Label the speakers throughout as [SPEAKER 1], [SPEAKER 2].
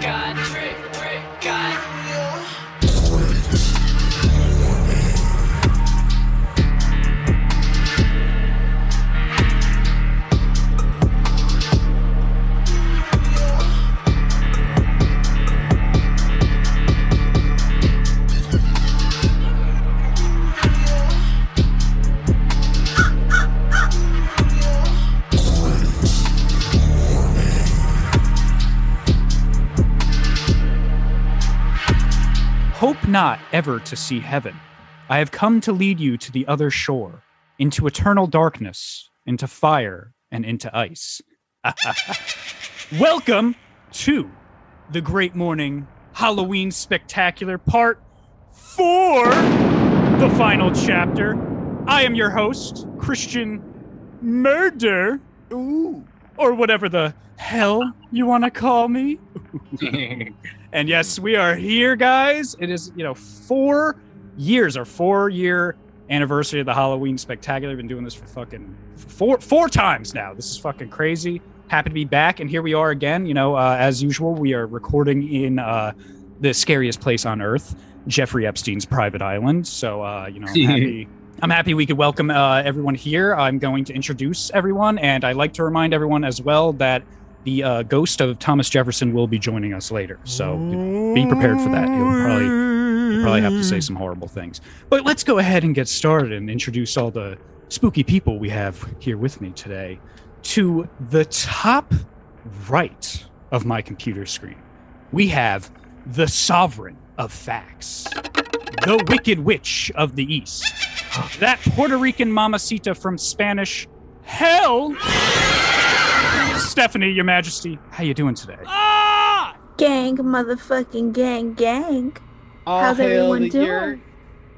[SPEAKER 1] God, trick, trick, God.
[SPEAKER 2] Hope not ever to see heaven. I have come to lead you to the other shore, into eternal darkness, into fire, and into ice. Welcome to the Great Morning Halloween Spectacular Part 4, the final chapter. I am your host, Christian Murder,
[SPEAKER 3] Ooh.
[SPEAKER 2] or whatever the hell you want to call me. And yes, we are here, guys. It is, you know, four years or four year anniversary of the Halloween spectacular. We've been doing this for fucking four four times now. This is fucking crazy. Happy to be back, and here we are again. You know, uh, as usual, we are recording in uh, the scariest place on earth, Jeffrey Epstein's private island. So, uh, you know, I'm happy. I'm happy we could welcome uh, everyone here. I'm going to introduce everyone, and I like to remind everyone as well that the uh, ghost of Thomas Jefferson will be joining us later. So be prepared for that. You'll probably- you probably have to say some horrible things. But let's go ahead and get started and introduce all the spooky people we have here with me today. To the top right of my computer screen, we have the sovereign of facts, the wicked witch of the east, that Puerto Rican mamacita from Spanish hell. Stephanie, your majesty, how you doing today?
[SPEAKER 4] Gang, motherfucking gang, gang. How's everyone doing?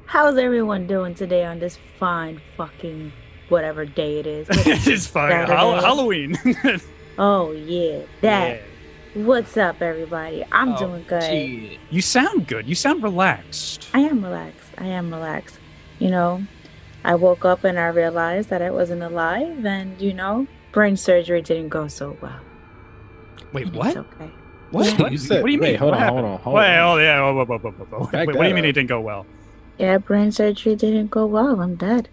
[SPEAKER 4] How's everyone doing today on this fine fucking whatever day it is?
[SPEAKER 2] it is fine. Hall-
[SPEAKER 4] Saturday.
[SPEAKER 2] Halloween.
[SPEAKER 4] oh yeah, that.
[SPEAKER 2] Yeah. Oh,
[SPEAKER 4] What's up, everybody? I'm doing good.
[SPEAKER 2] You sound good. You sound relaxed.
[SPEAKER 4] I am relaxed. I am relaxed. You know, I woke up and I realized that I wasn't alive, and you know, brain surgery didn't go so well.
[SPEAKER 2] Wait,
[SPEAKER 4] And
[SPEAKER 2] what?
[SPEAKER 4] It's okay.
[SPEAKER 2] What?
[SPEAKER 3] You said,
[SPEAKER 2] what do you mean?
[SPEAKER 3] Wait, hold
[SPEAKER 2] what
[SPEAKER 3] on,
[SPEAKER 2] happened?
[SPEAKER 3] hold on, hold
[SPEAKER 2] Wait,
[SPEAKER 3] on.
[SPEAKER 2] oh, yeah. whoa, whoa, whoa, whoa, whoa, whoa.
[SPEAKER 3] Back
[SPEAKER 2] Wait, what
[SPEAKER 3] that
[SPEAKER 2] do you mean
[SPEAKER 3] up.
[SPEAKER 2] it didn't go well?
[SPEAKER 4] Yeah, brain surgery didn't go well. I'm dead.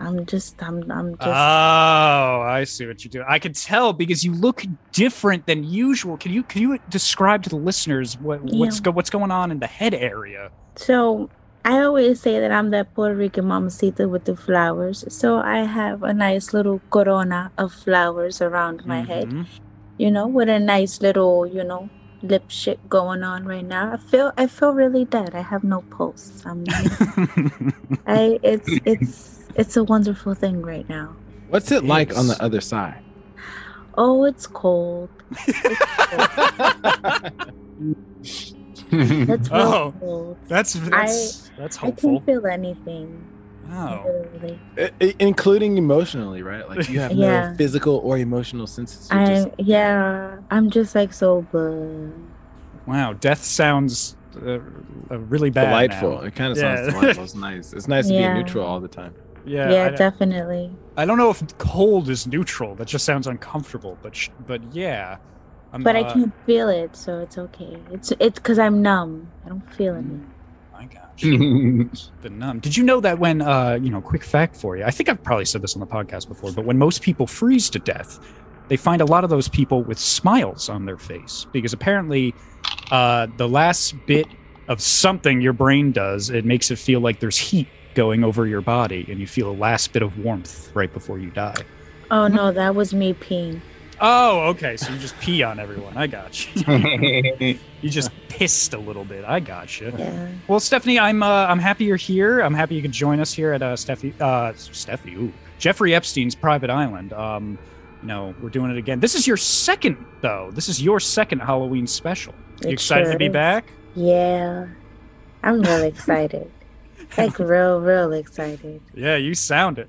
[SPEAKER 4] I'm just. I'm. I'm just.
[SPEAKER 2] Oh, I see what you do. I could tell because you look different than usual. Can you can you describe to the listeners what
[SPEAKER 4] Yeah.
[SPEAKER 2] what's go, what's going on in the head area?
[SPEAKER 4] So I always say that I'm that Puerto Rican mamacita with the flowers. So I have a nice little corona of flowers around my head,
[SPEAKER 2] Mhm.
[SPEAKER 4] you know, with a nice little, you know, lip shit going on right now. I feel I feel really dead. I have no pulse. I'm
[SPEAKER 2] Mm-hmm.
[SPEAKER 4] I it's it's it's a wonderful thing right now.
[SPEAKER 3] What's it like on
[SPEAKER 2] Yes.
[SPEAKER 3] the other side?
[SPEAKER 4] Oh, it's cold. It's real
[SPEAKER 2] Oh,
[SPEAKER 4] cold.
[SPEAKER 2] that's that's that's
[SPEAKER 4] I can
[SPEAKER 2] hopeful.
[SPEAKER 4] feel anything.
[SPEAKER 2] Oh.
[SPEAKER 4] Literally.
[SPEAKER 3] I- I- including emotionally, right? Like you have
[SPEAKER 4] Yeah.
[SPEAKER 3] no physical or emotional senses. You
[SPEAKER 4] I
[SPEAKER 3] just-
[SPEAKER 4] yeah, I'm just like so bleh.
[SPEAKER 2] Wow, death sounds uh, uh, really bad. now.
[SPEAKER 3] delightful. It kind of sounds
[SPEAKER 2] Yeah.
[SPEAKER 3] delightful. It's nice. It's nice to
[SPEAKER 4] Yeah.
[SPEAKER 3] be neutral all the time.
[SPEAKER 2] Yeah,
[SPEAKER 4] Yeah,
[SPEAKER 2] I-
[SPEAKER 4] definitely.
[SPEAKER 2] I don't know if cold is neutral. That just sounds uncomfortable. But sh- but yeah, I'm,
[SPEAKER 4] But I
[SPEAKER 2] uh,
[SPEAKER 4] can't feel it, so it's okay. It's it's because I'm numb. I don't feel anything.
[SPEAKER 2] My gosh, the numb. Did you know that when uh you know quick fact for you? I think I've probably said this on the podcast before. But when most people freeze to death, they find a lot of those people with smiles on their face because apparently, uh, the last bit of something your brain does it makes it feel like there's heat going over your body and you feel a last bit of warmth right before you die.
[SPEAKER 4] Oh no, that was me peeing.
[SPEAKER 2] Oh, okay. So you just pee on everyone. I got you. You just pissed a little bit. I got you.
[SPEAKER 4] Yeah.
[SPEAKER 2] Well, Stephanie, I'm uh, I'm happy you're here. I'm happy you could join us here at uh, Steffi, uh, Steffi, ooh, Jeffrey Epstein's private island. Um, you know, we're doing it again. This is your second, though. This is your second Halloween special. You
[SPEAKER 4] It
[SPEAKER 2] excited
[SPEAKER 4] sure
[SPEAKER 2] to be
[SPEAKER 4] is.
[SPEAKER 2] back?
[SPEAKER 4] Yeah. I'm real excited. Like real, real excited.
[SPEAKER 2] Yeah, you sound it.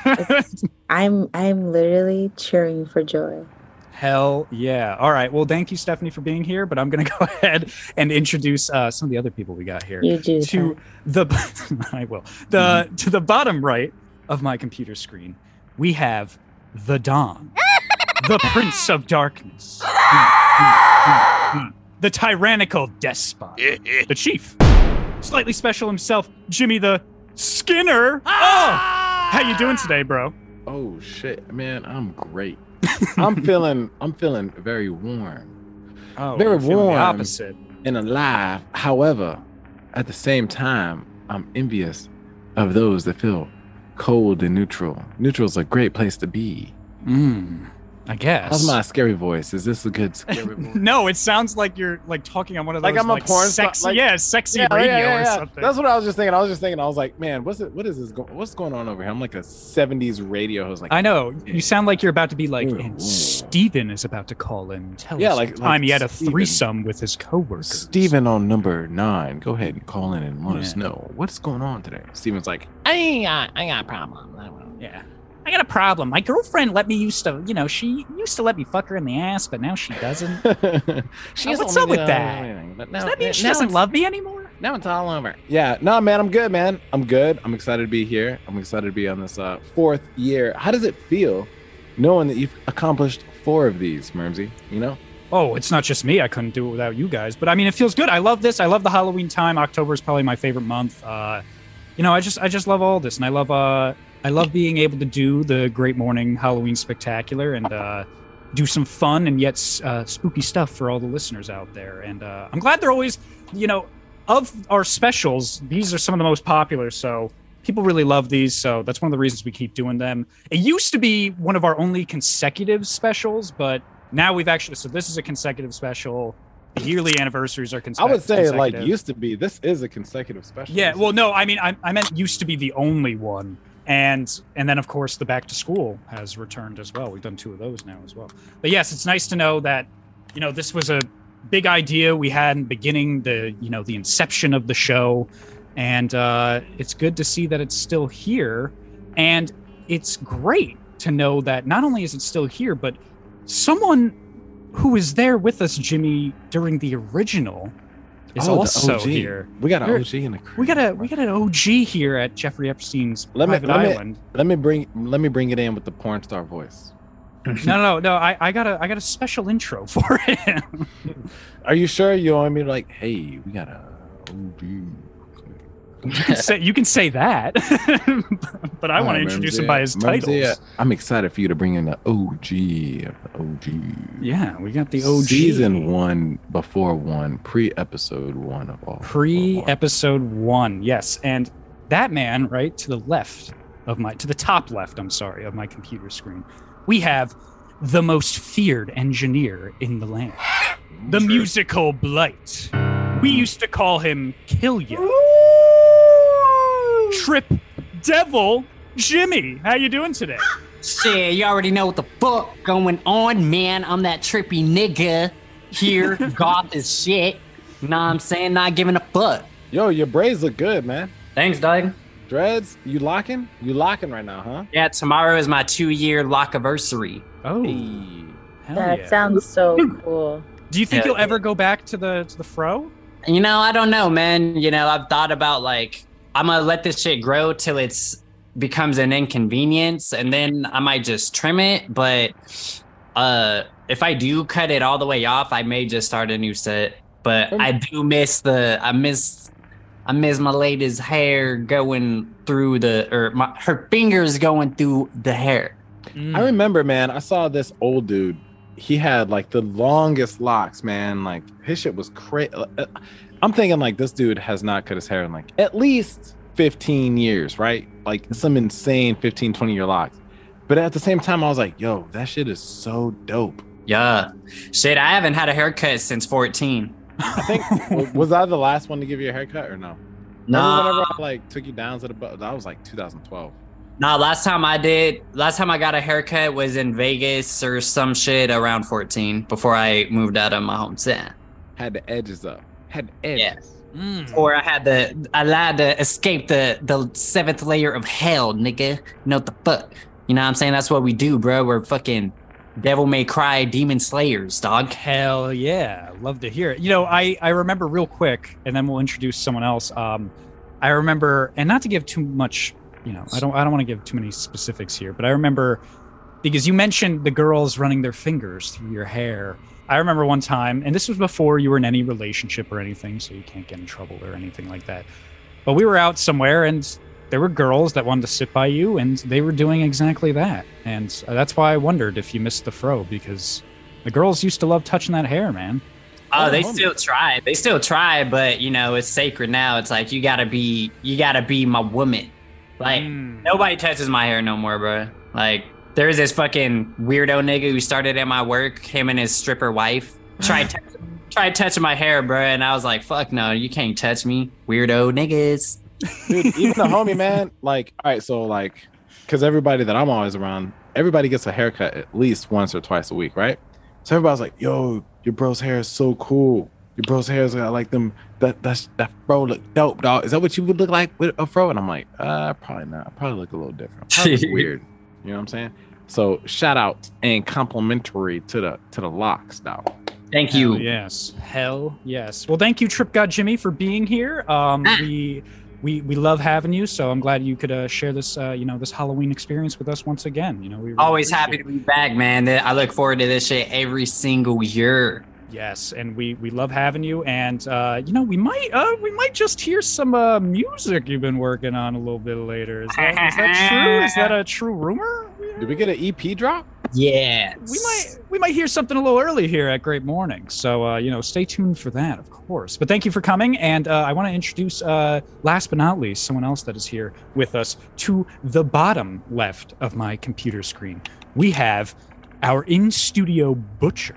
[SPEAKER 4] I'm I'm literally cheering for joy.
[SPEAKER 2] Hell yeah. All right. Well, thank you, Stephanie, for being here. But I'm going to go ahead and introduce uh, some of the other people we got here.
[SPEAKER 4] You do
[SPEAKER 2] to
[SPEAKER 4] that.
[SPEAKER 2] the I will
[SPEAKER 3] Mm-hmm.
[SPEAKER 2] the to the bottom right of my computer screen. We have the Don, the Prince of Darkness, the tyrannical despot, the chief, slightly special himself, Jimmy the Skinner.
[SPEAKER 3] Ah!
[SPEAKER 2] Oh, how you doing today, bro?
[SPEAKER 3] Oh shit, man, I'm great. I'm feeling I'm feeling very warm
[SPEAKER 2] Oh,
[SPEAKER 3] Very
[SPEAKER 2] you're feeling
[SPEAKER 3] warm.
[SPEAKER 2] The opposite.
[SPEAKER 3] and alive. However, at the same time, I'm envious of those that feel cold and neutral. Neutral's a great place to be.
[SPEAKER 2] Mm, I guess.
[SPEAKER 3] How's my scary voice? Is this a good scary voice?
[SPEAKER 2] No, it sounds like you're like talking on one of those
[SPEAKER 3] Like I'm a porn star-
[SPEAKER 2] sexy,
[SPEAKER 3] like- oh,
[SPEAKER 2] yeah, sexy radio or something.
[SPEAKER 3] That's what I was just thinking. I was just thinking. I was like, man, what's it? What is this? Go- what's going on over here? I'm like a '70s radio host. Like,
[SPEAKER 2] I know. You sound like you're about to be like,
[SPEAKER 3] Ooh, ooh.
[SPEAKER 2] and Steven is about to call in. Tell
[SPEAKER 3] Yeah,
[SPEAKER 2] us
[SPEAKER 3] like-
[SPEAKER 2] the
[SPEAKER 3] like
[SPEAKER 2] time he had a
[SPEAKER 3] Steven.
[SPEAKER 2] threesome with his coworkers.
[SPEAKER 3] Steven on number nine. Go ahead and call in and let us
[SPEAKER 2] Yeah.
[SPEAKER 3] know what's going on today. Steven's like,
[SPEAKER 5] I ain't got, I ain't got a problem.
[SPEAKER 2] Yeah. I got a problem. My girlfriend let me used to, you know, she used to let me fuck her in the ass, but now she doesn't.
[SPEAKER 5] She
[SPEAKER 2] what's
[SPEAKER 5] doesn't
[SPEAKER 2] up with
[SPEAKER 5] know
[SPEAKER 2] that?
[SPEAKER 5] anything, but
[SPEAKER 2] Does
[SPEAKER 5] now-
[SPEAKER 2] that mean she
[SPEAKER 5] now
[SPEAKER 2] doesn't
[SPEAKER 5] it's-
[SPEAKER 2] love me anymore?
[SPEAKER 5] Now it's all over.
[SPEAKER 3] Yeah, nah, man, I'm good, man. I'm good. I'm excited to be here. I'm excited to be on this uh, fourth year. How does it feel knowing that you've accomplished four of these, Mermsy? You know?
[SPEAKER 2] Oh, it's not just me. I couldn't do it without you guys. But I mean, it feels good. I love this. I love the Halloween time. October is probably my favorite month. Uh, you know, I just I just love all this, and I love uh I love being able to do the Great Morning Halloween Spectacular and uh, do some fun and yet uh, spooky stuff for all the listeners out there. And uh, I'm glad they're always, you know, of our specials. These are some of the most popular. So. People really love these, so that's one of the reasons we keep doing them. It used to be one of our only consecutive specials, but now we've actually so this is a consecutive special. The yearly anniversaries are
[SPEAKER 3] I
[SPEAKER 2] consecutive.
[SPEAKER 3] would say, like,
[SPEAKER 2] consecutive.
[SPEAKER 3] used to be, this is a consecutive special.
[SPEAKER 2] Yeah, well, no, I mean, I, I meant used to be the only one, and and then of course the back to school has returned as well. We've done two of those now as well. But yes, it's nice to know that you know this was a big idea we had in the beginning the you know the inception of the show, and uh, it's good to see that it's still here, and it's great to know that not only is it still here, but someone who was there with us, Jimmy, during the original, is
[SPEAKER 3] Oh, the
[SPEAKER 2] also
[SPEAKER 3] OG.
[SPEAKER 2] here.
[SPEAKER 3] We got an
[SPEAKER 2] You're-
[SPEAKER 3] OG in the crew.
[SPEAKER 2] We got a we got an OG here at Jeffrey Epstein's
[SPEAKER 3] Let me-
[SPEAKER 2] private
[SPEAKER 3] let me-
[SPEAKER 2] island.
[SPEAKER 3] Let me bring let me bring it in with the porn star voice.
[SPEAKER 2] No, no, no, no. I, I got a I got a special intro for it.
[SPEAKER 3] Are you sure you want me to like, hey, we got a OG.
[SPEAKER 2] you, can say, you can say that, but I
[SPEAKER 3] All
[SPEAKER 2] want
[SPEAKER 3] right,
[SPEAKER 2] to introduce
[SPEAKER 3] Mermsy.
[SPEAKER 2] him by his
[SPEAKER 3] Mermsy,
[SPEAKER 2] titles.
[SPEAKER 3] uh, I'm excited for you to bring in the OG of the OG.
[SPEAKER 2] Yeah, we got the OG
[SPEAKER 3] Season one, before one, pre episode one of all.
[SPEAKER 2] pre
[SPEAKER 3] episode.
[SPEAKER 2] episode one. Yes, and that man right to the left of my to the top left. I'm sorry of my computer screen. We have the most feared engineer in the land, the musical blight. We used to call him Kill Ya. Trip Devil Jimmy. How you doing today?
[SPEAKER 6] Shit, you already know what the fuck going on, man. I'm that trippy nigga here, goth as shit. Nah, I'm saying not giving a fuck.
[SPEAKER 3] Yo, your braids look good, man.
[SPEAKER 6] Thanks, dog.
[SPEAKER 3] Dreads, you locking? You locking right now, huh?
[SPEAKER 6] Yeah, tomorrow is my two-year lockiversary.
[SPEAKER 2] Oh,
[SPEAKER 3] Hey.
[SPEAKER 2] hell
[SPEAKER 4] That
[SPEAKER 2] yeah.
[SPEAKER 4] sounds so cool.
[SPEAKER 2] Do you think
[SPEAKER 6] Yeah.
[SPEAKER 2] you'll ever go back to the to the fro?
[SPEAKER 6] You know, I don't know, man. You know, I've thought about like I'm gonna let this shit grow till it's becomes an inconvenience, and then I might just trim it. But uh if I do cut it all the way off, I may just start a new set. But I do miss the I miss I miss my lady's hair going through the or my, her fingers going through the hair.
[SPEAKER 2] Hmm.
[SPEAKER 3] I
[SPEAKER 2] Mm.
[SPEAKER 3] remember, man, I saw this old dude. He had like the longest locks, man. Like his shit was crazy. I'm thinking like this dude has not cut his hair in like at least 15 years, right? Like some insane 15, 20 year locks. But at the same time, I was like, yo, that shit is so dope.
[SPEAKER 6] Yeah, shit. I haven't had a haircut since 14.
[SPEAKER 3] I think w- was I the last one to give you a haircut or no?
[SPEAKER 6] Nah.
[SPEAKER 3] Remember whenever I like took you down to the bu- that was like 2012.
[SPEAKER 6] Nah, last time I did, last time I got a haircut was in Vegas or some shit around 14 before I moved out of my hometown.
[SPEAKER 3] Had the edges up. Had the edges.
[SPEAKER 6] Yeah.
[SPEAKER 2] Mm.
[SPEAKER 6] Or I had to, I had to escape the the seventh layer of hell, nigga. You know what the fuck? You know what I'm saying? That's what we do, bro. We're fucking devil may cry demon slayers, dog.
[SPEAKER 2] Hell yeah. Love to hear it. You know, I, I remember real quick, and then we'll introduce someone else. Um, I remember, and not to give too much, you know, I don't I don't want to give too many specifics here, but I remember because you mentioned the girls running their fingers through your hair. I remember one time, and this was before you were in any relationship or anything, so you can't get in trouble or anything like that. But we were out somewhere, and there were girls that wanted to sit by you, and they were doing exactly that. And uh, that's why I wondered if you missed the fro because the girls used to love touching that hair, man.
[SPEAKER 6] Oh,
[SPEAKER 3] Oh,
[SPEAKER 6] they
[SPEAKER 3] homie.
[SPEAKER 6] still try. They still try, but you know, it's sacred now. It's like you gotta be you gotta be my woman. Like
[SPEAKER 2] Mm.
[SPEAKER 6] nobody touches my hair no more, bro. Like there was this fucking weirdo nigga who started at my work, him and his stripper wife. Tried touch, tried touching my hair, bro, and I was like, fuck no, you can't touch me. Weirdo niggas.
[SPEAKER 3] dude even the homie man like all right so like because everybody that i'm always around everybody gets a haircut at least once or twice a week right so everybody's like yo your bro's hair is so cool your bro's hair is got like them that that's that fro look dope dog is that what you would look like with a fro and i'm like uh probably not i probably look a little different probably look weird you know what i'm saying so shout out and complimentary to the to the locks now
[SPEAKER 6] Thank you.
[SPEAKER 2] Hell yes. Hell yes. Well, thank you, Trip God Jimmy, for being here. Um,
[SPEAKER 6] Ah.
[SPEAKER 2] we we we love having you. So I'm glad you could uh, share this uh, you know this Halloween experience with us once again. You know we really
[SPEAKER 6] Always happy
[SPEAKER 2] appreciate
[SPEAKER 6] to be back, man. I look forward to this shit every single year.
[SPEAKER 2] it. Yes, and we we love having you. And uh, you know we might uh, we might just hear some uh, music you've been working on a little bit later. Is that, is that true? Is that a true rumor?
[SPEAKER 3] did we get an ep drop
[SPEAKER 6] Yeah.
[SPEAKER 2] we might we might hear something a little early here at Great Morning. So uh, you know, stay tuned for that, of course. But thank you for coming, and uh, I want to introduce, uh, last but not least, someone else that is here with us to the bottom left of my computer screen. We have our in studio butcher,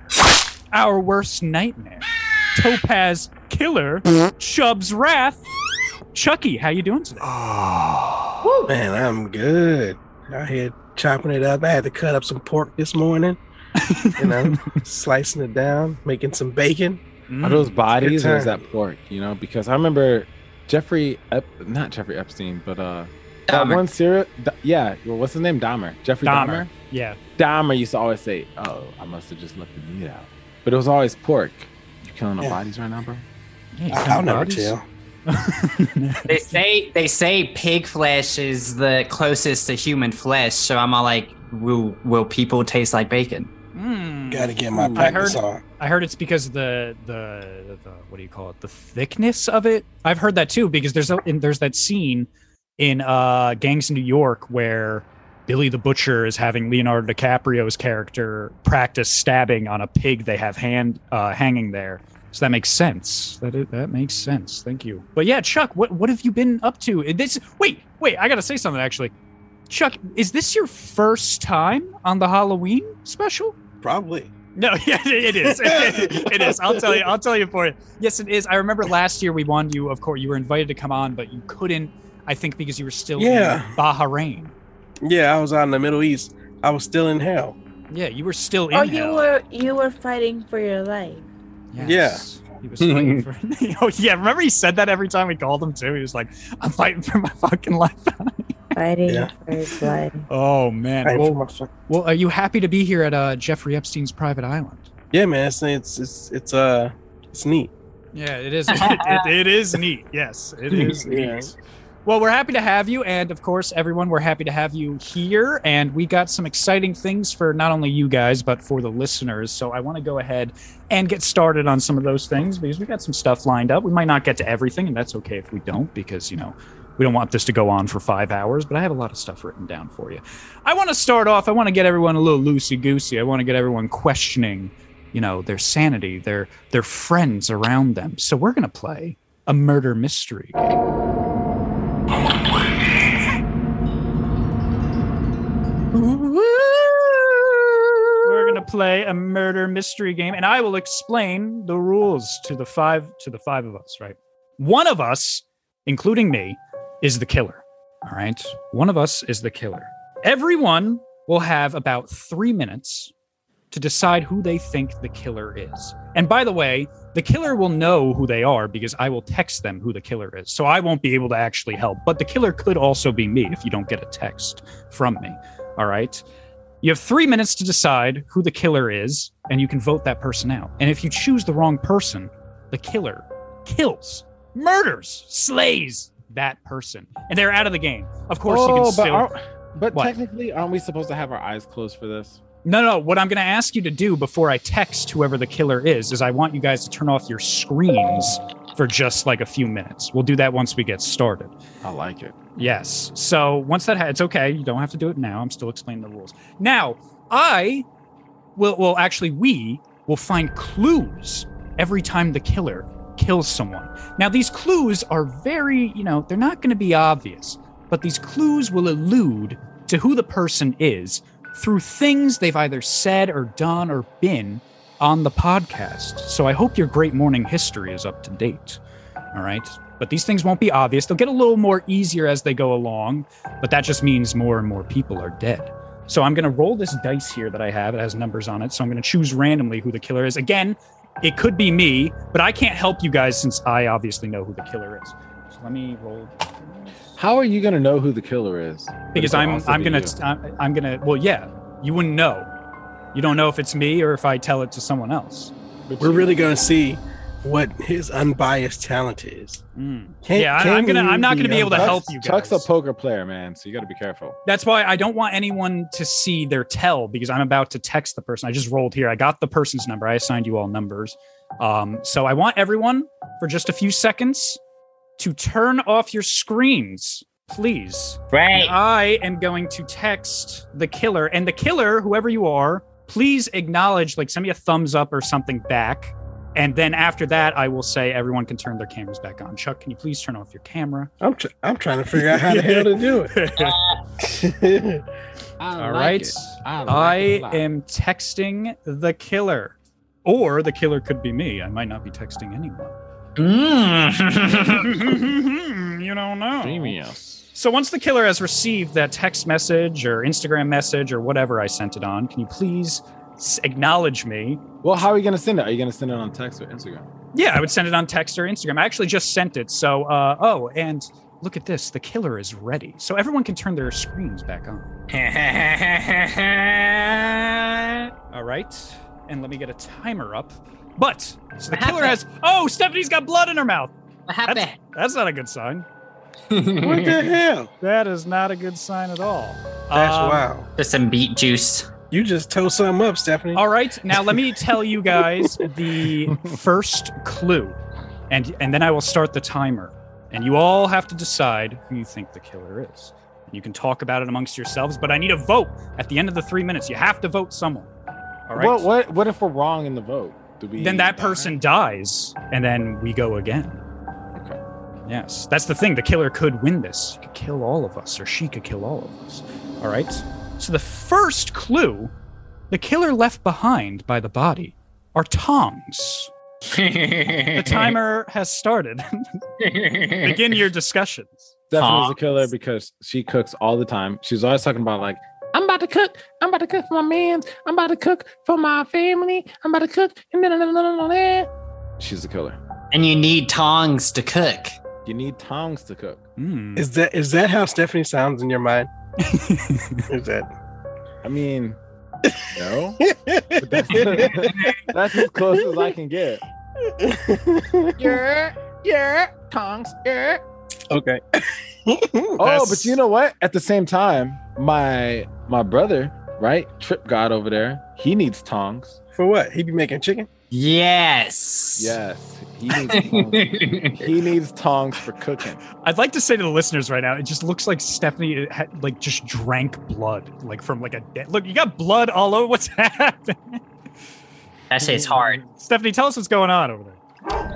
[SPEAKER 2] our worst nightmare, Topaz Killer, Chubb's Wrath, Chucky. How you doing today?
[SPEAKER 7] Oh, man, I'm good. Out here chopping it up. I had to cut up some pork this morning. You know, slicing it down, making some bacon.
[SPEAKER 3] Are
[SPEAKER 2] Mm,
[SPEAKER 3] those bodies or is
[SPEAKER 7] time.
[SPEAKER 3] that pork? You know, because I remember Jeffrey, Ep- not Jeffrey Epstein, but uh, that
[SPEAKER 6] Dahmer.
[SPEAKER 3] one serial, D- yeah, well, what's his name? Dahmer, Jeffrey
[SPEAKER 2] Dahmer.
[SPEAKER 3] Dahmer.
[SPEAKER 2] Yeah.
[SPEAKER 3] Dahmer. used to always say, "Oh, I must have just left the meat out," but it was always pork. You killing the
[SPEAKER 7] Yeah.
[SPEAKER 3] bodies right now, bro?
[SPEAKER 2] Yeah, you
[SPEAKER 7] I, will
[SPEAKER 2] found
[SPEAKER 7] never
[SPEAKER 2] bodies?
[SPEAKER 7] tell.
[SPEAKER 6] They say they say pig flesh is the closest to human flesh, so I'm all like, will will people taste like bacon?
[SPEAKER 2] Mm.
[SPEAKER 7] Gotta get my
[SPEAKER 3] Ooh.
[SPEAKER 2] I
[SPEAKER 7] practice
[SPEAKER 2] heard-
[SPEAKER 7] on.
[SPEAKER 2] I heard it's because the, the the what do you call it? The thickness of it. I've heard that too because there's a and there's that scene in uh Gangs of New York where Billy the Butcher is having Leonardo DiCaprio's character practice stabbing on a pig they have hand uh, hanging there. So that makes sense. That i- that makes sense. Thank you. But yeah, Chuck, what what have you been up to? Uh, This wait wait, I gotta say something actually. Chuck, is this your first time on the Halloween special?
[SPEAKER 7] Probably.
[SPEAKER 2] No, yeah, it is. it is. I'll tell you. I'll tell you for it. Yes, it is. I remember last year we wanted you. Of course, you were invited to come on, but you couldn't. I think because you were still
[SPEAKER 7] Yeah.
[SPEAKER 2] in Bahrain.
[SPEAKER 7] Yeah, I was out in the Middle East. I was still in hell.
[SPEAKER 2] Yeah, you were still in.
[SPEAKER 4] Oh, you
[SPEAKER 2] hell.
[SPEAKER 4] were you were fighting for your life.
[SPEAKER 2] Yes. He was fighting for. oh yeah, remember he said that every time we called him too. He was like, "I'm fighting for my fucking life."
[SPEAKER 4] Fighting
[SPEAKER 7] Yeah.
[SPEAKER 4] for his life.
[SPEAKER 2] Oh
[SPEAKER 7] I
[SPEAKER 2] man.
[SPEAKER 7] ain't
[SPEAKER 2] Well,
[SPEAKER 7] from my fuck-
[SPEAKER 2] well, are you happy to be here at uh, Jeffrey Epstein's private island?
[SPEAKER 7] Yeah, man, it's it's it's, it's uh it's neat.
[SPEAKER 2] Yeah, it is. It, it, it is neat. Yes, it is neat.
[SPEAKER 7] Yeah.
[SPEAKER 2] Well, we're happy to have you, and of course, everyone, we're happy to have you here. And we got some exciting things for not only you guys, but for the listeners. So I want to go ahead and get started on some of those things because we got some stuff lined up. We might not get to everything, and that's okay if we don't, because, you know, we don't want this to go on for five hours, but I have a lot of stuff written down for you. I want to start off, I want to get everyone a little loosey goosey. I want to get everyone questioning, you know, their sanity, their their friends around them. So we're gonna play a murder mystery game. We're gonna play a murder mystery game, and I will explain the rules to the five to the five of us. Right, one of us, including me, is the killer. All right, one of us is the killer. Everyone will have about three minutes to decide who they think the killer is. And by the way, the killer will know who they are because I will text them who the killer is. So I won't be able to actually help. But the killer could also be me if you don't get a text from me. All right. You have three minutes to decide who the killer is, and you can vote that person out. And if you choose the wrong person, the killer kills, murders, slays that person, and they're out of the game. Of course, you can
[SPEAKER 3] Oh, but
[SPEAKER 2] still.
[SPEAKER 3] aren't- but
[SPEAKER 2] Oh, What?
[SPEAKER 3] technically, aren't we supposed to have our eyes closed for this?
[SPEAKER 2] No, no. What I'm going to ask you to do before I text whoever the killer is is I want you guys to turn off your screens for just like a few minutes. We'll do that once we get started.
[SPEAKER 3] I like it.
[SPEAKER 2] Yes. So once that ha- it's okay, you don't have to do it now. I'm still explaining the rules. Now, I will well actually we will find clues every time the killer kills someone. Now these clues are very, you know, they're not going to be obvious, but these clues will allude to who the person is through things they've either said or done or been on the podcast. So I hope your great morning history is up to date. All right? but these things won't be obvious. They'll get a little more easier as they go along, but that just means more and more people are dead. So I'm going to roll this dice here that I have. It has numbers on it. So I'm going to choose randomly who the killer is. Again, it could be me, but I can't help you guys since I obviously know who the killer is. So let me roll
[SPEAKER 3] How are you gonna know who the killer is?
[SPEAKER 2] because
[SPEAKER 3] It'll
[SPEAKER 2] I'm
[SPEAKER 3] also
[SPEAKER 2] I'm
[SPEAKER 3] be
[SPEAKER 2] gonna
[SPEAKER 3] you.
[SPEAKER 2] I'm, I'm gonna well yeah you wouldn't know. You don't know if it's me or if I tell it to someone else.
[SPEAKER 7] We're really going to see what his unbiased talent is.
[SPEAKER 2] Mm.
[SPEAKER 7] Can-
[SPEAKER 2] Yeah, I-
[SPEAKER 7] can
[SPEAKER 2] I'm gonna-
[SPEAKER 7] you
[SPEAKER 2] I'm not gonna be able to
[SPEAKER 7] unbiased?
[SPEAKER 2] help you
[SPEAKER 3] Chuck's a
[SPEAKER 2] guys.
[SPEAKER 3] poker player, man, so you gotta be careful.
[SPEAKER 2] That's why I don't want anyone to see their tell because I'm about to text the person. I just rolled here. I got the person's number. I assigned you all numbers. Um, so I want everyone for just a few seconds to turn off your screens, please. And
[SPEAKER 5] Right.
[SPEAKER 2] I am going to text the killer, and the killer, whoever you are, please acknowledge, like send me a thumbs up or something back. And then after that, I will say everyone can turn their cameras back on. Chuck, can you please turn off your camera?
[SPEAKER 7] I'm, tr- I'm trying to figure out how the hell to do it.
[SPEAKER 5] I
[SPEAKER 2] All
[SPEAKER 5] like
[SPEAKER 2] right.
[SPEAKER 5] it.
[SPEAKER 2] I
[SPEAKER 5] like it a lot.
[SPEAKER 2] am texting the killer. Or the killer could be me. I might not be texting
[SPEAKER 5] Mm.
[SPEAKER 2] anyone. you don't know.
[SPEAKER 3] Genius.
[SPEAKER 2] So once the killer has received that text message or Instagram message or whatever I sent it on, can you please s- acknowledge me?
[SPEAKER 3] Well, how are you gonna send it? Are you gonna send it on text or Instagram?
[SPEAKER 2] Yeah, I would send it on text or Instagram. I actually just sent it. So, uh, oh, and look at this. The killer is ready. So everyone can turn their screens back on. All right. And let me get a timer up. But, so the killer has, oh, Stephanie's got blood in her mouth.
[SPEAKER 5] What happened?
[SPEAKER 2] That's not a good sign.
[SPEAKER 7] what the hell?
[SPEAKER 2] That is not a good sign at all.
[SPEAKER 7] That's
[SPEAKER 2] Um,
[SPEAKER 7] wow.
[SPEAKER 6] Just some beet juice.
[SPEAKER 7] You just tore something up, Stephanie.
[SPEAKER 2] All right, now let me tell you guys the first clue, and and then I will start the timer, and you all have to decide who you think the killer is. And you can talk about it amongst yourselves, but I need a vote at the end of the three minutes. You have to vote someone. All right.
[SPEAKER 3] What what what if we're wrong in the vote? Do we
[SPEAKER 2] then that
[SPEAKER 3] die?
[SPEAKER 2] person dies, and then we go again.
[SPEAKER 3] Okay.
[SPEAKER 2] Yes, that's the thing. The killer could win this. He could kill all of us, or she could kill all of us. All right. So the first clue the killer left behind by the body are tongs. The timer has started. Begin your discussions.
[SPEAKER 3] Stephanie's a killer because she cooks all the time. She's always talking about like, I'm about to cook. I'm about to cook for my man's. I'm about to cook for my family. I'm about to cook. And then, She's a killer.
[SPEAKER 6] And you need tongs to cook.
[SPEAKER 3] You need tongs to cook.
[SPEAKER 2] Hmm.
[SPEAKER 7] Is that is that how Stephanie sounds in your mind? is that?
[SPEAKER 3] I mean, no. But that's, that's as close as I can get.
[SPEAKER 5] Yeah, yeah, tongs, yeah.
[SPEAKER 7] okay.
[SPEAKER 3] Oh, but you know what? At the same time, my my brother, right, Trip God over there, he needs tongs.
[SPEAKER 7] For what? He be making chicken?
[SPEAKER 6] Yes.
[SPEAKER 3] Yes, he needs tongs. he needs tongs for cooking.
[SPEAKER 2] I'd like to say to the listeners right now, it just looks like Stephanie had, like just drank blood, like from like a dead. Look, you got blood all over. What's happening?
[SPEAKER 6] That shit's hard.
[SPEAKER 2] Stephanie, tell us what's going on over there.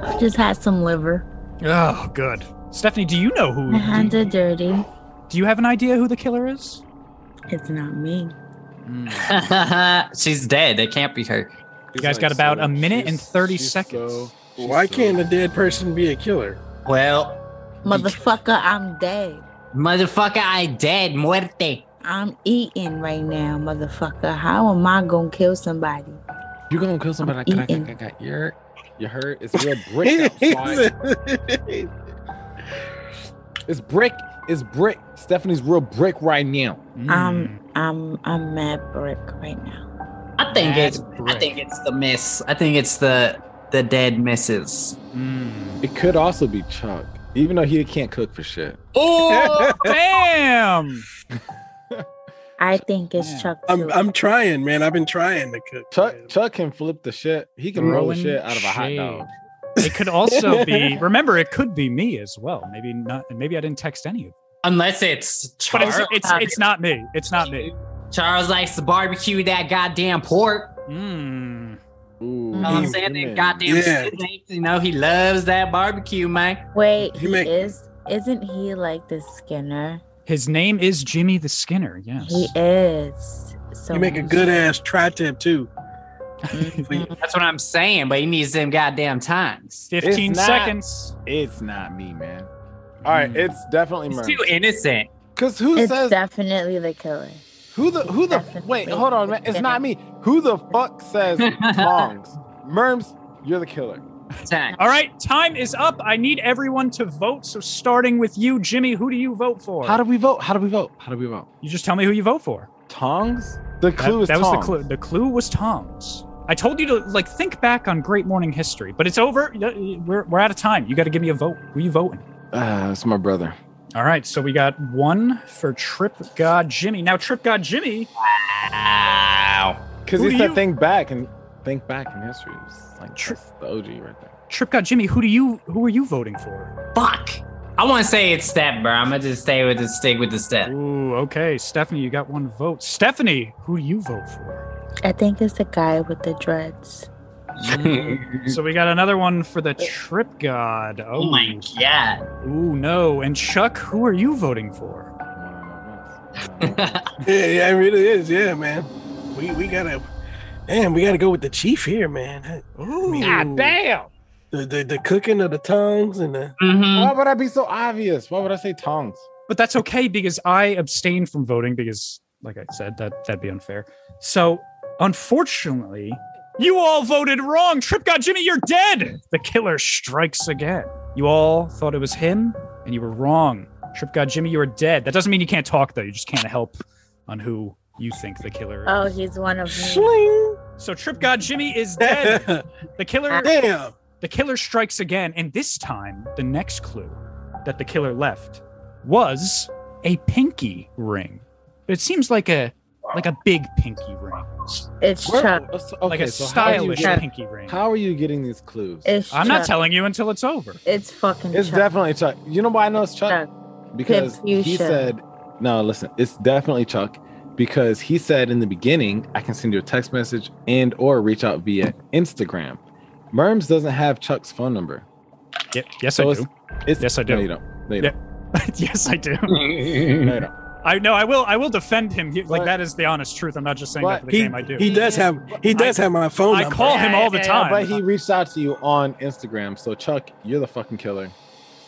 [SPEAKER 4] I just had some liver.
[SPEAKER 2] Oh, good. Stephanie, do you know who?
[SPEAKER 4] My hands
[SPEAKER 2] Do
[SPEAKER 4] are
[SPEAKER 2] you,
[SPEAKER 4] dirty.
[SPEAKER 2] do you have an idea who the killer is?
[SPEAKER 4] It's not me.
[SPEAKER 3] Mm,
[SPEAKER 6] She's dead. It can't be her.
[SPEAKER 3] You
[SPEAKER 2] guys got about a minute and 30 seconds.
[SPEAKER 7] Why can't a dead person be a killer?
[SPEAKER 6] Well,
[SPEAKER 4] Motherfucker, I'm dead.
[SPEAKER 6] motherfucker, I dead. Muerte.
[SPEAKER 4] I'm eating right now, motherfucker. How am I gonna kill somebody?
[SPEAKER 3] You gonna kill somebody?
[SPEAKER 4] I'm
[SPEAKER 3] like
[SPEAKER 4] eating.
[SPEAKER 3] that? You you heard? It's real brick outside. it's brick. It's brick. Stephanie's real brick right now.
[SPEAKER 4] I'm I'm I'm mad brick right now.
[SPEAKER 6] Um, I think
[SPEAKER 2] Mad
[SPEAKER 6] it's.
[SPEAKER 2] brick.
[SPEAKER 6] I think it's the miss. I think it's the the dead misses.
[SPEAKER 2] Mm.
[SPEAKER 3] It could also be Chuck, even though he can't cook for shit.
[SPEAKER 6] Oh,
[SPEAKER 2] Damn!
[SPEAKER 4] I think it's
[SPEAKER 2] Man.
[SPEAKER 4] Chuck.
[SPEAKER 7] I'm
[SPEAKER 4] too.
[SPEAKER 7] I'm trying, man. I've been trying to cook.
[SPEAKER 3] Chuck
[SPEAKER 7] man.
[SPEAKER 3] Chuck can flip the shit. He can roll the
[SPEAKER 2] Throwing
[SPEAKER 3] shit out of a hot
[SPEAKER 2] shade.
[SPEAKER 3] dog.
[SPEAKER 2] It could also be. Remember, it could be me as well. Maybe not. Maybe I didn't text any of you.
[SPEAKER 6] Unless it's
[SPEAKER 2] But
[SPEAKER 6] Charles.
[SPEAKER 2] it's it's it's not me. It's not me.
[SPEAKER 6] Charles likes to barbecue that goddamn pork.
[SPEAKER 3] Hmm.
[SPEAKER 2] Mm.
[SPEAKER 3] Ooh,
[SPEAKER 6] You know what I'm
[SPEAKER 7] Mm,
[SPEAKER 6] saying?
[SPEAKER 3] you
[SPEAKER 6] That
[SPEAKER 3] mean-
[SPEAKER 6] goddamn
[SPEAKER 7] Yeah.
[SPEAKER 6] steak, You know, he loves that barbecue, man.
[SPEAKER 4] Wait,
[SPEAKER 7] He
[SPEAKER 4] he,
[SPEAKER 7] make-
[SPEAKER 4] is. Isn't he like the Skinner?
[SPEAKER 2] His name is Jimmy the Skinner. Yes.
[SPEAKER 4] He is. So
[SPEAKER 7] you make a good ass tri-tip too.
[SPEAKER 4] Mhm.
[SPEAKER 6] That's what I'm saying, but he needs them goddamn times.
[SPEAKER 2] Fifteen
[SPEAKER 3] It's not-
[SPEAKER 2] seconds.
[SPEAKER 3] It's not me, man. All right,
[SPEAKER 2] Mm.
[SPEAKER 3] it's definitely
[SPEAKER 6] He's
[SPEAKER 3] Murray.
[SPEAKER 6] too innocent.
[SPEAKER 3] Cause who
[SPEAKER 4] It's
[SPEAKER 3] says
[SPEAKER 4] definitely the killer.
[SPEAKER 3] who the who the
[SPEAKER 4] definitely
[SPEAKER 3] wait? Hold on, man. It's not me. Who the fuck says Tongs? Merms, you're the killer.
[SPEAKER 6] Time.
[SPEAKER 2] All right, time is up. I need everyone to vote. So starting with you, Jimmy, who do you vote for?
[SPEAKER 3] How do we vote? How do we vote? How do we vote?
[SPEAKER 2] you just tell me who you vote for?
[SPEAKER 3] Tongs. The clue is
[SPEAKER 2] that, that was the
[SPEAKER 3] Tongs.
[SPEAKER 2] clue. The clue was Tom's. I told you to like think back on Great Morning History, but it's over. Y- y- We're, we're out of time. You got to give me a vote. Who you voting?
[SPEAKER 3] Ah, it's my brother.
[SPEAKER 2] All right, so we got one for Trip God Jimmy. Now Trip God Jimmy,
[SPEAKER 6] Wow.
[SPEAKER 3] Because
[SPEAKER 2] Who
[SPEAKER 3] he
[SPEAKER 2] do
[SPEAKER 3] said
[SPEAKER 2] you-
[SPEAKER 3] think back and think back in history. It's like
[SPEAKER 2] True.
[SPEAKER 3] that's the OG right there.
[SPEAKER 2] Trip God Jimmy, who do you who are you voting for?
[SPEAKER 6] Fuck. I want to say it's step, bro. I'm going to just stay with the stick with the step.
[SPEAKER 2] Ooh, okay, Stephanie, you got one vote. Stephanie, who do you vote for?
[SPEAKER 4] I think it's the guy with the dreads.
[SPEAKER 2] so we got another one for the Trip God. Oh,
[SPEAKER 6] Mm. Oh my god.
[SPEAKER 2] Ooh, no. And Chuck, who are you voting for?
[SPEAKER 7] Yeah, yeah, it really is. Yeah, man. We we gotta, damn, we gotta go with the chief here, man.
[SPEAKER 2] Ooh.
[SPEAKER 7] God
[SPEAKER 2] damn.
[SPEAKER 7] The the, the cooking of the tongues and the
[SPEAKER 6] Mhm.
[SPEAKER 3] Why would I be so obvious? Why would I say Tongs?
[SPEAKER 2] But that's okay because I abstained from voting because, like I said, that that'd be unfair. So, unfortunately, you all voted wrong. Trip God Jimmy, you're dead. The killer strikes again. You all thought it was him, and you were wrong. Trip God Jimmy, you are dead. That doesn't mean you can't talk though. You just can't help on who you think the killer is.
[SPEAKER 4] Oh, he's one of me.
[SPEAKER 7] sling.
[SPEAKER 2] So Trip God Jimmy is dead.
[SPEAKER 7] damn.
[SPEAKER 2] The killer the killer strikes again, and this time the next clue that the killer left was a pinky ring. But it seems like a like a big pinky ring,
[SPEAKER 4] It's
[SPEAKER 3] Where-
[SPEAKER 4] Chuck.
[SPEAKER 3] uh, so-
[SPEAKER 2] like
[SPEAKER 3] okay,
[SPEAKER 2] a
[SPEAKER 3] so how do you
[SPEAKER 2] stylish
[SPEAKER 3] get-
[SPEAKER 2] pinky ring.
[SPEAKER 3] How are you getting these clues?
[SPEAKER 4] It's
[SPEAKER 2] I'm not
[SPEAKER 4] Chuck.
[SPEAKER 2] telling you until it's over.
[SPEAKER 4] It's fucking.
[SPEAKER 3] It's
[SPEAKER 4] Chuck.
[SPEAKER 3] definitely Chuck. You know why I know it's Chuck?
[SPEAKER 4] Chuck.
[SPEAKER 3] Because he
[SPEAKER 4] Confucian.
[SPEAKER 3] said, no, listen, it's definitely Chuck because he said in the beginning, I can send you a text message and or reach out via Instagram. Merms doesn't have Chuck's phone number.
[SPEAKER 2] Ye- yes,
[SPEAKER 3] So
[SPEAKER 2] I
[SPEAKER 3] it's,
[SPEAKER 2] do.
[SPEAKER 3] it's
[SPEAKER 2] Yes, I
[SPEAKER 3] No,
[SPEAKER 2] do.
[SPEAKER 3] you don't. No, you
[SPEAKER 2] Yeah.
[SPEAKER 3] don't.
[SPEAKER 2] yes, I do.
[SPEAKER 3] No, you don't.
[SPEAKER 2] I know. I will. I will defend him. He-
[SPEAKER 3] But-
[SPEAKER 2] like that is the honest truth. I'm not just saying that
[SPEAKER 3] but
[SPEAKER 2] for the
[SPEAKER 7] He,
[SPEAKER 2] game. I do.
[SPEAKER 7] he does have he does have my phone
[SPEAKER 2] I
[SPEAKER 7] number.
[SPEAKER 2] call him all the
[SPEAKER 3] Yeah,
[SPEAKER 2] time.
[SPEAKER 3] but he reached out to you on Instagram. So Chuck, you're the fucking killer.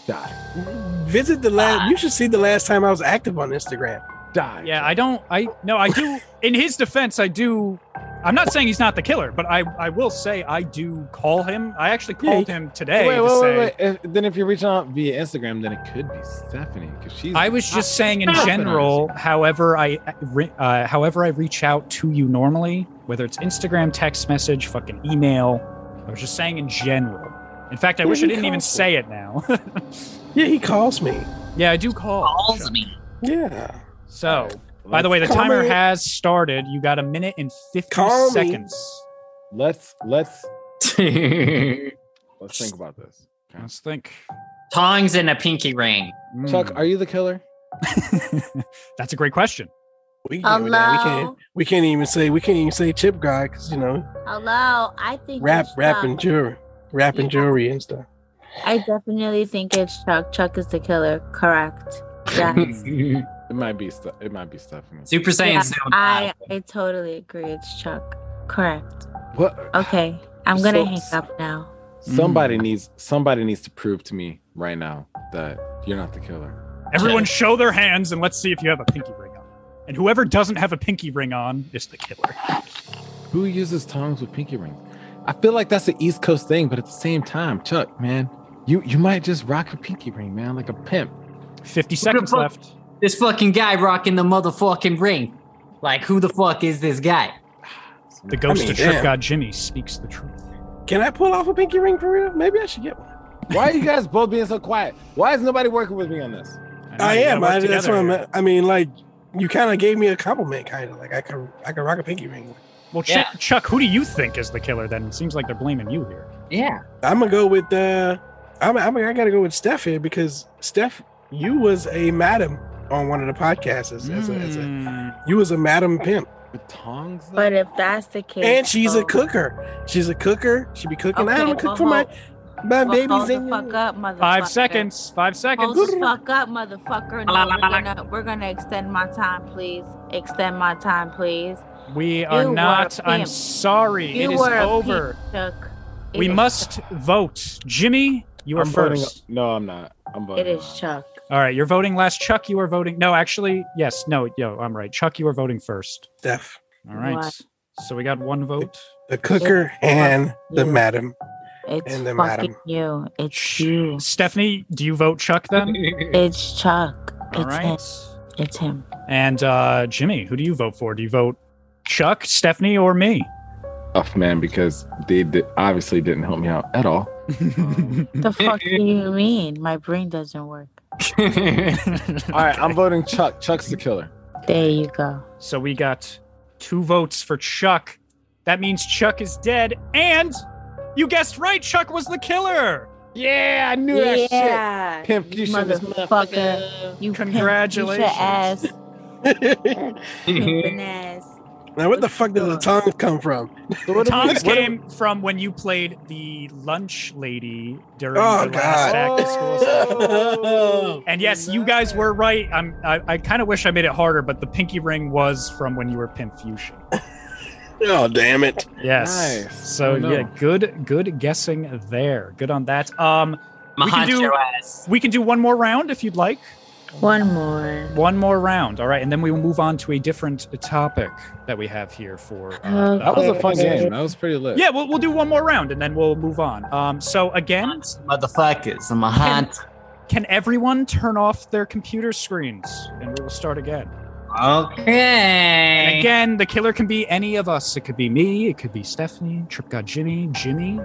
[SPEAKER 3] Die.
[SPEAKER 7] Visit the last. You should see the last time I was active on Instagram.
[SPEAKER 3] Die.
[SPEAKER 2] Yeah, I don't. I no, I do. In his defense, I do. I'm not saying he's not the killer, but I I will say I do call him. I actually
[SPEAKER 7] Yeah,
[SPEAKER 2] called him today.
[SPEAKER 3] wait,
[SPEAKER 2] to
[SPEAKER 3] wait,
[SPEAKER 2] say,
[SPEAKER 3] wait, wait. If, then if you're reaching out via Instagram, then it could be Stephanie because she's.
[SPEAKER 2] I was just saying in
[SPEAKER 3] Stop it.
[SPEAKER 2] general. However, I re- uh, however I reach out to you normally, whether it's Instagram, text message, fucking email. I was just saying in general. In fact, I
[SPEAKER 7] Yeah,
[SPEAKER 2] wish I
[SPEAKER 7] you
[SPEAKER 2] didn't even
[SPEAKER 7] called.
[SPEAKER 2] say it now.
[SPEAKER 7] Yeah, he calls me.
[SPEAKER 2] yeah, I do call.
[SPEAKER 6] Calls me.
[SPEAKER 7] Yeah.
[SPEAKER 2] So, by the way, the
[SPEAKER 7] Call
[SPEAKER 2] timer
[SPEAKER 7] me.
[SPEAKER 2] has started. You got a minute and fifty
[SPEAKER 7] Call me.
[SPEAKER 2] seconds.
[SPEAKER 3] let's let's let's think about this. Okay.
[SPEAKER 2] Let's think. Hmm.
[SPEAKER 6] Tongs and a pinky ring.
[SPEAKER 3] Chuck, are you the killer?
[SPEAKER 2] That's a great question.
[SPEAKER 7] We, can do that. we can't.
[SPEAKER 4] Hello?
[SPEAKER 7] We can't even say. We can't even say chip guy because you know
[SPEAKER 4] Hello, I think
[SPEAKER 7] rap,
[SPEAKER 4] it's
[SPEAKER 7] rap
[SPEAKER 4] Chuck.
[SPEAKER 7] and jewelry, rap and jewelry and stuff.
[SPEAKER 4] I definitely think it's Chuck. Chuck is the killer. Correct. Yes.
[SPEAKER 3] It might be. Ste- It might be Stephanie.
[SPEAKER 6] Super Saiyan
[SPEAKER 4] Yeah,
[SPEAKER 6] Zero
[SPEAKER 4] I
[SPEAKER 6] Five.
[SPEAKER 4] I totally agree. It's Chuck. Correct.
[SPEAKER 3] What?
[SPEAKER 4] Okay, I'm
[SPEAKER 3] So-
[SPEAKER 4] gonna hang up now.
[SPEAKER 3] Somebody needs. Somebody needs to prove to me right now that you're not the killer.
[SPEAKER 2] Everyone show their hands and let's see if you have a pinky ring on. And whoever doesn't have a pinky ring on is the killer.
[SPEAKER 3] Who uses tongs with pinky rings? I feel like that's an East Coast thing, but at the same time, Chuck, man, you you might just rock a pinky ring, man, like a pimp.
[SPEAKER 2] 50 seconds
[SPEAKER 6] fuck?
[SPEAKER 2] left.
[SPEAKER 6] This fucking guy rocking the motherfucking ring. Like, who the fuck is this guy?
[SPEAKER 2] The ghost
[SPEAKER 7] mean,
[SPEAKER 2] of Trip
[SPEAKER 7] damn.
[SPEAKER 2] God Jimmy speaks the truth.
[SPEAKER 7] Can I pull off a pinky ring for real? Maybe I should get one.
[SPEAKER 3] Why are you guys both being so quiet? Why is nobody working with me on this?
[SPEAKER 2] know,
[SPEAKER 7] I
[SPEAKER 2] you gotta
[SPEAKER 7] am.
[SPEAKER 2] work
[SPEAKER 7] I, that's
[SPEAKER 2] together
[SPEAKER 7] what I'm.
[SPEAKER 2] here.
[SPEAKER 7] I mean, like you kind of gave me a compliment, kind of like I could I could rock a pinky ring.
[SPEAKER 2] Well, Chuck, Chuck, who do you think is the killer then? It seems like they're blaming you here.
[SPEAKER 6] Yeah.
[SPEAKER 7] I'm gonna go with uh, I'm, I'm I gotta go with Steph here because Steph, you was a madam on one of the podcasts as, as, a, as a
[SPEAKER 4] Hmm.
[SPEAKER 2] Mm,
[SPEAKER 7] you was a madam pimp,
[SPEAKER 3] With tongs.
[SPEAKER 4] But if that's the case, oh,
[SPEAKER 7] and she's a
[SPEAKER 4] so-
[SPEAKER 7] cooker. She's a cooker. She be cooking. I
[SPEAKER 4] Okay,
[SPEAKER 7] don't cook
[SPEAKER 4] well,
[SPEAKER 7] for my
[SPEAKER 4] hold-
[SPEAKER 7] my
[SPEAKER 4] well,
[SPEAKER 7] babies.
[SPEAKER 4] oh, hold the
[SPEAKER 7] and-
[SPEAKER 4] fuck up, motherfucker.
[SPEAKER 2] Five seconds. Five
[SPEAKER 4] Hold
[SPEAKER 2] seconds.
[SPEAKER 4] the fuck up, motherfucker. No, we're, gonna, we're gonna extend my time, please. Extend my time, please.
[SPEAKER 2] We are
[SPEAKER 4] You were a
[SPEAKER 2] not. I'm
[SPEAKER 4] pimp.
[SPEAKER 2] sorry.
[SPEAKER 4] You
[SPEAKER 2] it is
[SPEAKER 4] were a
[SPEAKER 2] over.
[SPEAKER 4] Chuck. It
[SPEAKER 2] We
[SPEAKER 4] is
[SPEAKER 2] must vote. Jimmy, you are
[SPEAKER 3] I'm voting-
[SPEAKER 2] first.
[SPEAKER 3] No, I'm not. I'm
[SPEAKER 4] Chuck.
[SPEAKER 3] voting.
[SPEAKER 4] It is Chuck.
[SPEAKER 2] All right, you're voting last. Chuck, you are voting. No, actually, yes. No, yo, I'm right. Chuck, you are voting first.
[SPEAKER 7] Steph,
[SPEAKER 2] All right.
[SPEAKER 4] What?
[SPEAKER 2] So we got one vote.
[SPEAKER 7] the cooker, and the
[SPEAKER 4] Yeah.
[SPEAKER 7] madam.
[SPEAKER 4] It's
[SPEAKER 7] And the
[SPEAKER 4] fucking
[SPEAKER 7] madam.
[SPEAKER 4] you. It's
[SPEAKER 2] Shh.
[SPEAKER 4] you.
[SPEAKER 2] Stephanie, do you vote Chuck then?
[SPEAKER 4] It's Chuck. It's
[SPEAKER 2] All right.
[SPEAKER 4] him. It's him.
[SPEAKER 2] And uh, Jimmy, who do you vote for? Do you vote Chuck, Stephanie, or me?
[SPEAKER 3] Tough man, because they did, obviously didn't help me out at all. Um,
[SPEAKER 4] The fuck do you mean? My brain doesn't work.
[SPEAKER 3] all right, I'm voting Chuck. Chuck's the killer.
[SPEAKER 4] There you go.
[SPEAKER 2] So we got two votes for Chuck. That means Chuck is dead. And you guessed right, Chuck was the killer.
[SPEAKER 3] Yeah, I knew that
[SPEAKER 4] Yeah.
[SPEAKER 3] shit. Pimp, you should this
[SPEAKER 4] motherfucker. You pimp, you should
[SPEAKER 2] Congratulations.
[SPEAKER 4] ass. Pimpin' ass.
[SPEAKER 7] now, where the fuck does the tongue come from?
[SPEAKER 2] Tongs
[SPEAKER 7] what do-
[SPEAKER 2] came from when you played the lunch lady during
[SPEAKER 7] Oh,
[SPEAKER 2] the last
[SPEAKER 7] God.
[SPEAKER 2] act of school. session.
[SPEAKER 7] Oh.
[SPEAKER 2] And yes, you guys were right. I'm. I, I kind of wish I made it harder, but the pinky ring was from when you were pimp fusion.
[SPEAKER 7] Oh damn it!
[SPEAKER 2] Yes.
[SPEAKER 3] Nice.
[SPEAKER 2] So
[SPEAKER 3] Oh, no.
[SPEAKER 2] yeah, good, good guessing there. Good on that. Um, We can
[SPEAKER 6] Mahancho
[SPEAKER 2] do-
[SPEAKER 6] ass.
[SPEAKER 2] we can do one more round if you'd like.
[SPEAKER 4] One more.
[SPEAKER 2] One more round. All right, and then we will move on to a different topic that we have here for. Uh,
[SPEAKER 4] Okay.
[SPEAKER 2] the
[SPEAKER 3] That was a fun
[SPEAKER 2] holiday
[SPEAKER 3] game.
[SPEAKER 2] season.
[SPEAKER 3] That was pretty lit.
[SPEAKER 2] Yeah, we'll, we'll do one more round and then we'll move on. Um, so again,
[SPEAKER 6] Motherfuckers. Mahancho.
[SPEAKER 2] can everyone turn off their computer screens and we will start again? And
[SPEAKER 6] Okay.
[SPEAKER 2] again, the killer can be any of us. It could be me. It could be Stephanie. Trip God Jimmy. Jimmy.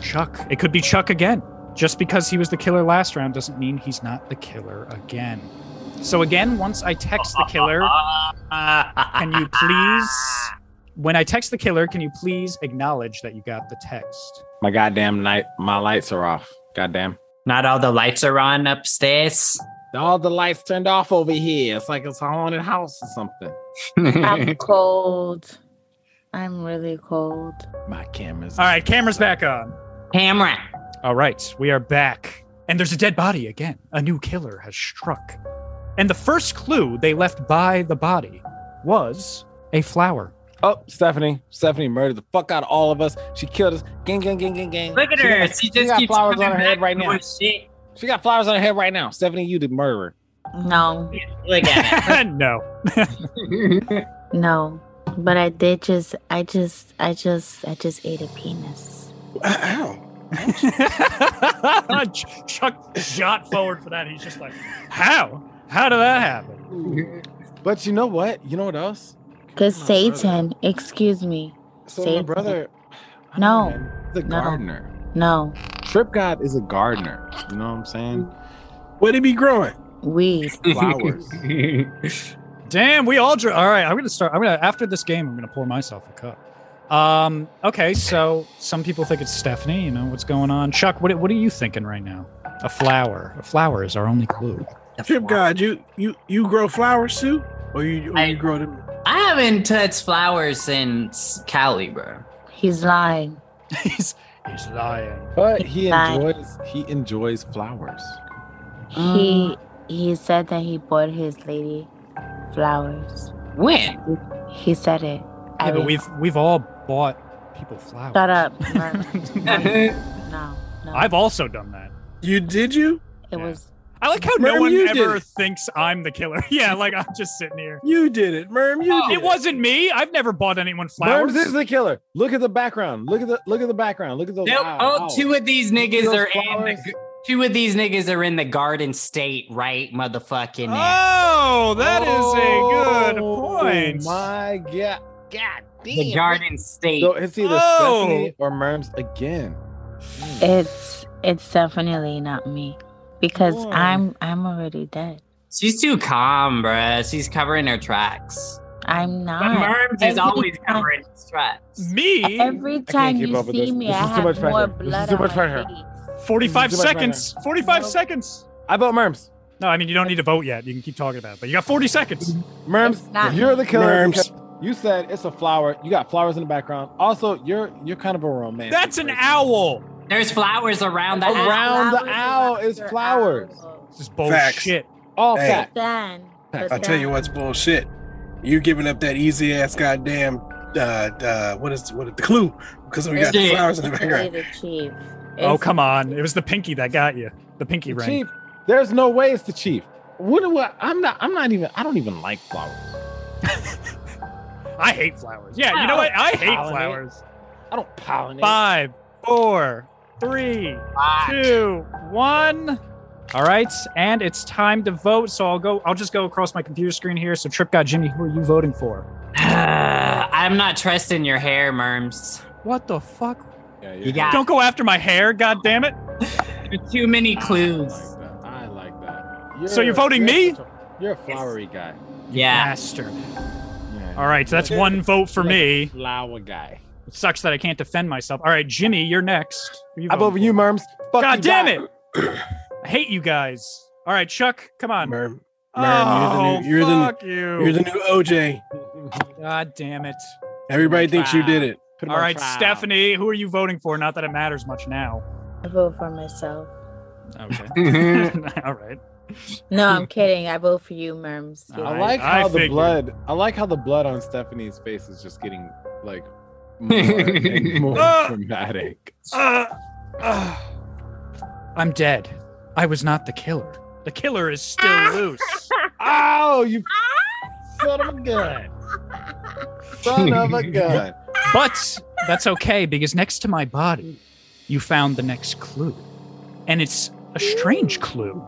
[SPEAKER 2] Chuck. It could be Chuck again. Just because he was the killer last round doesn't mean he's not the killer again. So again, once I text the killer,
[SPEAKER 3] Uh,
[SPEAKER 2] can you please? When I text the killer, can you please acknowledge that you got the text?
[SPEAKER 3] My goddamn night, my lights are off. Goddamn.
[SPEAKER 6] Not all the lights are on upstairs.
[SPEAKER 3] All the lights turned off over here. It's like it's a haunted house or something.
[SPEAKER 4] I'm cold. I'm really cold.
[SPEAKER 3] My camera's
[SPEAKER 2] All right, camera's back on.
[SPEAKER 6] Camera.
[SPEAKER 2] All right, we are back. And there's a dead body again. A new killer has struck. And the first clue they left by the body was a flower.
[SPEAKER 3] Oh, Stephanie. Stephanie murdered the fuck out of all of us. She killed us. Gang, gang, gang, gang, gang.
[SPEAKER 6] Look at
[SPEAKER 3] She
[SPEAKER 6] her.
[SPEAKER 3] got-
[SPEAKER 6] She
[SPEAKER 3] she
[SPEAKER 6] just
[SPEAKER 3] got
[SPEAKER 6] keeps
[SPEAKER 3] flowers on
[SPEAKER 6] coming
[SPEAKER 3] her head
[SPEAKER 6] back
[SPEAKER 3] right
[SPEAKER 6] to
[SPEAKER 3] now.
[SPEAKER 6] her Shit.
[SPEAKER 3] She got flowers on her head right now. Stephanie, you the murderer.
[SPEAKER 4] No,
[SPEAKER 6] Look at
[SPEAKER 2] no.
[SPEAKER 6] it.
[SPEAKER 4] no. But I did just, I just, I just, I just ate a penis.
[SPEAKER 7] Ow!
[SPEAKER 2] Ch- Chuck shot forward for that. He's just like, how? How did that happen?
[SPEAKER 3] But you know what? You know what else?
[SPEAKER 4] Cause
[SPEAKER 3] Oh,
[SPEAKER 4] Satan, excuse me.
[SPEAKER 3] So my
[SPEAKER 4] Satan.
[SPEAKER 3] brother, I don't
[SPEAKER 4] No.
[SPEAKER 3] know, man. he's a
[SPEAKER 4] No.
[SPEAKER 3] gardener.
[SPEAKER 4] No,
[SPEAKER 3] Trip God is a gardener. You know what I'm saying?
[SPEAKER 7] What'd he be growing?
[SPEAKER 4] weed.
[SPEAKER 3] Flowers.
[SPEAKER 2] Damn, we all drew. All right, I'm going to start. I'm going to, after this game, I'm going to pour myself a cup. Um, okay, so some people think it's Stephanie. You know, what's going on? Chuck, what, what are you thinking right now? A flower. A flower is our only clue.
[SPEAKER 7] Trip God, you you you grow flowers too, or you or
[SPEAKER 6] I-
[SPEAKER 7] you grow them?
[SPEAKER 6] I haven't touched flowers since Cali, bro.
[SPEAKER 4] He's lying.
[SPEAKER 2] he's, he's lying.
[SPEAKER 3] But he
[SPEAKER 4] Bye.
[SPEAKER 3] enjoys he enjoys flowers. Mm.
[SPEAKER 4] He he said that he bought his lady flowers.
[SPEAKER 6] When?
[SPEAKER 4] He said it. I
[SPEAKER 2] Yeah, but
[SPEAKER 4] re-
[SPEAKER 2] we've we've all bought people flowers.
[SPEAKER 4] shut up. No, no, no.
[SPEAKER 2] I've also done that.
[SPEAKER 7] You did you?
[SPEAKER 4] it
[SPEAKER 2] yeah.
[SPEAKER 4] was
[SPEAKER 2] I like how no
[SPEAKER 7] Merm,
[SPEAKER 2] one
[SPEAKER 7] you did
[SPEAKER 2] ever
[SPEAKER 7] it.
[SPEAKER 2] thinks I'm the killer. Yeah, like I'm just sitting here.
[SPEAKER 7] You did it, Merm. You did
[SPEAKER 2] Oh, It wasn't me. I've never bought anyone flowers.
[SPEAKER 3] Burns is the killer. Look at the background. Look at the look at the background. Look at those.
[SPEAKER 6] Nope.
[SPEAKER 3] eyes.
[SPEAKER 6] Oh, two of these niggas
[SPEAKER 3] Those
[SPEAKER 6] are in
[SPEAKER 3] flowers.
[SPEAKER 6] the, two of these niggas are in the Garden State, right, motherfucking?
[SPEAKER 3] Ah,
[SPEAKER 6] now.
[SPEAKER 2] Oh, that is a good
[SPEAKER 3] Oh,
[SPEAKER 2] point.
[SPEAKER 3] My God. God damn.
[SPEAKER 6] the Garden State.
[SPEAKER 3] So it's either
[SPEAKER 2] Oh.
[SPEAKER 3] Stephanie or Merms again.
[SPEAKER 4] it's it's definitely not me because
[SPEAKER 3] Why?
[SPEAKER 4] I'm I'm already dead.
[SPEAKER 6] She's too calm, bruh. She's covering her tracks.
[SPEAKER 4] I'm
[SPEAKER 3] Ah,
[SPEAKER 6] The
[SPEAKER 4] not.
[SPEAKER 6] Merms is
[SPEAKER 4] Every
[SPEAKER 6] always
[SPEAKER 4] time-
[SPEAKER 6] covering his tracks.
[SPEAKER 2] Me?
[SPEAKER 4] Every time
[SPEAKER 8] keep
[SPEAKER 4] you
[SPEAKER 8] up with
[SPEAKER 4] see
[SPEAKER 8] this.
[SPEAKER 4] me,
[SPEAKER 8] This
[SPEAKER 4] I
[SPEAKER 8] is too
[SPEAKER 4] have
[SPEAKER 8] much
[SPEAKER 4] more
[SPEAKER 8] pressure. This is
[SPEAKER 4] blood
[SPEAKER 8] too
[SPEAKER 4] on my
[SPEAKER 8] much pressure.
[SPEAKER 4] face.
[SPEAKER 2] 45
[SPEAKER 8] Too much right
[SPEAKER 2] seconds. 45
[SPEAKER 4] Nope.
[SPEAKER 2] seconds.
[SPEAKER 3] I vote Merms.
[SPEAKER 2] No, I mean, you don't need to vote yet. You can keep talking about it, but you got 40 seconds.
[SPEAKER 4] It's
[SPEAKER 3] Merms,
[SPEAKER 4] not
[SPEAKER 3] you're the killer.
[SPEAKER 7] Merms.
[SPEAKER 3] because You said it's a flower. You got flowers in the background. Also, you're you're kind of a romantic.
[SPEAKER 2] That's an
[SPEAKER 3] person.
[SPEAKER 2] owl.
[SPEAKER 6] There's flowers around the house.
[SPEAKER 3] Around the
[SPEAKER 4] Flowers
[SPEAKER 3] owl
[SPEAKER 4] around
[SPEAKER 3] is
[SPEAKER 4] your
[SPEAKER 3] flowers.
[SPEAKER 4] owl.
[SPEAKER 2] This is
[SPEAKER 7] Facts.
[SPEAKER 2] bullshit.
[SPEAKER 3] All
[SPEAKER 7] Hey.
[SPEAKER 3] fact.
[SPEAKER 4] Then, but
[SPEAKER 7] I'll tell you
[SPEAKER 4] then-
[SPEAKER 7] what's bullshit. You giving up that easy ass goddamn uh, uh what is what is the clue? Because we got
[SPEAKER 6] Yeah.
[SPEAKER 7] flowers in the background.
[SPEAKER 4] Related, Chief.
[SPEAKER 2] Oh,
[SPEAKER 4] It's-
[SPEAKER 2] come on. It was the pinky that got you. The pinky
[SPEAKER 3] The
[SPEAKER 2] ring.
[SPEAKER 3] Chief, there's no way it's the chief. What, what? I'm not. I'm not even. I don't even like flowers.
[SPEAKER 2] I hate flowers. Yeah, you know what? I hate
[SPEAKER 3] Pollinate.
[SPEAKER 2] flowers.
[SPEAKER 3] I don't pollinate.
[SPEAKER 2] Five, four, three, two, one. All right, and it's time to vote. So I'll go. I'll just go across my computer screen here. So Trip got Jimmy. Who are you voting for?
[SPEAKER 6] I'm not trusting your hair, Merms.
[SPEAKER 2] What the fuck?
[SPEAKER 3] Yeah,
[SPEAKER 6] You got
[SPEAKER 2] Don't go after my hair. God damn it!
[SPEAKER 6] There's too many clues.
[SPEAKER 3] I like that.
[SPEAKER 2] So you're voting me?
[SPEAKER 3] such a- You're a flowery guy.
[SPEAKER 6] Yeah.
[SPEAKER 2] Bastard.
[SPEAKER 3] Yeah.
[SPEAKER 2] All right, so that's one vote for
[SPEAKER 3] You're a
[SPEAKER 2] me.
[SPEAKER 3] Flower guy.
[SPEAKER 2] It sucks that I can't defend myself. All right, Jimmy, you're next. Who you
[SPEAKER 3] I vote for
[SPEAKER 2] voting
[SPEAKER 3] you, Merms. Fuck
[SPEAKER 2] God
[SPEAKER 3] you
[SPEAKER 2] damn
[SPEAKER 3] guy.
[SPEAKER 2] it! I hate you guys. All right, Chuck, come on.
[SPEAKER 7] Merm,
[SPEAKER 2] oh,
[SPEAKER 7] Merm, you're the new- you're the-
[SPEAKER 2] fuck you.
[SPEAKER 7] you're the new OJ.
[SPEAKER 2] God damn it.
[SPEAKER 7] Everybody thinks you did it.
[SPEAKER 3] Put him
[SPEAKER 2] All
[SPEAKER 3] on
[SPEAKER 2] right,
[SPEAKER 3] trial.
[SPEAKER 2] Stephanie, who are you voting for? Not that it matters much now.
[SPEAKER 4] I vote for myself.
[SPEAKER 2] Okay. All right.
[SPEAKER 4] No, I'm kidding. I vote for you, Merms.
[SPEAKER 2] All
[SPEAKER 4] Yeah.
[SPEAKER 3] I
[SPEAKER 2] right.
[SPEAKER 3] like
[SPEAKER 2] I
[SPEAKER 3] how the
[SPEAKER 2] figured.
[SPEAKER 3] blood. I like how the blood on Stephanie's face is just getting like more and more
[SPEAKER 2] Ah!
[SPEAKER 3] dramatic.
[SPEAKER 2] Uh, uh, I'm dead. I was not the killer. The killer is still loose.
[SPEAKER 3] Oh, you son of a gun! Son of a gun!
[SPEAKER 2] But that's okay because next to my body, you found the next clue. And it's a strange clue.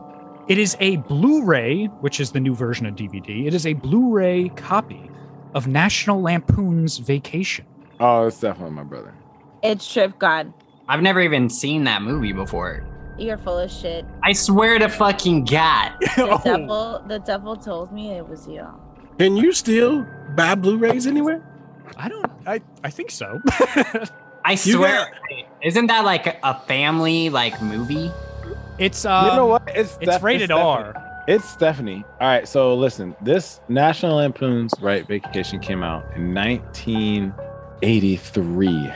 [SPEAKER 2] It is a Blu ray, which is the new version of DVD. It is a Blu ray copy of National Lampoon's Vacation.
[SPEAKER 3] Oh, it's definitely my brother.
[SPEAKER 4] It's Trip God.
[SPEAKER 6] I've never even seen that movie before.
[SPEAKER 4] You're full of shit.
[SPEAKER 6] I swear to fucking God.
[SPEAKER 4] The devil, the devil told me it was you.
[SPEAKER 7] Can you still buy Blu-rays anywhere?
[SPEAKER 2] I don't, I, I think so.
[SPEAKER 6] I
[SPEAKER 7] You
[SPEAKER 6] swear. Isn't that like a- a family like movie?
[SPEAKER 2] it's, uh,
[SPEAKER 3] you know what? It's, Steph-
[SPEAKER 2] It's rated
[SPEAKER 3] Stephanie.
[SPEAKER 2] R.
[SPEAKER 3] It's Stephanie. All right, so listen. This National Lampoon's Right Vacation came out in 1983.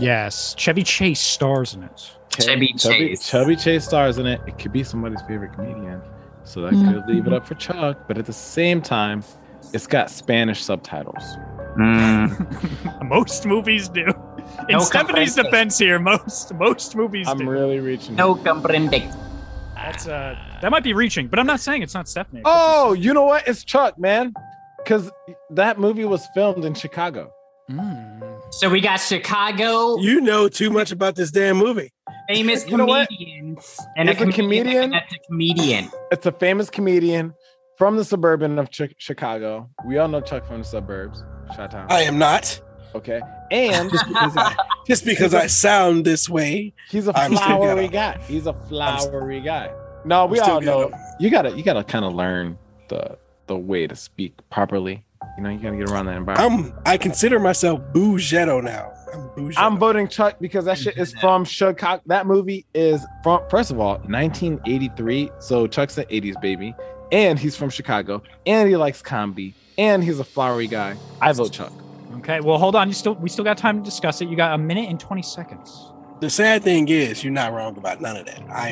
[SPEAKER 2] Yes. Chevy Chase stars in it.
[SPEAKER 3] Okay.
[SPEAKER 6] Chevy Chase.
[SPEAKER 3] Chubby Chase stars in it. It could be somebody's favorite comedian. So that
[SPEAKER 4] Mhm.
[SPEAKER 2] Mm-hmm.
[SPEAKER 3] could leave it up for Chuck. But at the same time, it's got Spanish subtitles.
[SPEAKER 2] most movies do. In
[SPEAKER 6] No
[SPEAKER 2] Stephanie's
[SPEAKER 6] comparison.
[SPEAKER 2] defense here, most most movies
[SPEAKER 3] I'm
[SPEAKER 2] do.
[SPEAKER 3] really reaching.
[SPEAKER 6] No comprende.
[SPEAKER 2] That's, uh, that might be reaching, but I'm not saying it's not Stephanie.
[SPEAKER 3] Oh, you know what? It's Chuck, man. Because that movie was filmed in Chicago.
[SPEAKER 2] Mm.
[SPEAKER 6] So we got Chicago
[SPEAKER 7] You know too much about this damn movie.
[SPEAKER 6] famous
[SPEAKER 3] You know what?
[SPEAKER 6] comedians and a
[SPEAKER 3] It's a
[SPEAKER 6] comedian,
[SPEAKER 3] comedian.
[SPEAKER 6] That's a comedian.
[SPEAKER 3] It's a famous comedian from the suburban of Chi- Chicago. We all know Chuck from the suburbs. Chi-town.
[SPEAKER 7] I am not.
[SPEAKER 3] Okay. And
[SPEAKER 7] Just because I, just because I sound this way.
[SPEAKER 3] he's a
[SPEAKER 7] I'm still
[SPEAKER 3] flowery
[SPEAKER 7] ghetto.
[SPEAKER 3] guy. He's a
[SPEAKER 7] s-
[SPEAKER 3] flowery guy. No, we
[SPEAKER 7] I'm still
[SPEAKER 3] all know.
[SPEAKER 7] ghetto.
[SPEAKER 3] You gotta you gotta kind of learn the the way to speak properly. You know, you gotta get around that environment.
[SPEAKER 7] I'm I consider myself bougetto now. I'm bougetto.
[SPEAKER 3] I'm, voting Chuck because that shit is from Chicago. That movie is from first of all 1983. So Chuck's an 80s baby, and he's from Chicago, and he likes comedy, and he's a flowery guy. I vote Chuck.
[SPEAKER 2] Okay. Well, hold on. You still we still got time to discuss it. You got a minute and twenty seconds.
[SPEAKER 7] the sad thing is, you're not wrong about none of that. I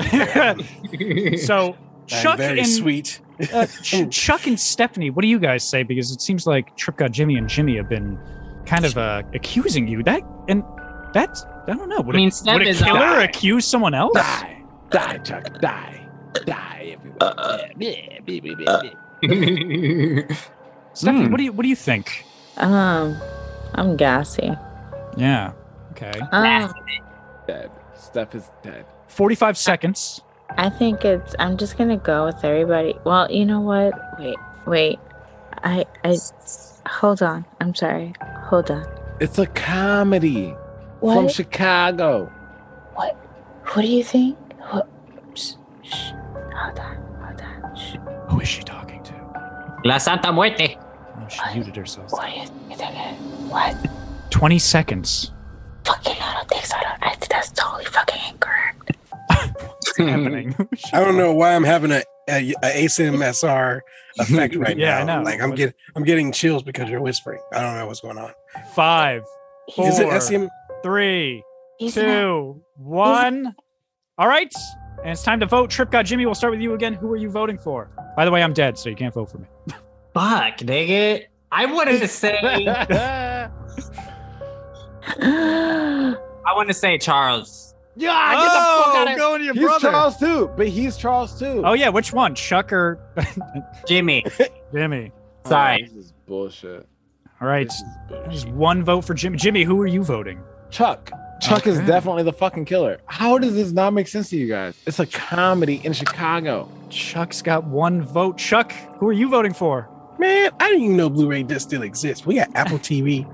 [SPEAKER 7] am very,
[SPEAKER 2] So
[SPEAKER 7] I'm
[SPEAKER 2] Chuck
[SPEAKER 7] very
[SPEAKER 2] and
[SPEAKER 7] sweet.
[SPEAKER 2] uh, Ch- Chuck and Stephanie, what do you guys say? Because it seems like Trip got Jimmy and Jimmy have been kind of uh, accusing you that and that's I don't know. Would,
[SPEAKER 6] I mean,
[SPEAKER 2] a,
[SPEAKER 6] Steph
[SPEAKER 2] would a
[SPEAKER 6] is a-
[SPEAKER 2] killer accuse someone else?
[SPEAKER 3] Die, Uh, die, Chuck, die, die everywhere. Yeah, yeah, yeah, yeah, yeah.
[SPEAKER 2] Stephanie,
[SPEAKER 6] Hmm.
[SPEAKER 2] what do you what do you think?
[SPEAKER 4] Um, I'm gassy.
[SPEAKER 2] Yeah. Okay.
[SPEAKER 4] Um,
[SPEAKER 3] dead. Steph is dead.
[SPEAKER 2] Forty-five seconds.
[SPEAKER 4] I think it's. I'm just gonna go with everybody. Well, you know what? Wait, wait. I, I. Hold on. I'm sorry. Hold on.
[SPEAKER 3] It's a comedy from
[SPEAKER 4] What?
[SPEAKER 3] Chicago.
[SPEAKER 4] what? What do you think? What? Shh, shh. Hold on. Hold on. Shh.
[SPEAKER 2] Who is she talking?
[SPEAKER 6] La Santa Muerte.
[SPEAKER 2] Oh, she muted herself.
[SPEAKER 4] What is it? What?
[SPEAKER 2] 20 seconds.
[SPEAKER 4] Fucking little dicks out of I, That's totally fucking incorrect.
[SPEAKER 2] happening.
[SPEAKER 7] I don't know why I'm having a, a, a ASMSR effect right
[SPEAKER 2] Yeah, I
[SPEAKER 7] now.
[SPEAKER 2] know.
[SPEAKER 7] Like I'm
[SPEAKER 2] What-
[SPEAKER 7] getting I'm getting chills because you're whispering. I don't know what's going on.
[SPEAKER 2] Five,
[SPEAKER 7] Is it
[SPEAKER 2] Four.
[SPEAKER 7] SM?
[SPEAKER 2] three,
[SPEAKER 4] He's not-
[SPEAKER 2] two, one. All right. And it's time to vote. Trip God Jimmy, we'll start with you again. Who are you voting for? By the way, I'm dead, so you can't vote for me.
[SPEAKER 6] Fuck, nigga. I wanted to say I want to say Charles. Oh,
[SPEAKER 2] Yeah, get the fuck out of here.
[SPEAKER 8] to your
[SPEAKER 3] He's Charles too, but he's Charles too.
[SPEAKER 2] Oh, yeah. Which one? Chuck or
[SPEAKER 6] Jimmy.
[SPEAKER 2] Jimmy?
[SPEAKER 3] Oh,
[SPEAKER 6] Sorry.
[SPEAKER 8] This is bullshit.
[SPEAKER 2] All right.
[SPEAKER 8] This is
[SPEAKER 2] There's
[SPEAKER 8] bullshit.
[SPEAKER 2] one vote for Jimmy. Jimmy, who are you voting?
[SPEAKER 3] Chuck. Chuck is
[SPEAKER 2] Okay.
[SPEAKER 3] definitely the fucking killer. How does this not make sense to you guys? It's a comedy in Chicago.
[SPEAKER 2] Chuck's got one vote. Chuck, who are you voting for?
[SPEAKER 7] Man, I didn't even know Blu-ray disc still exists. We got Apple TV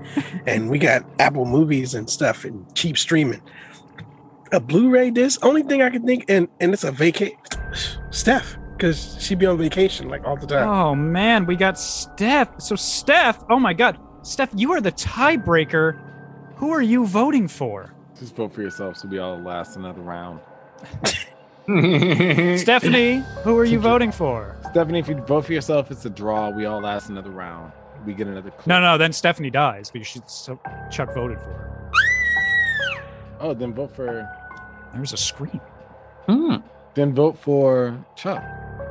[SPEAKER 7] and we got Apple movies and stuff and cheap streaming. A Blu-ray disc, only thing I can think and and it's a vacate Steph, because she be on vacation like all the time.
[SPEAKER 2] Oh man, we got Steph. So Steph, oh my god, Steph, you are the tiebreaker. Who are you voting for?
[SPEAKER 3] Just vote for yourself so we all last another round.
[SPEAKER 6] Hmm.
[SPEAKER 2] Stephanie, who are you voting for?
[SPEAKER 3] Stephanie, if you vote for yourself, it's a draw. We all last another round. We get another clue.
[SPEAKER 2] No, no, then Stephanie dies because she, so Chuck voted for her.
[SPEAKER 3] Oh, then vote for
[SPEAKER 2] There's a scream.
[SPEAKER 6] Hmm.
[SPEAKER 3] then vote for Chuck.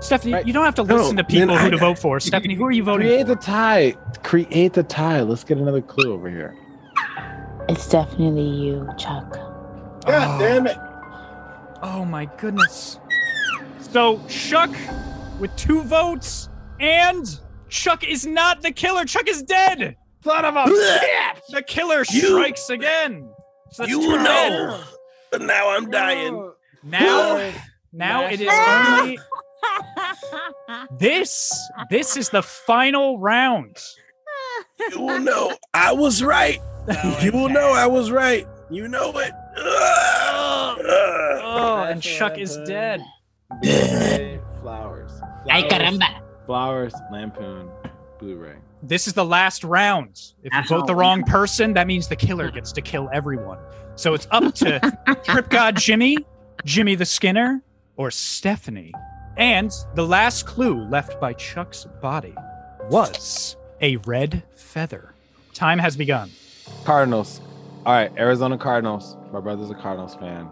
[SPEAKER 2] Stephanie,
[SPEAKER 3] Right.
[SPEAKER 2] you don't have to
[SPEAKER 7] No,
[SPEAKER 2] listen to
[SPEAKER 7] then
[SPEAKER 2] people who
[SPEAKER 7] I-
[SPEAKER 2] to vote for. Stephanie, who are you voting
[SPEAKER 3] Create
[SPEAKER 2] for?
[SPEAKER 3] the tie. Create the tie. Let's get another clue over here.
[SPEAKER 4] It's definitely you, Chuck.
[SPEAKER 2] God damn
[SPEAKER 3] it.
[SPEAKER 2] Oh my goodness. So Chuck with two votes and Chuck is not the killer. Chuck is dead.
[SPEAKER 3] Son of
[SPEAKER 2] Oh,
[SPEAKER 3] a
[SPEAKER 2] The killer
[SPEAKER 7] You-
[SPEAKER 2] strikes again. So that's two dead.
[SPEAKER 7] but now I'm
[SPEAKER 2] Now, now it is only this. This is the final round.
[SPEAKER 7] You will know I was right. You will know I was right. You know it. Ugh.
[SPEAKER 2] Oh, and Chuck is dead.
[SPEAKER 3] Blu-ray, flowers.
[SPEAKER 6] Ay, caramba.
[SPEAKER 3] Flowers, lampoon, Blu-ray.
[SPEAKER 2] This is the last round. If you vote the wrong person, that means the killer gets to kill everyone. So it's up to Trip God Jimmy, Jimmy the Skinner, or Stephanie. And the last clue left by Chuck's body was a red feather. Time has begun.
[SPEAKER 3] Cardinals. All right, Arizona Cardinals. My brother's a Cardinals fan.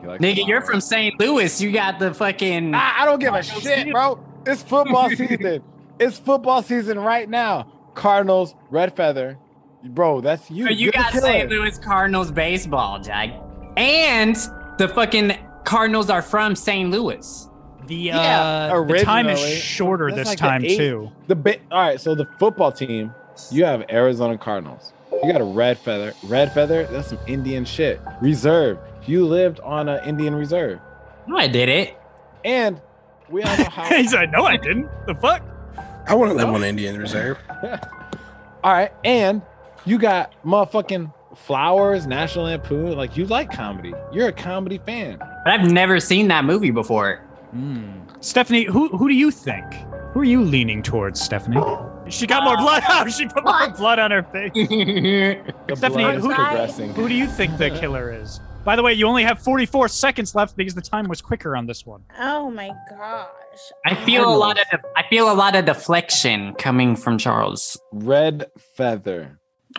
[SPEAKER 3] He likes
[SPEAKER 6] Nigga, you're from
[SPEAKER 3] flowers.
[SPEAKER 6] St. Louis. You got the fucking.
[SPEAKER 3] I, I don't give a shit, bro. It's football season. It's football season right now. Cardinals, red feather, bro. That's you.
[SPEAKER 6] you
[SPEAKER 3] You're the
[SPEAKER 6] got
[SPEAKER 3] killer.
[SPEAKER 6] St. Louis Cardinals baseball, Jag. And the fucking Cardinals are from St. Louis.
[SPEAKER 2] The, uh, the time is
[SPEAKER 3] originally.
[SPEAKER 2] shorter
[SPEAKER 3] That's
[SPEAKER 2] this
[SPEAKER 3] like the
[SPEAKER 2] time,
[SPEAKER 3] eight-
[SPEAKER 2] too.
[SPEAKER 3] The bit. All right, so the football team. You have Arizona Cardinals. You got a red feather. Red feather. That's some Indian shit. Reserve. You lived on an Indian reserve,
[SPEAKER 6] No, I did it.
[SPEAKER 3] and we all know how.
[SPEAKER 2] He said, "No, I didn't." The fuck?
[SPEAKER 7] I want to live on Indian Reserve.
[SPEAKER 3] all right, and you got motherfucking flowers, National Lampoon. Like you like comedy. You're a comedy fan.
[SPEAKER 6] But I've never seen that movie before.
[SPEAKER 2] Hmm. Stephanie, who who do you think? Who are you leaning towards, Stephanie? She got more blood. Oh, she put more blood on her face.
[SPEAKER 3] The
[SPEAKER 2] Stephanie,
[SPEAKER 3] blood is
[SPEAKER 2] who-
[SPEAKER 3] progressing.
[SPEAKER 2] Who do you think the killer is? By the way, you only have 44 seconds left because the time was quicker on this one.
[SPEAKER 9] Oh my gosh.
[SPEAKER 6] I feel a lot of de- I feel a lot of deflection coming from Charles.
[SPEAKER 3] Red feather.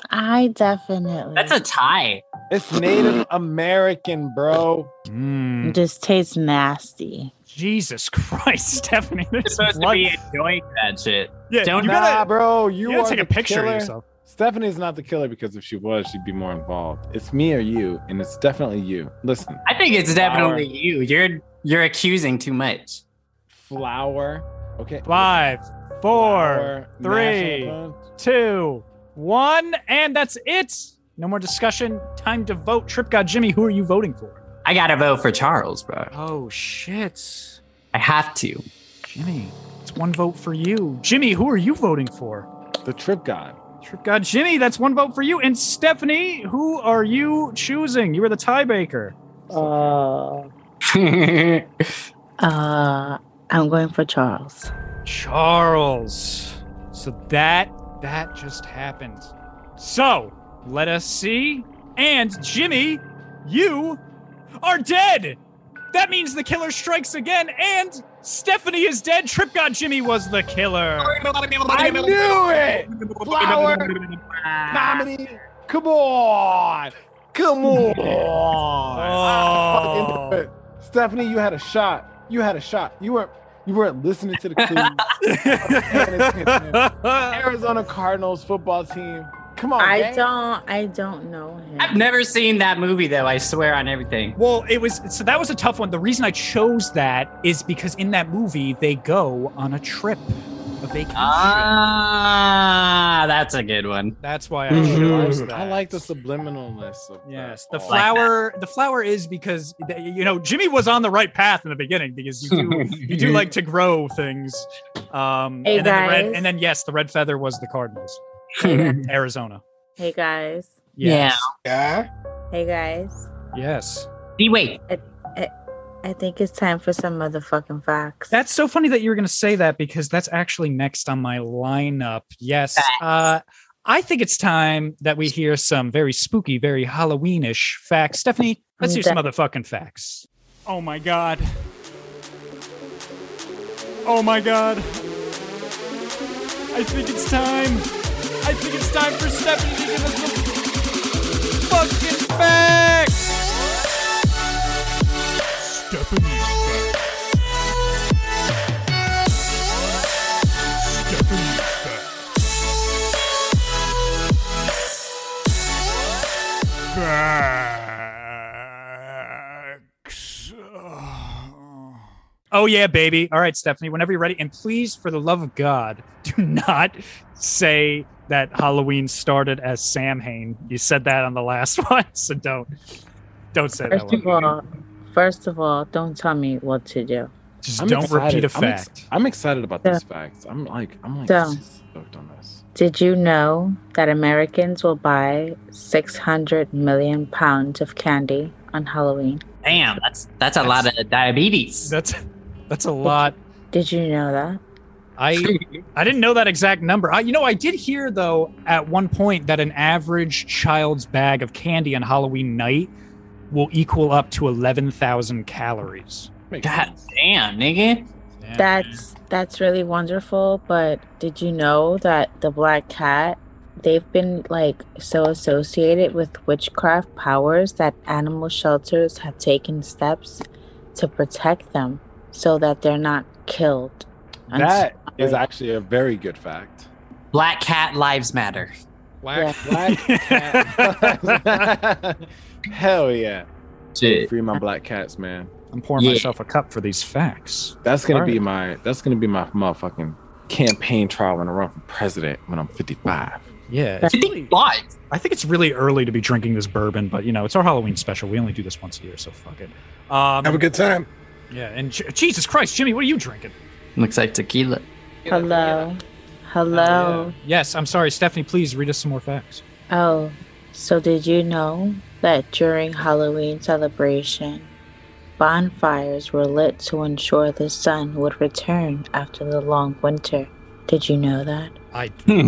[SPEAKER 4] I definitely.
[SPEAKER 6] That's a tie.
[SPEAKER 3] It's Native American, bro.
[SPEAKER 2] Hmm.
[SPEAKER 4] This tastes nasty.
[SPEAKER 2] Jesus Christ, Stephanie.
[SPEAKER 6] You're
[SPEAKER 2] There's
[SPEAKER 6] supposed
[SPEAKER 2] blood.
[SPEAKER 6] to be enjoying that shit.
[SPEAKER 2] yeah,
[SPEAKER 6] don't-
[SPEAKER 2] you
[SPEAKER 3] nah,
[SPEAKER 2] gotta,
[SPEAKER 3] bro. You,
[SPEAKER 2] you gotta
[SPEAKER 3] are
[SPEAKER 2] take a
[SPEAKER 3] the
[SPEAKER 2] picture
[SPEAKER 3] killer.
[SPEAKER 2] of yourself.
[SPEAKER 3] Stephanie's not the killer because if she was, she'd be more involved. It's me or you, and it's definitely you. Listen,
[SPEAKER 6] I think it's definitely you. You're you're accusing too much.
[SPEAKER 3] flower. Okay.
[SPEAKER 2] Five, four,
[SPEAKER 3] Flower,
[SPEAKER 2] three.
[SPEAKER 3] national
[SPEAKER 2] two, one, and that's it. No more discussion. Time to vote. Trip God Jimmy, who are you voting for?
[SPEAKER 6] I gotta vote for Charles, bro.
[SPEAKER 2] Oh, shit.
[SPEAKER 6] I have to.
[SPEAKER 2] Jimmy, it's one vote for you. Jimmy, who are you voting for?
[SPEAKER 3] anthem, The trip god.
[SPEAKER 2] Trip God Jimmy, that's one vote for you. And Stephanie, who are you choosing? You were the tiebreaker.
[SPEAKER 4] Uh,
[SPEAKER 6] I
[SPEAKER 4] uh, I'm going for Charles.
[SPEAKER 2] Charles. So that that just happened. So let us see. And Jimmy, you are dead. That means the killer strikes again, and Stephanie is dead. Trip God Jimmy was the killer.
[SPEAKER 5] I knew it. Flower. Nominee. Come on.
[SPEAKER 3] Come on.
[SPEAKER 2] Oh.
[SPEAKER 3] Stephanie, you had a shot. You had a shot. You weren't you weren't listening to the clues. Arizona Cardinals football team. Come on,
[SPEAKER 4] I
[SPEAKER 3] gang.
[SPEAKER 4] don't. I don't know him.
[SPEAKER 6] I've never seen that movie though. I swear on everything.
[SPEAKER 2] Well, it was so that was a tough one. The reason I chose that is because in that movie they go on a trip, a vacation.
[SPEAKER 6] Ah, that's a good one.
[SPEAKER 2] That's why I
[SPEAKER 7] Mhm.
[SPEAKER 2] chose that.
[SPEAKER 3] Mm-hmm. I like the subliminalness of that.
[SPEAKER 2] Yes, the
[SPEAKER 3] Oh.
[SPEAKER 2] flower. the flower is because th- you know Jimmy was on the right path in the beginning because you do you do like to grow things. Um,
[SPEAKER 4] Hey,
[SPEAKER 2] and, then the red,
[SPEAKER 4] guys.
[SPEAKER 2] and then yes, the red feather was the Cardinals, Arizona.
[SPEAKER 4] Hey guys.
[SPEAKER 2] Yes.
[SPEAKER 7] Yeah.
[SPEAKER 4] Hey guys.
[SPEAKER 2] Yes.
[SPEAKER 6] See, wait.
[SPEAKER 4] I think it's time for some motherfucking fox.
[SPEAKER 2] That's so funny that you were going to say that because that's actually next on my lineup. Yes. Uh, I think it's time that we hear some very spooky, very Halloweenish facts. Stephanie, let's hear some motherfucking facts. Oh my God. Oh my God. I think it's time. I think it's time for Stephanie to give us the fucking facts. Oh yeah, baby. All right, Stephanie, whenever you're ready. And please, for the love of God, do not say that Halloween started as Samhain. You said that on the last one, so don't don't say that
[SPEAKER 4] first
[SPEAKER 2] one.
[SPEAKER 4] of all, first of all, don't tell me what to do.
[SPEAKER 2] Just
[SPEAKER 3] I'm
[SPEAKER 2] don't repeat
[SPEAKER 3] excited.
[SPEAKER 2] a
[SPEAKER 3] I'm ex-
[SPEAKER 2] fact.
[SPEAKER 3] I'm excited about
[SPEAKER 4] Yeah.
[SPEAKER 3] this fact. I'm like I'm like
[SPEAKER 4] Yeah.
[SPEAKER 3] stoked on this.
[SPEAKER 4] Did you know that Americans will buy 600 million pounds of candy on Halloween?
[SPEAKER 6] Damn, that's that's a lot of diabetes.
[SPEAKER 2] That's that's a lot.
[SPEAKER 4] Did you know that?
[SPEAKER 2] I I didn't know that exact number. I, you know, I did hear though at one point that an average child's bag of candy on Halloween night will equal up to eleven thousand calories.
[SPEAKER 3] Makes
[SPEAKER 6] God
[SPEAKER 3] sense.
[SPEAKER 6] damn, nigga.
[SPEAKER 2] Yeah.
[SPEAKER 4] That's that's really wonderful, but did you know that the black cat they've been like so associated with witchcraft powers that animal shelters have taken steps to protect them so that they're not killed. I'm
[SPEAKER 3] That is
[SPEAKER 4] sorry.
[SPEAKER 3] actually a very good fact.
[SPEAKER 6] Black cat lives matter.
[SPEAKER 3] Black, black cat. Hell yeah.
[SPEAKER 6] Shit.
[SPEAKER 3] Free my black cats, man.
[SPEAKER 2] I'm pouring
[SPEAKER 6] Yeah.
[SPEAKER 2] myself a cup for these facts.
[SPEAKER 3] That's gonna
[SPEAKER 2] All
[SPEAKER 3] be my that's gonna be my motherfucking campaign trial when I run for president when I'm 55.
[SPEAKER 2] Yeah, it's really,
[SPEAKER 6] Why?
[SPEAKER 2] I think it's really early to be drinking this bourbon, but you know it's our Halloween special. We only do this once a year, so fuck it. Um,
[SPEAKER 7] Have a good time.
[SPEAKER 2] yeah, and J- Jesus Christ, Jimmy, what are you drinking?
[SPEAKER 6] Looks like tequila.
[SPEAKER 4] Hello.
[SPEAKER 2] Oh,
[SPEAKER 4] Hello.
[SPEAKER 2] yeah. Yes, I'm sorry, Stephanie. Please read us some more facts.
[SPEAKER 4] Oh, so did you know that during Halloween celebration, bonfires were lit to ensure the sun would return after the long winter? Did you know that?
[SPEAKER 2] I, I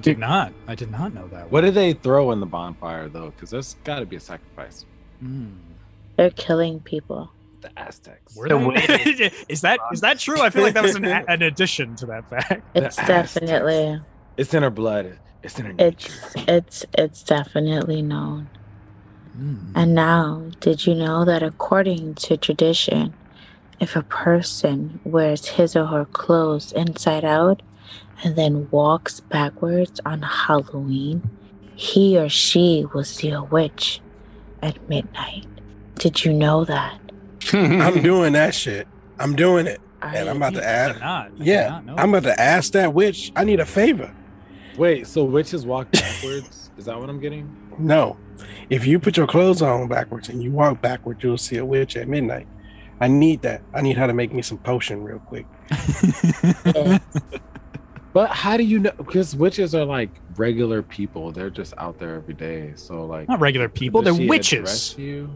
[SPEAKER 2] did not. I did not know that.
[SPEAKER 3] What do they throw in the bonfire though? Because there's gotta be a sacrifice.
[SPEAKER 2] Mm.
[SPEAKER 4] They're killing people.
[SPEAKER 3] The Aztecs.
[SPEAKER 2] Were
[SPEAKER 6] The
[SPEAKER 2] they?
[SPEAKER 6] way-
[SPEAKER 2] is that is that true? I feel like that was an, a- an addition to that fact.
[SPEAKER 3] The
[SPEAKER 4] It's
[SPEAKER 3] Aztecs.
[SPEAKER 4] definitely
[SPEAKER 3] It's in our blood. It's in our nature.
[SPEAKER 4] it's it's it's definitely known.
[SPEAKER 3] Hmm.
[SPEAKER 4] And now, did you know that according to tradition, if a person wears his or her clothes inside out and then walks backwards on Halloween, he or she will see a witch at midnight. Did you know that?
[SPEAKER 6] Mm-hmm.
[SPEAKER 7] I'm doing that shit. I'm doing it.
[SPEAKER 4] Are
[SPEAKER 7] And I'm
[SPEAKER 4] you-
[SPEAKER 7] about to
[SPEAKER 2] I did
[SPEAKER 7] ask.
[SPEAKER 2] not. I did
[SPEAKER 7] Yeah.
[SPEAKER 2] not know
[SPEAKER 7] I'm
[SPEAKER 2] that.
[SPEAKER 7] about to ask that witch. I need a favor.
[SPEAKER 3] Wait, so witches walk backwards? is that what I'm getting?
[SPEAKER 7] No. If you put your clothes on backwards and you walk backwards, you'll see a witch at midnight. I need that. I need how to make me some potion real quick.
[SPEAKER 4] Yes.
[SPEAKER 3] But how do you know? Because witches are like regular people. They're just out there every day. So like
[SPEAKER 2] Not regular people.
[SPEAKER 3] does
[SPEAKER 2] They're
[SPEAKER 3] she
[SPEAKER 2] witches.
[SPEAKER 3] address You?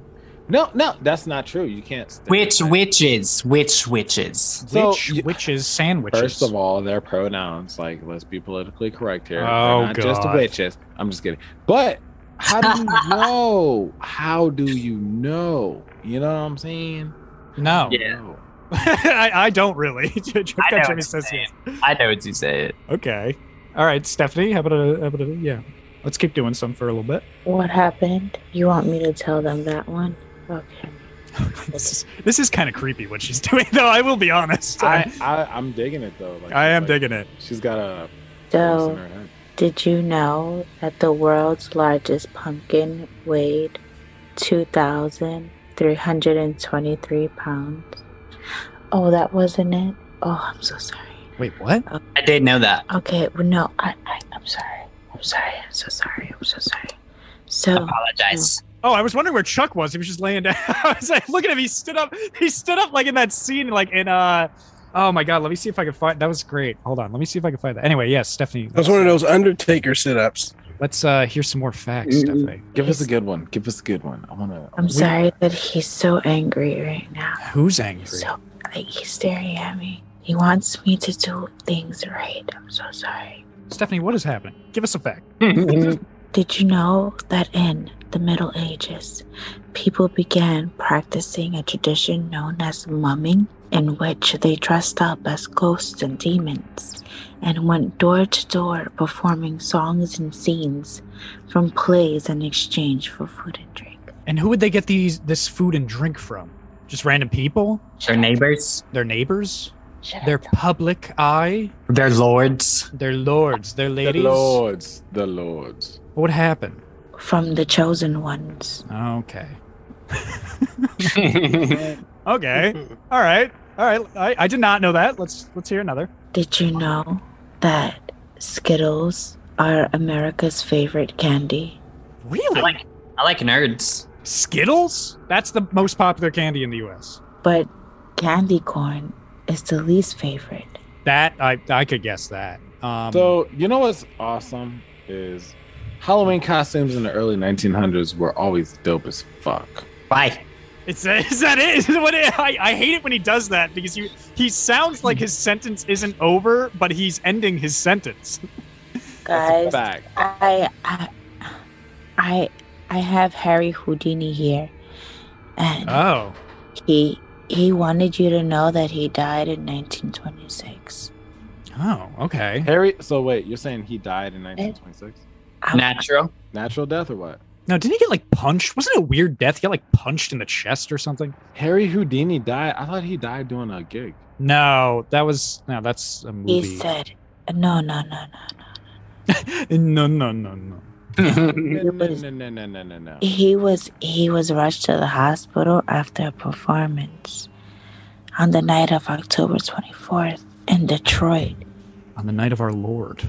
[SPEAKER 3] No, no, that's not true. You can't. st-
[SPEAKER 6] Which witches? Which witches?
[SPEAKER 3] So,
[SPEAKER 2] Which
[SPEAKER 3] you-
[SPEAKER 2] witches sandwiches?
[SPEAKER 3] First of all, their pronouns. Like, let's be politically correct here. They're
[SPEAKER 2] Oh,
[SPEAKER 3] not just
[SPEAKER 2] God.
[SPEAKER 3] witches. I'm just kidding. But how do you know? How do you know? You know what I'm saying?
[SPEAKER 2] no,
[SPEAKER 6] Yeah.
[SPEAKER 3] No.
[SPEAKER 2] I, I don't really. Jimmy
[SPEAKER 6] I know what you're
[SPEAKER 2] says
[SPEAKER 6] saying.
[SPEAKER 2] yes.
[SPEAKER 6] I know what you said.
[SPEAKER 2] Okay. All right, Stephanie. How about a, how about a, yeah? Let's keep doing some for a little bit.
[SPEAKER 4] What happened? You want me to tell them that one? Okay.
[SPEAKER 2] this is this is kind of creepy what she's doing, though. I will be honest. I,
[SPEAKER 3] I, I I'm digging it though. Like,
[SPEAKER 2] I am
[SPEAKER 3] like,
[SPEAKER 2] digging it.
[SPEAKER 3] She's got a. voice in
[SPEAKER 4] So,
[SPEAKER 3] her head.
[SPEAKER 4] did you know that the world's largest pumpkin weighed 2,323 pounds? Oh, that wasn't it? Oh, I'm so sorry.
[SPEAKER 2] Wait, what?
[SPEAKER 6] I did know that.
[SPEAKER 4] Okay, well, no, I, I, I'm sorry. I'm sorry. I'm so sorry. I'm so sorry.
[SPEAKER 6] Uh,
[SPEAKER 4] So,
[SPEAKER 6] Apologize.
[SPEAKER 2] Oh, I was wondering where Chuck was. He was just laying down. I was like, look at him. He stood up. He stood up like in that scene, like in uh. Oh my God. Let me see if I can find. That was great. Hold on. Let me see if I can find that. Anyway, yes, Stephanie.
[SPEAKER 7] That was one of those Undertaker sit ups.
[SPEAKER 2] Let's uh hear some more facts,
[SPEAKER 3] Mm.
[SPEAKER 2] Stephanie.
[SPEAKER 3] Give us a good one. Give us a good one. I wanna.
[SPEAKER 4] I'm
[SPEAKER 3] I wanna-
[SPEAKER 4] sorry that he's so angry right now.
[SPEAKER 2] Who's angry?
[SPEAKER 4] So, like, he's staring at me. He wants me to do things right. I'm so sorry.
[SPEAKER 2] Stephanie, what is happening? Give us a fact.
[SPEAKER 4] Did you know that in the Middle Ages, people began practicing a tradition known as mumming, in which they dressed up as ghosts and demons and went door to door performing songs and scenes from plays in exchange for food and drink.
[SPEAKER 2] And who would they get these this food and drink from? Just random people?
[SPEAKER 6] Their neighbors,
[SPEAKER 2] Their neighbors?
[SPEAKER 4] Should I
[SPEAKER 2] Their
[SPEAKER 4] tell-
[SPEAKER 2] public eye?
[SPEAKER 6] their lords.
[SPEAKER 2] Their lords? Their
[SPEAKER 3] The
[SPEAKER 2] ladies?
[SPEAKER 3] lords, the lords.
[SPEAKER 2] What happened?
[SPEAKER 4] from the chosen ones.
[SPEAKER 2] Okay. Okay. All right. All right. I, I did not know that. Let's let's hear another.
[SPEAKER 4] Did you know that Skittles are America's favorite candy?
[SPEAKER 2] Really?
[SPEAKER 6] I like I like nerds.
[SPEAKER 2] Skittles? That's the most popular candy in the US.
[SPEAKER 4] But candy corn is the least favorite.
[SPEAKER 2] That I I could guess that. Um
[SPEAKER 3] So you know what's awesome is Halloween costumes in the early 1900s were always dope as fuck.
[SPEAKER 6] Bye.
[SPEAKER 2] It's is that it? Is what it- I, I hate it when he does that because you he sounds like his sentence isn't over, but he's ending his sentence.
[SPEAKER 3] That's a
[SPEAKER 4] Guys,
[SPEAKER 3] fact.
[SPEAKER 4] I, I, I, I have Harry Houdini here, and
[SPEAKER 2] Oh,
[SPEAKER 4] he he wanted you to know that he died in 1926.
[SPEAKER 2] oh, okay.
[SPEAKER 3] Harry. So wait, you're saying he died in 1926?
[SPEAKER 4] I'm-
[SPEAKER 6] Natural.
[SPEAKER 3] Natural death or what?
[SPEAKER 2] Now, didn't he get like punched? Wasn't it a weird death? He got like punched in the chest or something.
[SPEAKER 3] Harry Houdini died. I thought he died doing a gig.
[SPEAKER 2] No, that was no. That's a
[SPEAKER 4] he
[SPEAKER 2] movie.
[SPEAKER 4] said, "No, no, no, no, no."
[SPEAKER 2] no, no, no, no.
[SPEAKER 3] No, no,
[SPEAKER 4] was-
[SPEAKER 3] no, no, no, no, no, no.
[SPEAKER 4] He was he was rushed to the hospital after a performance on the night of October 24th in Detroit.
[SPEAKER 2] On the night of our Lord.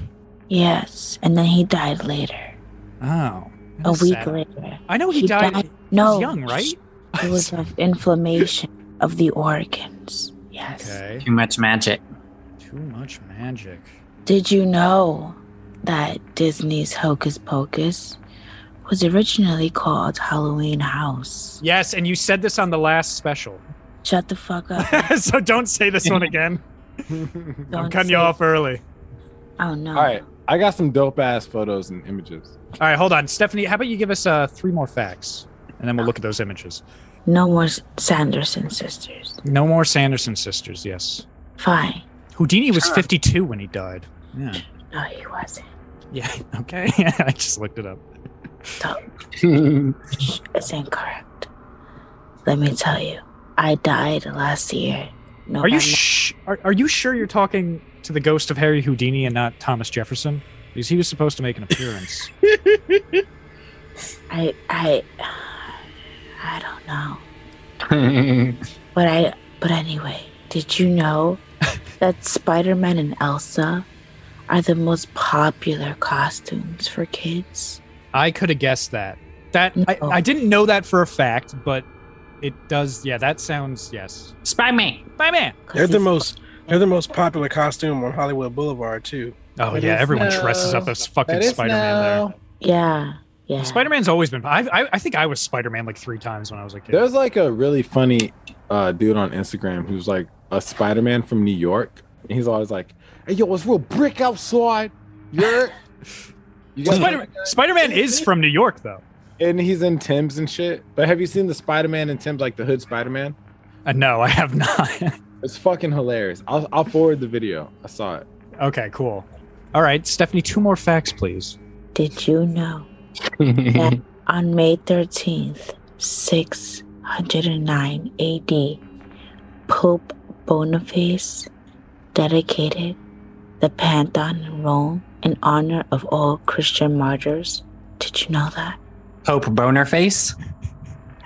[SPEAKER 4] Yes, and then he died later,
[SPEAKER 2] Oh, that
[SPEAKER 4] a
[SPEAKER 2] is
[SPEAKER 4] week
[SPEAKER 2] sad.
[SPEAKER 4] later.
[SPEAKER 2] I know he,
[SPEAKER 4] He
[SPEAKER 2] died.
[SPEAKER 4] died-
[SPEAKER 2] he
[SPEAKER 4] No,
[SPEAKER 2] was young, right?
[SPEAKER 4] It was of inflammation of the organs. Yes.
[SPEAKER 2] okay.
[SPEAKER 6] Too much magic.
[SPEAKER 2] Too much magic.
[SPEAKER 4] Did you know that Disney's Hocus Pocus was originally called Halloween House?
[SPEAKER 2] Yes, and you said this on the last special,
[SPEAKER 4] Shut the fuck up.
[SPEAKER 2] so don't say this one again. I'm
[SPEAKER 4] Don't
[SPEAKER 2] cutting you
[SPEAKER 4] say-
[SPEAKER 2] off early.
[SPEAKER 4] Oh no.
[SPEAKER 3] All right, I got some dope ass photos and images.
[SPEAKER 2] All right, hold on, Stephanie. How about you give us uh, three more facts, and then we'll look at those images.
[SPEAKER 4] No more Sanderson sisters.
[SPEAKER 2] No more Sanderson sisters. Yes.
[SPEAKER 4] Fine.
[SPEAKER 2] Houdini was 52 when he died. Yeah.
[SPEAKER 4] No, he wasn't.
[SPEAKER 2] Yeah. Okay. I just looked it up.
[SPEAKER 4] It's incorrect. Let me tell you, I died last year. No,
[SPEAKER 2] Are you sh- are, are you sure you're talking to the ghost of Harry Houdini and not Thomas Jefferson? Because he was supposed to make an appearance.
[SPEAKER 4] I, I, I don't know. But I, but anyway, did you know that Spider-Man and Elsa are the most popular costumes for kids?
[SPEAKER 2] I could have guessed that. That I,
[SPEAKER 3] Oh.
[SPEAKER 4] No.
[SPEAKER 2] I didn't know that for a fact, but it does. Yeah, that sounds yes.
[SPEAKER 6] Spy me.
[SPEAKER 2] Bye, man.
[SPEAKER 4] 'Cause
[SPEAKER 7] They're the
[SPEAKER 4] it's-
[SPEAKER 7] most they're the most popular costume on Hollywood Boulevard too.
[SPEAKER 2] Oh
[SPEAKER 3] It
[SPEAKER 2] yeah,
[SPEAKER 3] is
[SPEAKER 2] everyone
[SPEAKER 3] now.
[SPEAKER 2] dresses up as fucking Spider-Man there.
[SPEAKER 4] Yeah, Yeah.
[SPEAKER 2] Spider Man's always been. I, I I think I was Spider Man like three times when I was a kid.
[SPEAKER 3] There's like a really funny uh, dude on Instagram who's like a Spider Man from New York. And he's always like, hey, yo, it's real brick outside. You're. You guys-
[SPEAKER 2] Spider Spider Man is from New York though.
[SPEAKER 3] and he's in Tim's and shit. But have you seen the Spider Man in Tim's, like the Hood Spider Man?
[SPEAKER 2] Uh, no, I have not.
[SPEAKER 3] It's fucking hilarious. I'll, I'll forward the video. I saw it.
[SPEAKER 2] okay, cool. All right, Stephanie, two more facts, please.
[SPEAKER 4] Did you know that on May 13th, 609 AD, Pope Boniface dedicated the Pantheon in Rome in honor of all Christian martyrs? Did you know that?
[SPEAKER 6] Hope boner face.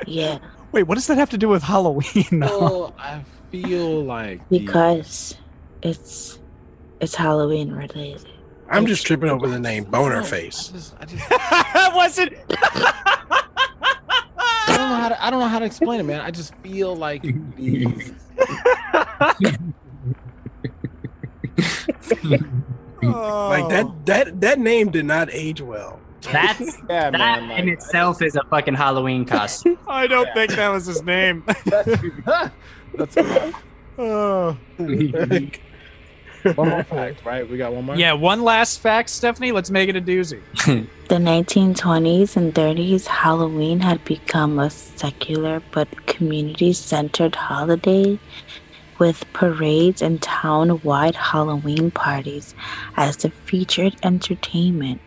[SPEAKER 4] Yeah,
[SPEAKER 2] Wait, what does that have to do with Halloween? though?
[SPEAKER 3] Oh, I feel like the-
[SPEAKER 4] because it's it's Halloween related.
[SPEAKER 7] I'm just tripping over the name Boner Face.
[SPEAKER 3] I, just, I, just,
[SPEAKER 2] was it?
[SPEAKER 3] I don't know how to. I don't know how to explain it, man. I just feel like these
[SPEAKER 7] Like that that that name did not age well.
[SPEAKER 6] That's
[SPEAKER 3] Yeah,
[SPEAKER 6] that
[SPEAKER 3] man, like,
[SPEAKER 6] in itself is a fucking Halloween costume.
[SPEAKER 2] I don't think that was his name.
[SPEAKER 3] That's, that's
[SPEAKER 2] Oh.
[SPEAKER 3] one more fact, right? We got one more.
[SPEAKER 2] Yeah, one last fact, Stephanie. Let's make it a doozy.
[SPEAKER 4] The 1920s and 30s, Halloween had become a secular but community centered holiday with parades and town wide Halloween parties as the featured entertainment.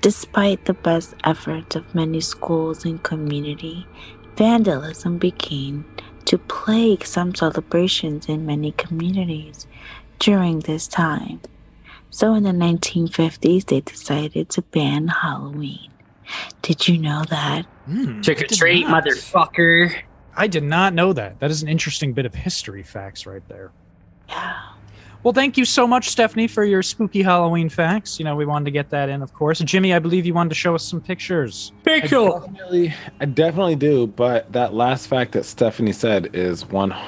[SPEAKER 4] Despite the best efforts of many schools and community, vandalism began to plague some celebrations in many communities during this time. So in the 1950s, they decided to ban Halloween. Did you know that?
[SPEAKER 2] Hmm,
[SPEAKER 6] Trick
[SPEAKER 2] I
[SPEAKER 6] or
[SPEAKER 2] did
[SPEAKER 6] treat,
[SPEAKER 2] not-
[SPEAKER 6] motherfucker.
[SPEAKER 2] I did not know that. That is an interesting bit of history facts right there.
[SPEAKER 4] Yeah.
[SPEAKER 2] Well, thank you so much, Stephanie, for your spooky Halloween facts. You know, we wanted to get that in, of course. Jimmy, I believe you wanted to show us some pictures.
[SPEAKER 3] I definitely, I definitely do. But that last fact that Stephanie said is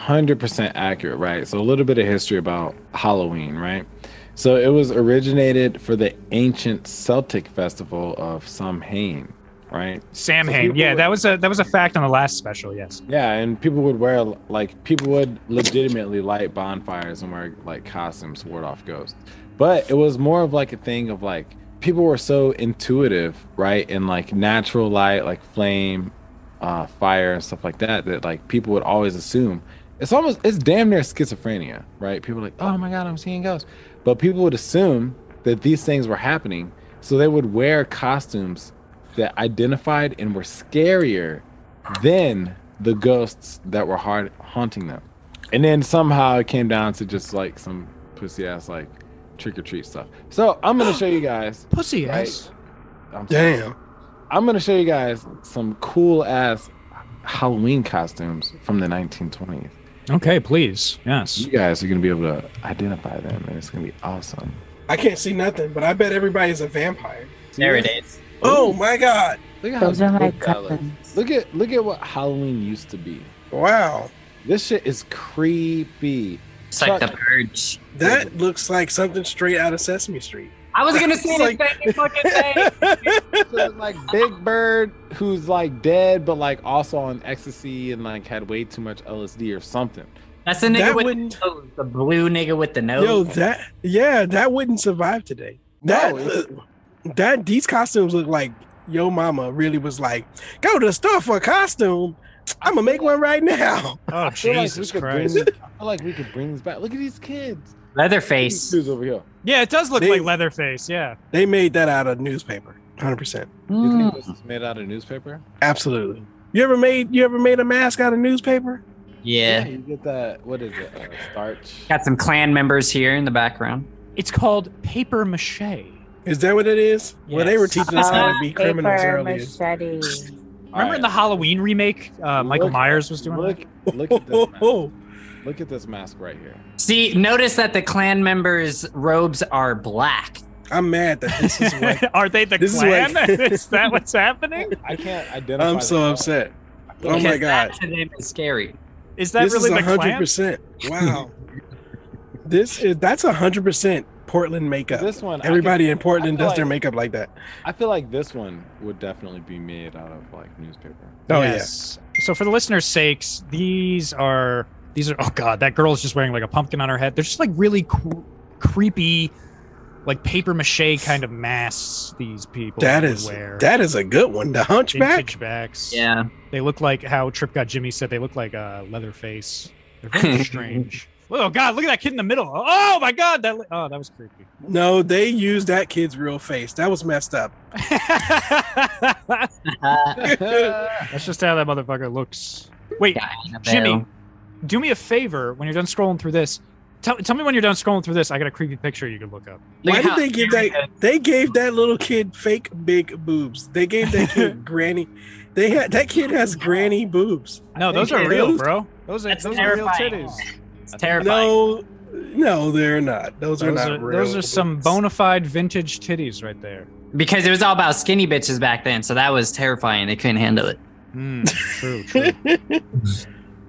[SPEAKER 3] 100% accurate, right? So a little bit of history about Halloween, right? So it was originated for the ancient Celtic festival of Samhain, right?
[SPEAKER 2] Sam
[SPEAKER 3] So
[SPEAKER 2] Hain.
[SPEAKER 3] people
[SPEAKER 2] Yeah,
[SPEAKER 3] would-
[SPEAKER 2] that was a that was a fact on the last special, yes.
[SPEAKER 3] Yeah, and people would wear like people would legitimately light bonfires and wear like costumes, ward off ghosts. But it was more of like a thing of like people were so intuitive, right, and like natural light, like flame, uh, fire, and stuff like that. That like people would always assume it's almost it's damn near schizophrenia, right? People are like, oh my god, I'm seeing ghosts, but people would assume that these things were happening, so they would wear costumes that identified and were scarier then the ghosts that were hard haunting them. And then somehow it came down to just like some pussy ass like trick or treat stuff. So I'm gonna show you guys.
[SPEAKER 2] Pussy
[SPEAKER 3] Right.
[SPEAKER 2] ass.
[SPEAKER 3] I'm, sorry.
[SPEAKER 7] Damn.
[SPEAKER 3] I'm gonna show you guys some cool ass Halloween costumes from the 1920s.
[SPEAKER 2] Okay, please. Yes.
[SPEAKER 3] You guys are gonna be able to identify them, and it's gonna be awesome.
[SPEAKER 7] I can't see nothing, but I bet everybody's a vampire.
[SPEAKER 3] See
[SPEAKER 6] There it
[SPEAKER 3] this?
[SPEAKER 6] is.
[SPEAKER 7] Oh my god.
[SPEAKER 3] Look at how
[SPEAKER 4] Those are my
[SPEAKER 3] dope that looks.
[SPEAKER 4] cousins.
[SPEAKER 3] Look at look at what Halloween used to be.
[SPEAKER 7] Wow.
[SPEAKER 3] This shit is creepy.
[SPEAKER 6] It's like the purge.
[SPEAKER 7] That looks like something straight out of Sesame Street.
[SPEAKER 6] I was gonna say the
[SPEAKER 7] It's like-
[SPEAKER 6] same fucking thing.
[SPEAKER 3] So it's like Big Bird, who's like dead, but like also on ecstasy and like had way too much LSD or something.
[SPEAKER 6] That's the nigga
[SPEAKER 7] That
[SPEAKER 6] with
[SPEAKER 7] wouldn't-
[SPEAKER 6] the, nose, the blue nigga with the nose.
[SPEAKER 7] Yo, that yeah, that wouldn't survive today. That uh,
[SPEAKER 3] No, it's-
[SPEAKER 7] that these costumes look like yo mama really was like, go to the store for a costume. I'm gonna make one right now.
[SPEAKER 2] Oh
[SPEAKER 3] I feel like we
[SPEAKER 2] Jesus
[SPEAKER 3] could bring-
[SPEAKER 2] Christ.
[SPEAKER 3] I feel like we could bring this back. Look at these kids. These
[SPEAKER 6] Leatherface.
[SPEAKER 3] dudes over here.
[SPEAKER 2] Yeah, it does look
[SPEAKER 7] They-
[SPEAKER 2] like Leatherface, yeah.
[SPEAKER 7] They made that out of newspaper, hundred percent,
[SPEAKER 3] You
[SPEAKER 6] Mm.
[SPEAKER 3] think this is made out of newspaper?
[SPEAKER 7] absolutely. You ever made you ever made a mask out of newspaper?
[SPEAKER 6] Yeah.
[SPEAKER 3] You get that. What is it? Uh, starch.
[SPEAKER 6] Got some clan members here in the background.
[SPEAKER 2] It's called paper mache.
[SPEAKER 7] Is that what it is? Well, they were
[SPEAKER 6] Yes.
[SPEAKER 7] teaching us how to be
[SPEAKER 4] Uh-huh. paper
[SPEAKER 7] criminals earlier.
[SPEAKER 4] machete.
[SPEAKER 2] Remember in the Halloween remake, uh, Michael
[SPEAKER 3] Look-
[SPEAKER 2] Myers was doing
[SPEAKER 3] Look, look at this. Mask.
[SPEAKER 7] Oh,
[SPEAKER 3] Look at this mask right here.
[SPEAKER 6] See, notice that the clan members' robes are black.
[SPEAKER 7] I'm mad that this is what.
[SPEAKER 2] that? Are they the
[SPEAKER 7] This is
[SPEAKER 2] clan?
[SPEAKER 7] like-
[SPEAKER 2] is that what's happening?
[SPEAKER 3] I can't identify.
[SPEAKER 7] I'm
[SPEAKER 3] the
[SPEAKER 7] so
[SPEAKER 3] color.
[SPEAKER 7] upset.
[SPEAKER 3] I feel
[SPEAKER 7] Oh
[SPEAKER 3] like
[SPEAKER 7] my
[SPEAKER 6] Because
[SPEAKER 7] god.
[SPEAKER 6] That to them is scary.
[SPEAKER 2] Is that
[SPEAKER 7] this
[SPEAKER 2] really
[SPEAKER 7] is
[SPEAKER 2] the
[SPEAKER 7] hundred
[SPEAKER 2] clan?
[SPEAKER 7] percent. Wow. this is that's hundred percent Portland makeup.
[SPEAKER 3] This one, I could-
[SPEAKER 7] Everybody in Portland
[SPEAKER 3] feel
[SPEAKER 7] does their
[SPEAKER 3] like-
[SPEAKER 7] makeup like that.
[SPEAKER 3] I feel like this one would definitely be made out of like newspaper.
[SPEAKER 7] Oh
[SPEAKER 2] yeah. So for the listeners' sakes, these are these are oh god, that girl is just wearing like a pumpkin on her head. They're just like really cr- creepy, like paper mache kind of masks. These people
[SPEAKER 7] yeah, that
[SPEAKER 2] would
[SPEAKER 7] is
[SPEAKER 2] wear.
[SPEAKER 7] that is a good one. The
[SPEAKER 2] Big
[SPEAKER 7] Hunchback.
[SPEAKER 2] Hitchbacks.
[SPEAKER 6] Yeah.
[SPEAKER 2] They look like how Trip Got Jimmy said they look like uh, Leatherface. They're very strange. Oh god, look at that kid in the middle. Oh my god, that li- oh that was creepy.
[SPEAKER 7] No, they used that kid's real face. That was messed up.
[SPEAKER 6] Uh,
[SPEAKER 2] That's just how that mothafucker looks. Wait,
[SPEAKER 6] Yeah, Annabelle.
[SPEAKER 2] Jimmy, do me a favor when you're done scrolling through this. Tell, tell me when you're done scrolling through this. I got a creepy picture you can look up.
[SPEAKER 6] Look
[SPEAKER 7] Why
[SPEAKER 6] at
[SPEAKER 7] did
[SPEAKER 6] how
[SPEAKER 7] they give
[SPEAKER 6] scary
[SPEAKER 7] that? They gave that little kid fake big boobs. They gave that kid granny. They had that kid has granny boobs.
[SPEAKER 2] No, those are
[SPEAKER 7] Hey,
[SPEAKER 2] real,
[SPEAKER 7] those-
[SPEAKER 2] bro. Those are
[SPEAKER 6] That's
[SPEAKER 2] those are real
[SPEAKER 6] terrifying.
[SPEAKER 2] titties.
[SPEAKER 6] It's terrifying.
[SPEAKER 7] No, no, they're not. Those, are
[SPEAKER 2] Those
[SPEAKER 7] not.
[SPEAKER 2] are,
[SPEAKER 7] real
[SPEAKER 2] those are some
[SPEAKER 7] boobs.
[SPEAKER 2] bona fide vintage titties right there.
[SPEAKER 6] Because it was all about skinny bitches back then, so that was terrifying. They couldn't handle it.
[SPEAKER 2] Hmm, true, true.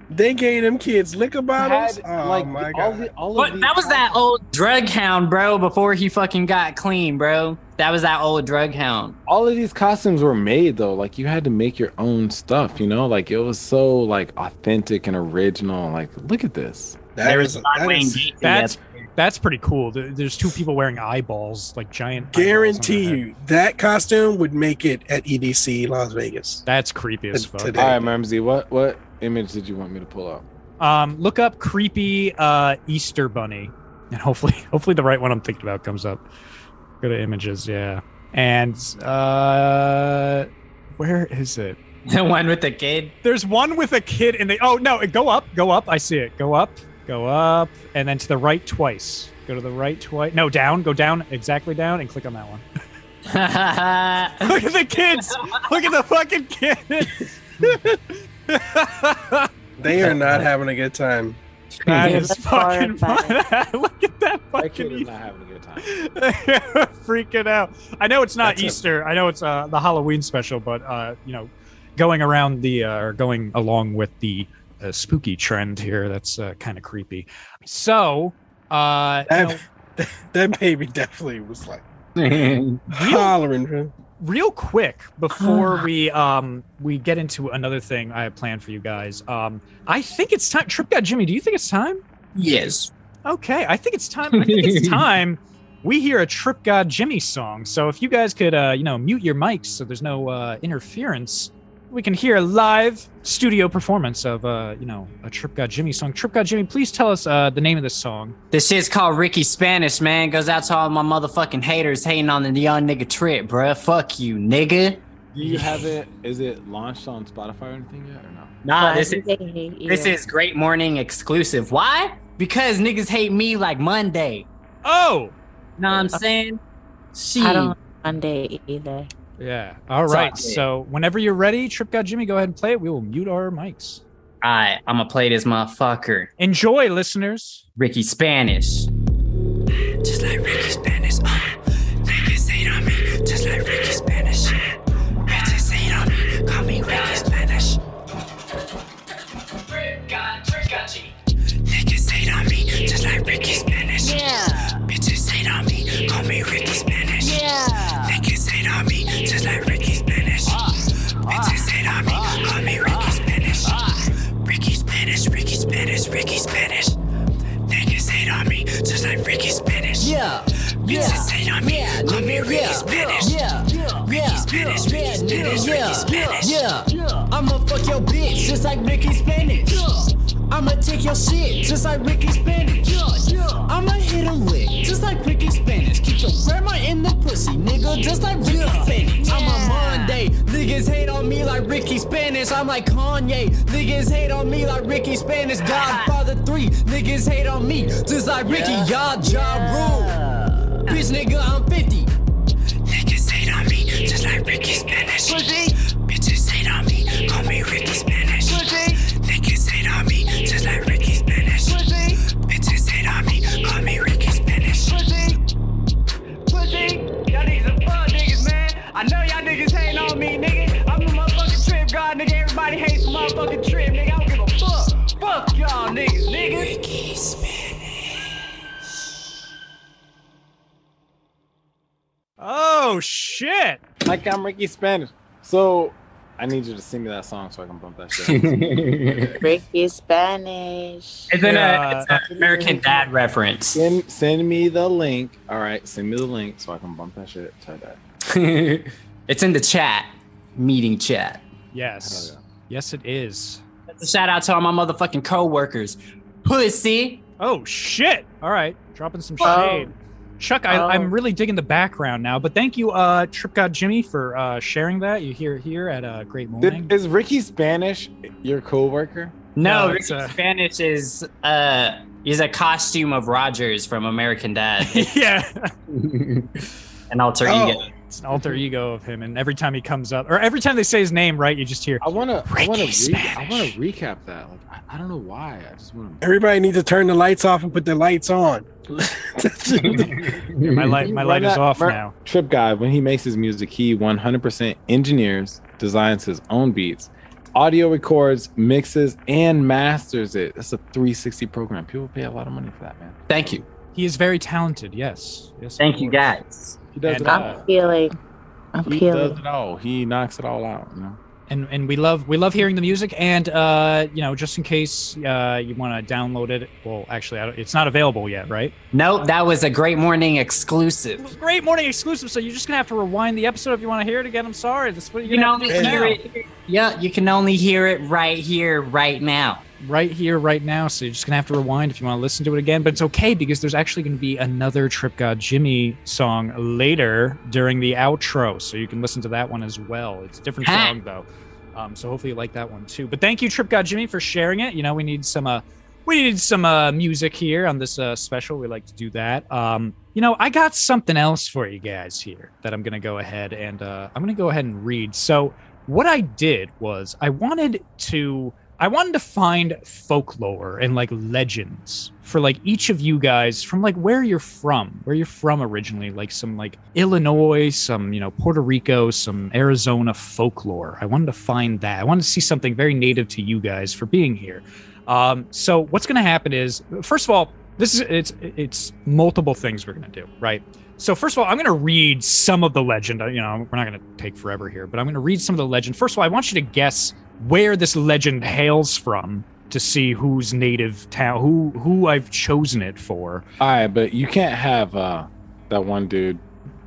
[SPEAKER 7] They gave them kids liquor bottles.
[SPEAKER 3] Had,
[SPEAKER 7] oh
[SPEAKER 3] like all,
[SPEAKER 7] my god!
[SPEAKER 3] the, all of
[SPEAKER 6] But
[SPEAKER 3] these
[SPEAKER 6] that was that
[SPEAKER 3] outfits-
[SPEAKER 6] old drug hound, bro, before he fucking got clean, bro. That was that old drug hound.
[SPEAKER 3] all of these costumes were made though like you had to make your own stuff you know like it was so like authentic and original like look at this
[SPEAKER 7] That
[SPEAKER 6] there
[SPEAKER 7] is-
[SPEAKER 6] was John
[SPEAKER 7] that
[SPEAKER 6] Wayne
[SPEAKER 7] is-
[SPEAKER 6] Gacy
[SPEAKER 2] That's
[SPEAKER 6] that-
[SPEAKER 2] that's pretty cool. There- There's two people wearing eyeballs, like giant. eyeballs on their
[SPEAKER 7] guarantee
[SPEAKER 2] head.
[SPEAKER 7] you that costume would make it at EDC Las Vegas.
[SPEAKER 2] That's creepy as
[SPEAKER 7] Uh,
[SPEAKER 2] fuck.
[SPEAKER 7] today.
[SPEAKER 3] all right mermsey what what image did you want me to pull up
[SPEAKER 2] Um, look up creepy uh, Easter bunny, and hopefully, hopefully the right one I'm thinking about comes up. Go to images, yeah. And uh, where is it?
[SPEAKER 6] the one with the kid.
[SPEAKER 2] There's one with a kid, and they. Oh no! Go up, go up. I see it. Go up, go up, and then to the right twice. Go to the right twice. No, down. Go down exactly down, and click on that one. Look at the kids. Look at the fucking kids.
[SPEAKER 7] They are not having a good time.
[SPEAKER 2] That
[SPEAKER 4] Yeah,
[SPEAKER 2] is
[SPEAKER 4] that's
[SPEAKER 2] fucking
[SPEAKER 4] horrifying.
[SPEAKER 2] fun. Look at that
[SPEAKER 3] that kid is
[SPEAKER 2] fucking.
[SPEAKER 3] not having a good time
[SPEAKER 2] freaking out. I know it's not
[SPEAKER 7] That's a-
[SPEAKER 2] Easter. I know it's uh, the Halloween special, but uh, you know, going around the uh, or going along with the uh, spooky trend here, that's uh, kind of creepy. So, uh, you know,
[SPEAKER 7] That, that baby definitely was like hollering. bro.
[SPEAKER 2] real quick before we um we get into another thing I have planned for you guys. Um, I think it's time. Trip God Jimmy, do you think it's time?
[SPEAKER 6] yes.
[SPEAKER 2] Okay, I think it's time. I think it's time we hear a Trip God Jimmy song. So if you guys could, uh, you know, mute your mics so there's no uh, interference, we can hear a live studio performance of, uh, you know, a Trip God Jimmy song. Trip God Jimmy, please tell us uh, the name of this song.
[SPEAKER 6] This shit's called Ricky Spanish, man. Goes out to all my motherfucking haters hating on the young nigga trip, bruh. Fuck you, nigga.
[SPEAKER 3] do you have it is it launched on spotify or anything yet or no
[SPEAKER 6] Nah, Ah, this is
[SPEAKER 4] They hate you.
[SPEAKER 6] this is Great Morning exclusive. Why? Because niggas hate me like Monday.
[SPEAKER 2] Oh,
[SPEAKER 6] Know what I'm saying? She.
[SPEAKER 4] I don't Monday either.
[SPEAKER 2] yeah. All right. So whenever you're ready, Trip God Jimmy, go ahead and play it. We will mute our mics.
[SPEAKER 6] Alright, I'm gonna play this motherfucker.
[SPEAKER 2] Enjoy, listeners.
[SPEAKER 6] Ricky Spanish.
[SPEAKER 1] Just like Ricky Spanish, uh. Niggas hate on me, just like Ricky Spanish. uh. Bitches hate on me, call me Ricky Spanish. Niggas hate on me, just like Ricky Spanish. uh. Bitches hate on me, call me Ricky Spanish. uh. Niggas hate on me, just like Ricky Spanish. uh. Bitches hate on me, call me Ricky Spanish. Ricky Spanish, Ricky Spanish, Ricky Spanish. Niggas hate on me, just like Ricky Spanish. Yeah. Bitches hate on me, call me Ricky Spanish. Yeah. Ricky Spanish, Ricky Spanish, Ricky Spanish.
[SPEAKER 8] Yeah, I'ma fuck your bitch just like Ricky Spanish. I'ma take your shit just like Ricky Spanish. I'ma hit him with just like Ricky Spanish. Keep your grandma in the pussy, nigga, just like Ricky Spanish. I'm a Monday, niggas hate on me like Ricky Spanish. I'm like Kanye, niggas hate on me like Ricky Spanish. Godfather 3, niggas hate on me just like Ricky, y'all Ja Rule. Bitch, nigga, I'm 50.
[SPEAKER 1] Niggas hate on me, just like Ricky Spanish. Bitches hate on me, call me Ricky Spanish. Niggas hate on me, just like Ricky Spanish. Bitches hate on me, call me Ricky Spanish.
[SPEAKER 8] pussy. Y'all niggas are fuck niggas, man. I know y'all niggas hating on me, nigga. I'm a motherfucking trip god, nigga. Everybody hates the motherfucking trip, nigga. I don't give a fuck. Fuck y'all niggas, nigga.
[SPEAKER 2] Oh shit!
[SPEAKER 3] Like I'm Ricky Spanish. So I need you to sing me that song so I can bump that shit.
[SPEAKER 6] it's
[SPEAKER 4] Ricky Spanish.
[SPEAKER 6] an,
[SPEAKER 2] Yeah.
[SPEAKER 6] uh it's an American Dad reference.
[SPEAKER 3] send, send me the link. All right, send me the link so I can bump that shit. Try that.
[SPEAKER 6] it's in the chat, meeting chat.
[SPEAKER 2] Yes.
[SPEAKER 3] Hell
[SPEAKER 2] Yes, it is.
[SPEAKER 6] That's a shout out to all my motherfucking coworkers. Pussy.
[SPEAKER 2] Oh shit! All right, dropping some
[SPEAKER 4] Oh.
[SPEAKER 2] shade. Chuck, I,
[SPEAKER 4] Oh.
[SPEAKER 2] I'm really digging the background now, but thank you, uh, Trip God Jimmy, for uh, sharing that. You hear it here at uh, Great Morning.
[SPEAKER 3] Did, is Ricky Spanish your coworker?
[SPEAKER 6] No,
[SPEAKER 2] No,
[SPEAKER 6] Ricky
[SPEAKER 2] it's, uh,
[SPEAKER 6] Spanish is uh is a costume of Rogers from American Dad.
[SPEAKER 2] yeah,
[SPEAKER 6] An alter
[SPEAKER 7] Oh.
[SPEAKER 6] ego.
[SPEAKER 2] it's an alter ego of him, and every time he comes up, or every time they say his name, right, you just hear.
[SPEAKER 3] I wanna, I wanna,
[SPEAKER 2] Ricky
[SPEAKER 3] re- I wanna
[SPEAKER 2] Spanish.
[SPEAKER 3] recap that. Like, I, I don't know why. I just wanna.
[SPEAKER 7] Everybody needs to turn the lights off and put their lights on.
[SPEAKER 2] My light, my
[SPEAKER 3] Why
[SPEAKER 2] light is
[SPEAKER 3] not
[SPEAKER 2] off
[SPEAKER 3] Mer-
[SPEAKER 2] now.
[SPEAKER 3] Trip Guy, when he makes his music, he 100% engineers, designs his own beats, audio records, mixes, and masters it. That's a 360 program. People pay a lot of money for that, man.
[SPEAKER 6] Thank you.
[SPEAKER 2] He is very talented. Yes. Yes. of
[SPEAKER 6] Thank you
[SPEAKER 2] course.
[SPEAKER 6] guys.
[SPEAKER 3] He does
[SPEAKER 2] And uh,
[SPEAKER 3] it
[SPEAKER 2] I'm-
[SPEAKER 3] all.
[SPEAKER 4] Feeling. I'm
[SPEAKER 3] He does
[SPEAKER 4] feeling.
[SPEAKER 3] it all. He knocks it all out. You know?
[SPEAKER 2] and and we love we love hearing the music and uh you know just in case uh you want to download it well actually I don't, it's not available yet right
[SPEAKER 6] Nope, that was a great morning exclusive.
[SPEAKER 2] great morning exclusive so you're just gonna have to rewind the episode if you want to hear it again i'm sorry that's what
[SPEAKER 6] You
[SPEAKER 2] you're
[SPEAKER 6] can
[SPEAKER 2] gonna
[SPEAKER 6] only
[SPEAKER 2] have to do
[SPEAKER 6] hear
[SPEAKER 2] now.
[SPEAKER 6] it. Yeah, you can only hear it right here, right now.
[SPEAKER 2] right here right now so you're just gonna have to rewind if you want to listen to it again but it's okay because there's actually gonna be another trip god jimmy song later during the outro so you can listen to that one as well it's a different
[SPEAKER 6] Ha.
[SPEAKER 2] song though um, so hopefully you like that one too but thank you trip god jimmy for sharing it you know we need some uh we need some uh music here on this uh special we like to do that um you know i got something else for you guys here that i'm gonna go ahead and uh i'm gonna go ahead and read so what i did was i wanted to I wanted to find folklore and like legends for like each of you guys from like where you're from, where you're from originally, like some like Illinois, some, you know, Puerto Rico, some Arizona folklore. I wanted to find that. I wanted to see something very native to you guys for being here. Um, so what's going to happen is, first of all, this is it's it's multiple things we're going to do, right? So first of all, I'm going to read some of the legend. You know, we're not going to take forever here, but I'm going to read some of the legend. First of all, I want you to guess where this legend hails from to see whose native town, who who I've chosen it for.
[SPEAKER 3] All right, but you can't have uh, that one dude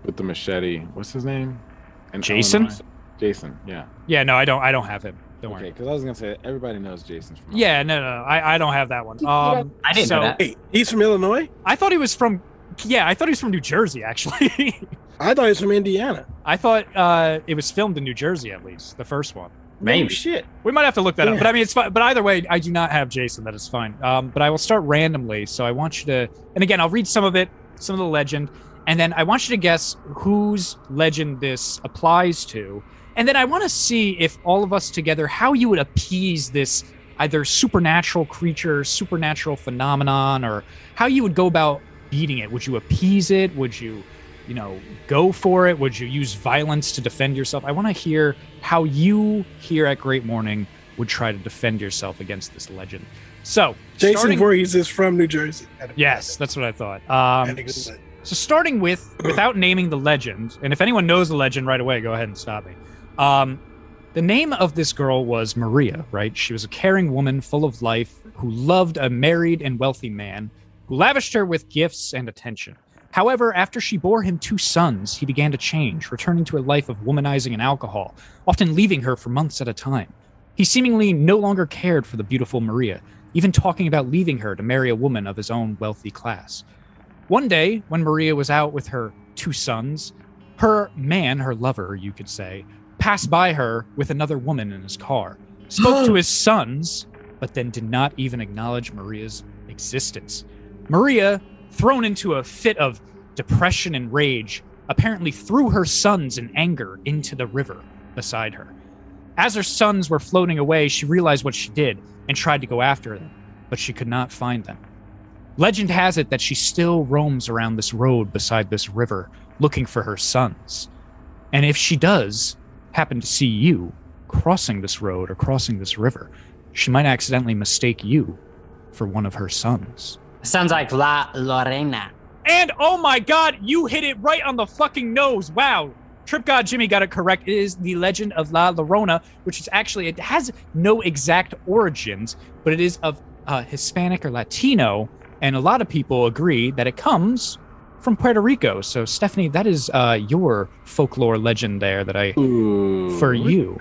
[SPEAKER 3] with the machete. What's his name? In
[SPEAKER 2] Jason?
[SPEAKER 3] Illinois? Jason, yeah.
[SPEAKER 2] Yeah, no, I don't. I don't have him. Don't
[SPEAKER 3] okay,
[SPEAKER 2] worry.
[SPEAKER 3] because I was gonna say everybody knows Jason. From
[SPEAKER 2] Yeah, no, no, no, I, I don't have that one. Um,
[SPEAKER 6] I didn't
[SPEAKER 2] so
[SPEAKER 6] know that.
[SPEAKER 7] Hey, he's from Illinois.
[SPEAKER 2] I thought he was from. Yeah, I thought he was from New Jersey. Actually,
[SPEAKER 7] I thought he was from Indiana.
[SPEAKER 2] I thought uh, it was filmed in New Jersey at least the first one.
[SPEAKER 7] Oh, shit.
[SPEAKER 2] We might have to look that up,
[SPEAKER 7] Yeah.
[SPEAKER 2] but I mean, it's fine. But either way, I do not have Jason. That is fine. Um, but I will start randomly. So I want you to, and again, I'll read some of it, some of the legend, and then I want you to guess whose legend this applies to, and then I want to see if all of us together, how you would appease this either supernatural creature, supernatural phenomenon, or how you would go about beating it. Would you appease it? Would you, you know, go for it? Would you use violence to defend yourself? I want to hear how you here at Great Morning would try to defend yourself against this legend. So,
[SPEAKER 7] Jason
[SPEAKER 2] starting-
[SPEAKER 7] Voorhees is from New Jersey.
[SPEAKER 2] yes, that's what I thought. Um, so starting with, without naming the legend, and if anyone knows the legend right away, go ahead and stop me. Um, the name of this girl was Maria, right? She was a caring woman full of life who loved a married and wealthy man who lavished her with gifts and attention. However, after she bore him two sons, he began to change, returning to a life of womanizing and alcohol, often leaving her for months at a time. He seemingly no longer cared for the beautiful Maria, even talking about leaving her to marry a woman of his own wealthy class. One day, when Maria was out with her two sons, her man, her lover, you could say, passed by her with another woman in his car, spoke to his sons, but then did not even acknowledge Maria's existence. Maria, thrown into a fit of depression and rage, apparently threw her sons in anger into the river beside her. As her sons were floating away, she realized what she did and tried to go after them, but she could not find them. Legend has it that she still roams around this road beside this river looking for her sons. And if she does happen to see you crossing this road or crossing this river, she might accidentally mistake you for one of her sons.
[SPEAKER 6] Sounds like La Lorena.
[SPEAKER 2] And oh my god, you hit it right on the fucking nose. Wow. Trip God Jimmy got it correct. It is the legend of La Llorona, which is actually, it has no exact origins, but it is of uh, Hispanic or Latino. And a lot of people agree that it comes from Puerto Rico. So, Stephanie, that is uh, your folklore legend there that I,
[SPEAKER 3] Ooh.
[SPEAKER 2] for you.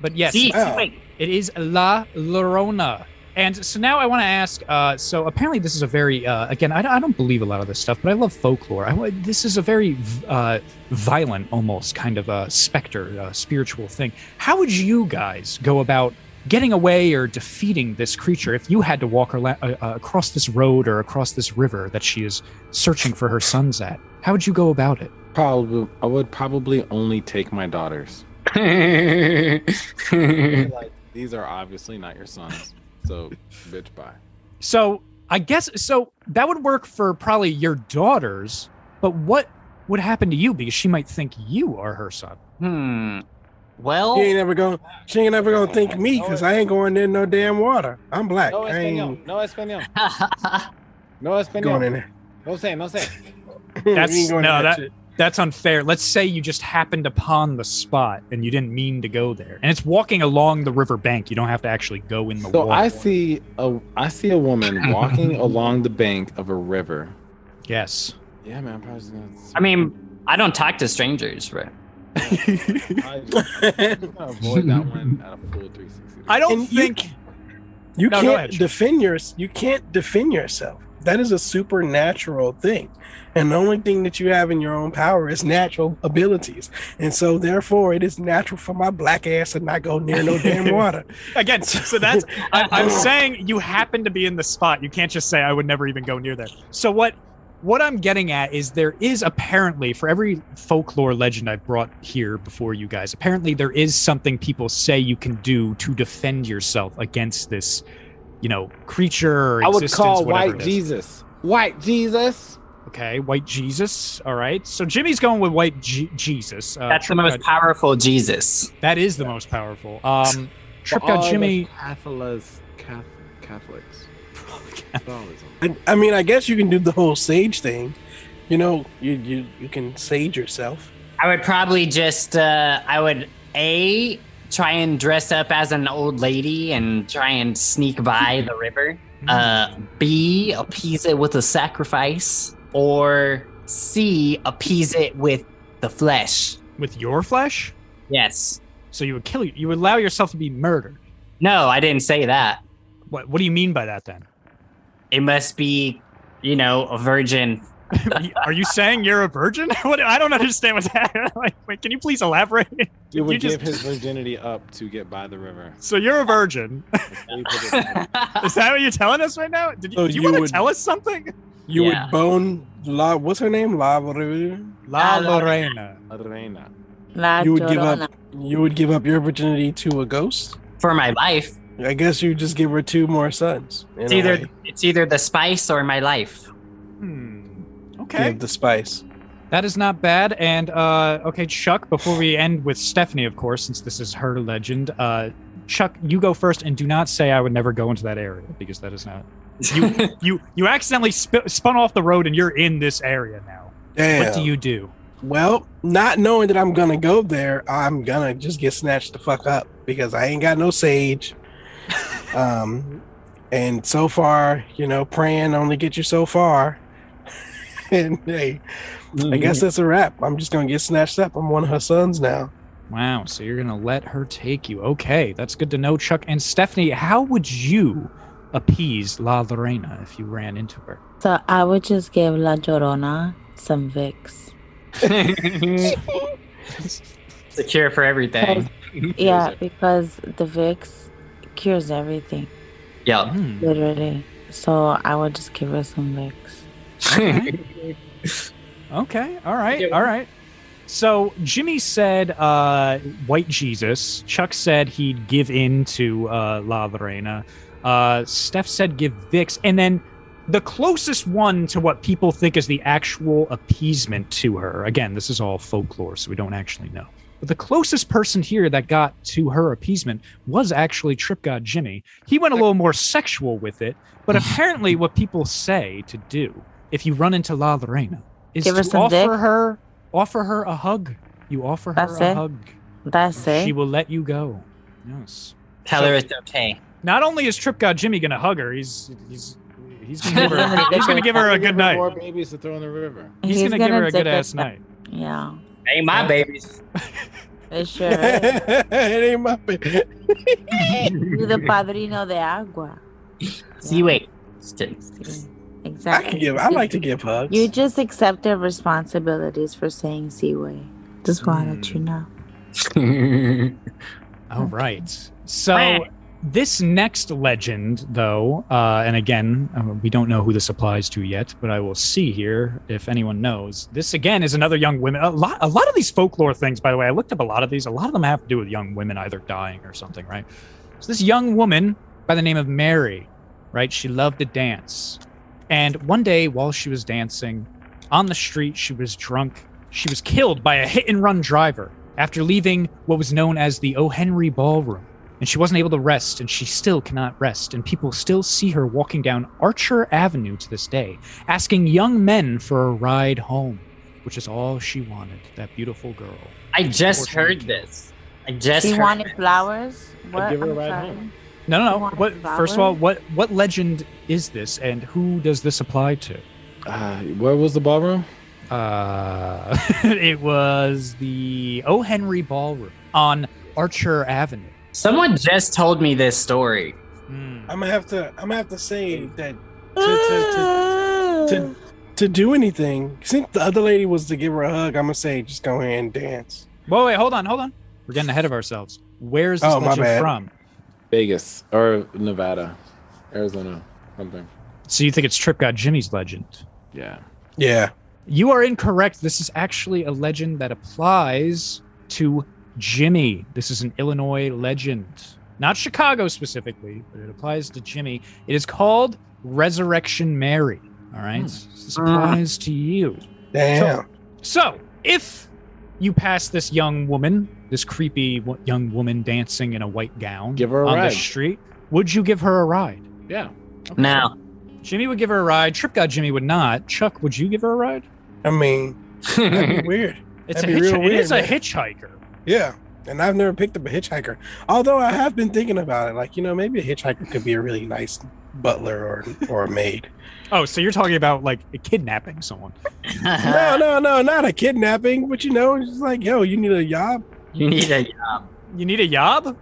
[SPEAKER 2] But yes,
[SPEAKER 6] See,
[SPEAKER 7] Wow.
[SPEAKER 6] wait,
[SPEAKER 2] it is La Llorona. And so now I want to ask. Uh, so apparently, this is a very uh, again. I, don't- I don't believe a lot of this stuff, but I love folklore. I, wa- this is a very v- uh, violent, almost kind of a specter, uh, spiritual thing. How would you guys go about getting away or defeating this creature if you had to walk arla- uh, uh, across this road or across this river that she is searching for her sons at? How would you go about it?
[SPEAKER 3] Probably, I would probably only take my daughters. like, these are obviously not your sons. So, bitch, bye.
[SPEAKER 2] So I guess so that would work for probably your daughters, but what would happen to you because she might think you are her son?
[SPEAKER 6] hmm. Well,
[SPEAKER 7] She ain't never gonna. She ain't never gonna think me because I ain't going in no damn water. I'm black.
[SPEAKER 3] No
[SPEAKER 7] I
[SPEAKER 3] español.
[SPEAKER 7] ain't
[SPEAKER 3] No español. No español.
[SPEAKER 7] going in there.
[SPEAKER 3] No say, no say.
[SPEAKER 2] That's-
[SPEAKER 7] We ain't going in
[SPEAKER 2] no, that-
[SPEAKER 7] shit.
[SPEAKER 2] That's unfair. Let's say you just happened upon the spot and you didn't mean to go there. And it's walking along the river bank. You don't have to actually go in the
[SPEAKER 3] So
[SPEAKER 2] water.
[SPEAKER 3] I see a I see a woman walking along the bank of a river.
[SPEAKER 2] Yes.
[SPEAKER 3] Yeah, man, I'm probably just gonna.
[SPEAKER 6] I mean, I don't talk to strangers, right?
[SPEAKER 3] I, am gonna avoid that one at a full 360.
[SPEAKER 2] I don't
[SPEAKER 7] And you-
[SPEAKER 2] think
[SPEAKER 7] You
[SPEAKER 2] No, go ahead,
[SPEAKER 7] can't
[SPEAKER 2] Sean.
[SPEAKER 7] defend your you can't defend yourself. That is a supernatural thing. And the only thing that you have in your own power is natural abilities. And so therefore it is natural for my black ass to not go near no damn water.
[SPEAKER 2] again. So that's I, I'm saying you happen to be in the spot. You can't just say I would never even go near there. So what what I'm getting at is there is apparently for every folklore legend I brought here before you guys, apparently there is something people say you can do to defend yourself against this, you know, creature. Or
[SPEAKER 3] I would
[SPEAKER 2] existence,
[SPEAKER 3] call
[SPEAKER 2] whatever
[SPEAKER 3] white
[SPEAKER 2] it is.
[SPEAKER 3] Jesus. White Jesus.
[SPEAKER 2] Okay, white Jesus. All right. So Jimmy's going with white Je- Jesus. Uh,
[SPEAKER 6] That's the
[SPEAKER 2] Trip
[SPEAKER 6] most
[SPEAKER 2] God-
[SPEAKER 6] powerful Jesus.
[SPEAKER 2] that is the most powerful. Um, Trip
[SPEAKER 3] For all
[SPEAKER 2] God
[SPEAKER 3] the
[SPEAKER 2] Jimmy.
[SPEAKER 3] Catholics. Cath- Catholics. Catholicism.
[SPEAKER 7] I, I mean I guess you can do the whole sage thing. You know, you you, you can sage yourself.
[SPEAKER 6] I would probably just, uh, I would A, try and dress up as an old lady and try and sneak by the river. Uh, B, appease it with a sacrifice. Or C, appease it with the flesh.
[SPEAKER 2] with your flesh?
[SPEAKER 6] Yes.
[SPEAKER 2] So you would kill you. You would allow yourself to be murdered.
[SPEAKER 6] No, I didn't say that.
[SPEAKER 2] What What do you mean by that then?
[SPEAKER 6] It must be, you know, a virgin.
[SPEAKER 2] Are you saying you're a virgin? What I don't understand what's happening. Like, wait, can you please elaborate?
[SPEAKER 3] It would
[SPEAKER 2] You just-
[SPEAKER 3] give his virginity up to get by the river.
[SPEAKER 2] So you're a virgin.
[SPEAKER 3] Sleep with it.
[SPEAKER 2] Is that what you're telling us right now? Did you,
[SPEAKER 7] So
[SPEAKER 2] do you,
[SPEAKER 7] you
[SPEAKER 2] want
[SPEAKER 7] would-
[SPEAKER 2] to tell us something?
[SPEAKER 7] You
[SPEAKER 6] Yeah.
[SPEAKER 7] would bone la what's her name? La you
[SPEAKER 2] La
[SPEAKER 6] Ah, La-
[SPEAKER 2] Lorena.
[SPEAKER 3] Arena.
[SPEAKER 4] La
[SPEAKER 7] would give
[SPEAKER 4] Llorona.
[SPEAKER 7] up you would give up your virginity to a ghost?
[SPEAKER 6] For my life.
[SPEAKER 7] I guess you just give her two more sons. in
[SPEAKER 6] It's
[SPEAKER 7] a
[SPEAKER 6] either
[SPEAKER 7] way.
[SPEAKER 6] it's either the spice or my life.
[SPEAKER 2] Hmm. Okay.
[SPEAKER 7] give the spice.
[SPEAKER 2] That is not bad. And uh, okay, Chuck. Before we end with Stephanie, of course, since this is her legend, uh, Chuck, you go first, and do not say I would never go into that area because that is not you. You accidentally sp- spun off the road, and you're in this area now.
[SPEAKER 7] Damn.
[SPEAKER 2] What do you do?
[SPEAKER 7] Well, not knowing that I'm gonna go there, I'm gonna just get snatched the fuck up because I ain't got no sage. um, and so far, you know, praying only get you so far. and hey, I guess that's a wrap. I'm just gonna get snatched up. I'm one of her sons now.
[SPEAKER 2] Wow. So you're gonna let her take you? Okay, that's good to know, Chuck and Stephanie. How would you appease La Lorena if you ran into her?
[SPEAKER 4] So I would just give La Llorona some Vicks.
[SPEAKER 6] It's a cure for
[SPEAKER 4] Oh.
[SPEAKER 6] everything.
[SPEAKER 4] Yeah, because the Vicks cures everything,
[SPEAKER 6] Yeah.
[SPEAKER 2] Hmm.
[SPEAKER 4] literally. So I would just give her some Vicks.
[SPEAKER 2] Okay. All right. All right. So Jimmy said uh, white Jesus. Chuck said he'd give in to uh, La Lorena. Uh, Steph said give Vix. And then the closest one to what people think is the actual appeasement to her. Again, this is all folklore, so we don't actually know. But the closest person here that got to her appeasement was actually Trip God Jimmy. He went a little more sexual with it, but apparently, what people say to do if you run into La Lorena is
[SPEAKER 4] Give her
[SPEAKER 2] to
[SPEAKER 4] some
[SPEAKER 2] offer
[SPEAKER 4] dick.
[SPEAKER 2] her offer her a hug. You offer her
[SPEAKER 4] That's
[SPEAKER 2] a
[SPEAKER 4] it?
[SPEAKER 2] hug.
[SPEAKER 4] That's
[SPEAKER 2] She
[SPEAKER 4] it.
[SPEAKER 2] will let you go. Yes.
[SPEAKER 6] Tell her it's okay.
[SPEAKER 2] Not only is Trip God Jimmy gonna hug her, he's he's he's gonna give her, he's gonna give her a good night.
[SPEAKER 3] More babies to throw in the river.
[SPEAKER 2] He's, gonna, give her a
[SPEAKER 4] dip
[SPEAKER 2] good
[SPEAKER 4] it
[SPEAKER 2] ass
[SPEAKER 4] back.
[SPEAKER 2] night.
[SPEAKER 4] Yeah.
[SPEAKER 6] Ain't my babies.
[SPEAKER 4] It sure is.
[SPEAKER 7] it ain't my bad.
[SPEAKER 4] You're the padrino de agua.
[SPEAKER 6] See, wait. St-
[SPEAKER 4] See?
[SPEAKER 7] I
[SPEAKER 4] Exactly.
[SPEAKER 7] can give. I like to give hugs.
[SPEAKER 4] You just accepted responsibilities for saying Seaway. Just want to let
[SPEAKER 2] Mm.
[SPEAKER 4] you know.
[SPEAKER 2] All right. So this next legend, though, uh, and again, uh, we don't know who this applies to yet, but I will see here if anyone knows. This again is another young woman. A lot, a lot of these folklore things, by the way. I looked up a lot of these. A lot of them have to do with young women either dying or something, right? So this young woman by the name of Mary, right? She loved to dance, and one day while she was dancing on the street, she was drunk. She was killed by a hit and run driver after leaving what was known as the O. Henry Ballroom. And she wasn't able to rest, and she still cannot rest. And people still see her walking down Archer Avenue to this day, asking young men for a ride home, which is all she wanted. That beautiful girl.
[SPEAKER 6] I just heard this. I just
[SPEAKER 4] She
[SPEAKER 6] heard
[SPEAKER 4] wanted
[SPEAKER 6] this.
[SPEAKER 4] flowers. What?
[SPEAKER 3] give her a
[SPEAKER 4] I'm
[SPEAKER 3] ride
[SPEAKER 4] sorry.
[SPEAKER 3] home.
[SPEAKER 2] No, no,
[SPEAKER 4] You
[SPEAKER 2] no.
[SPEAKER 4] want
[SPEAKER 2] What?
[SPEAKER 4] flowers?
[SPEAKER 2] First of all, what what legend is this, and who does this apply to?
[SPEAKER 3] Uh, where was the ballroom?
[SPEAKER 2] Uh, it was the O. Henry Ballroom on Archer Avenue.
[SPEAKER 6] Someone just told me this story.
[SPEAKER 7] I'm gonna have to. I'm gonna have to say that to, to, to, to, to do anything. Since the other lady was to give her a hug, I'm gonna say just go ahead and dance.
[SPEAKER 2] Whoa, wait, hold on, hold on. We're getting ahead of ourselves. Where's this
[SPEAKER 7] Oh, my
[SPEAKER 2] legend
[SPEAKER 7] bad.
[SPEAKER 2] from?
[SPEAKER 3] Vegas or Nevada, Arizona, something.
[SPEAKER 2] So you think it's Trip God Jimmy's legend?
[SPEAKER 3] Yeah.
[SPEAKER 7] Yeah.
[SPEAKER 2] You are incorrect. This is actually a legend that applies to Jimmy. This is an Illinois legend. Not Chicago specifically, but it applies to Jimmy. It is called Resurrection Mary. All right.
[SPEAKER 3] Hmm.
[SPEAKER 2] This applies to you.
[SPEAKER 7] Damn.
[SPEAKER 2] So, if you pass this young woman, this creepy wo- young woman dancing in a white gown
[SPEAKER 3] Give her a
[SPEAKER 2] on the
[SPEAKER 3] ride.
[SPEAKER 2] street, would you give her a ride?
[SPEAKER 3] Yeah.
[SPEAKER 6] Now,
[SPEAKER 2] Jimmy would give her a ride. Trip God Jimmy would not. Chuck, would you give her a ride?
[SPEAKER 7] I mean, that'd be weird.
[SPEAKER 2] It's
[SPEAKER 7] That'd
[SPEAKER 2] a
[SPEAKER 7] be
[SPEAKER 2] hitch-
[SPEAKER 7] real weird,
[SPEAKER 2] it is a
[SPEAKER 7] man.
[SPEAKER 2] hitchhiker.
[SPEAKER 7] Yeah. And I've never picked up a hitchhiker. Although I have been thinking about it. Like, you know, maybe a hitchhiker could be a really nice butler or or a maid.
[SPEAKER 2] Oh, so you're talking about like kidnapping someone?
[SPEAKER 7] No, no, no, not a kidnapping. But you know, it's just like, yo, you need a job,
[SPEAKER 6] you need a
[SPEAKER 2] You need a yob?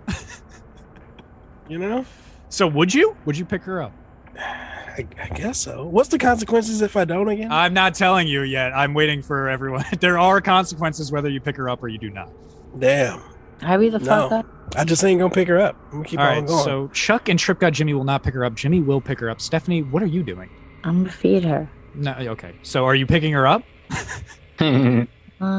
[SPEAKER 7] you know?
[SPEAKER 2] So would you? Would you pick her up?
[SPEAKER 7] I, I guess so. What's the consequences if I don't again?
[SPEAKER 2] I'm not telling you yet. I'm waiting for everyone. there are consequences whether you pick her up or you do not.
[SPEAKER 7] Damn.
[SPEAKER 4] Hurry the fuck
[SPEAKER 7] No.
[SPEAKER 4] up.
[SPEAKER 7] I just ain't gonna pick her up. I'm gonna keep
[SPEAKER 2] All
[SPEAKER 7] on
[SPEAKER 2] right.
[SPEAKER 7] going.
[SPEAKER 2] So Chuck and Trip God Jimmy will not pick her up. Jimmy will pick her up. Stephanie, what are you doing?
[SPEAKER 4] I'm gonna feed her.
[SPEAKER 2] No. Okay. So are you picking her up?
[SPEAKER 6] job.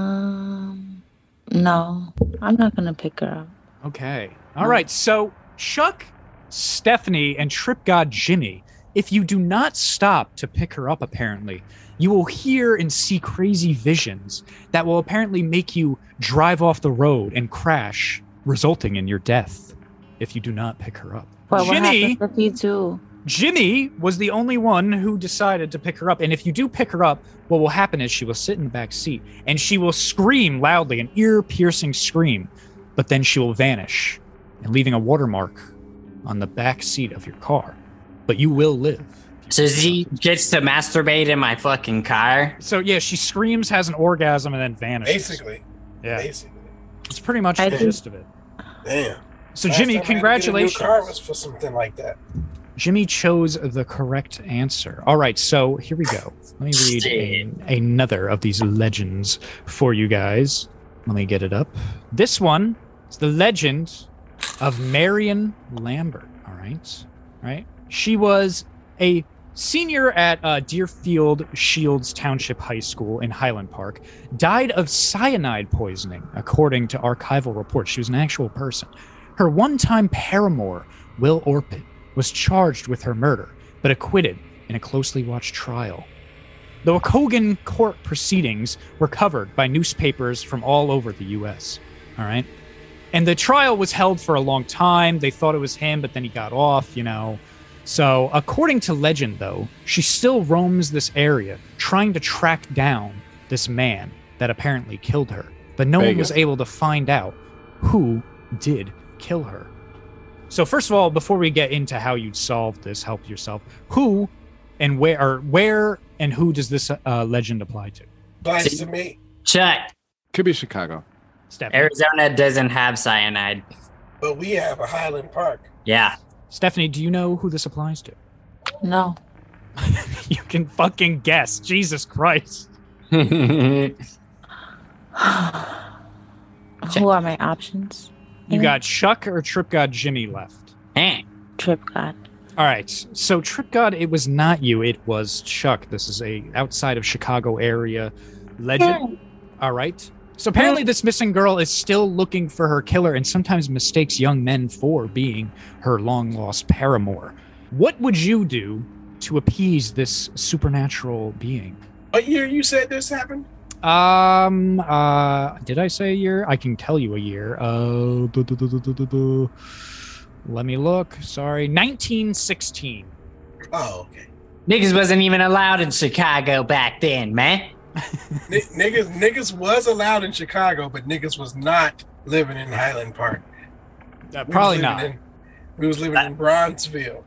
[SPEAKER 4] Um, no, I'm not gonna pick her up.
[SPEAKER 2] Okay. All right. So, Chuck, Stephanie, and Trip God Jimmy, if you do not stop to pick her up, apparently, you will hear and see crazy visions that will apparently make you drive off the road and crash, resulting in your death if you do not pick her up.
[SPEAKER 4] But what
[SPEAKER 2] Ginny!
[SPEAKER 4] happens if you do?
[SPEAKER 2] Jimmy was the only one who decided to pick her up. And if you do pick her up, what will happen is she will sit in the back seat and she will scream loudly, an ear piercing scream, but then she will vanish and leaving a watermark on the back seat of your car. But you will live.
[SPEAKER 6] so she gets to masturbate in my fucking car.
[SPEAKER 2] So, yeah, she screams, has an orgasm, and then vanishes.
[SPEAKER 7] basically,
[SPEAKER 2] Yeah,
[SPEAKER 7] basically,
[SPEAKER 2] it's pretty much
[SPEAKER 4] I
[SPEAKER 2] the
[SPEAKER 4] think-
[SPEAKER 2] gist of it.
[SPEAKER 7] damn.
[SPEAKER 2] So,
[SPEAKER 7] Last
[SPEAKER 2] Jimmy,
[SPEAKER 7] time I had to get a new
[SPEAKER 2] congratulations.
[SPEAKER 7] car was for something like that.
[SPEAKER 2] Jimmy chose the correct answer. All right, so here we go. Let me read a- another of these legends for you guys. Let me get it up. This one is the legend of Marion Lambert. All right, all right. She was a senior at uh, Deerfield Shields Township High School in Highland Park. Died of cyanide poisoning, according to archival reports. She was an actual person. Her one-time paramour, Will Orpin was charged with her murder, but acquitted in a closely watched trial. The Waukogan court proceedings were covered by newspapers from all over the U.S. All right. And the trial was held for a long time. They thought it was him, but then he got off, you know. So, according to legend, though, she still roams this area trying to track down this man that apparently killed her. But no one
[SPEAKER 3] Vegas.
[SPEAKER 2] was able to find out who did kill her. So, first of all, before we get into how you solved this, help yourself. Who and where, or where and who does this uh, legend apply to?
[SPEAKER 7] Blasphemy.
[SPEAKER 6] Check.
[SPEAKER 3] Could be Chicago.
[SPEAKER 2] Stephanie.
[SPEAKER 6] Arizona doesn't have cyanide.
[SPEAKER 7] But we have a Highland Park.
[SPEAKER 6] Yeah.
[SPEAKER 2] Stephanie, do you know who this applies to?
[SPEAKER 4] No.
[SPEAKER 2] you can fucking guess. Jesus Christ.
[SPEAKER 4] Who are my options?
[SPEAKER 2] You
[SPEAKER 4] Mhm.
[SPEAKER 2] got Chuck or Trip God Jimmy left.
[SPEAKER 6] Eh.
[SPEAKER 4] Trip God.
[SPEAKER 2] All right. So Trip God, it was not you. It was Chuck. This is a outside of Chicago area legend. All right. So apparently, this missing girl is still looking for her killer, and sometimes mistakes young men for being her long lost paramour. What would you do to appease this supernatural being?
[SPEAKER 7] What year you said this happened?
[SPEAKER 2] Um. Uh. Did I say a year? I can tell you a year. Uh. duh, duh, duh, duh, duh, duh, duh. Let me look. Sorry, 1916.
[SPEAKER 7] Oh, okay.
[SPEAKER 6] Niggas wasn't even allowed in Chicago back then, man.
[SPEAKER 7] Ni- niggas, niggas was allowed in Chicago, but niggas was not living in Highland Park.
[SPEAKER 2] Uh,
[SPEAKER 7] We was
[SPEAKER 2] probably
[SPEAKER 7] living
[SPEAKER 2] not.
[SPEAKER 7] in- we was living in Bronzeville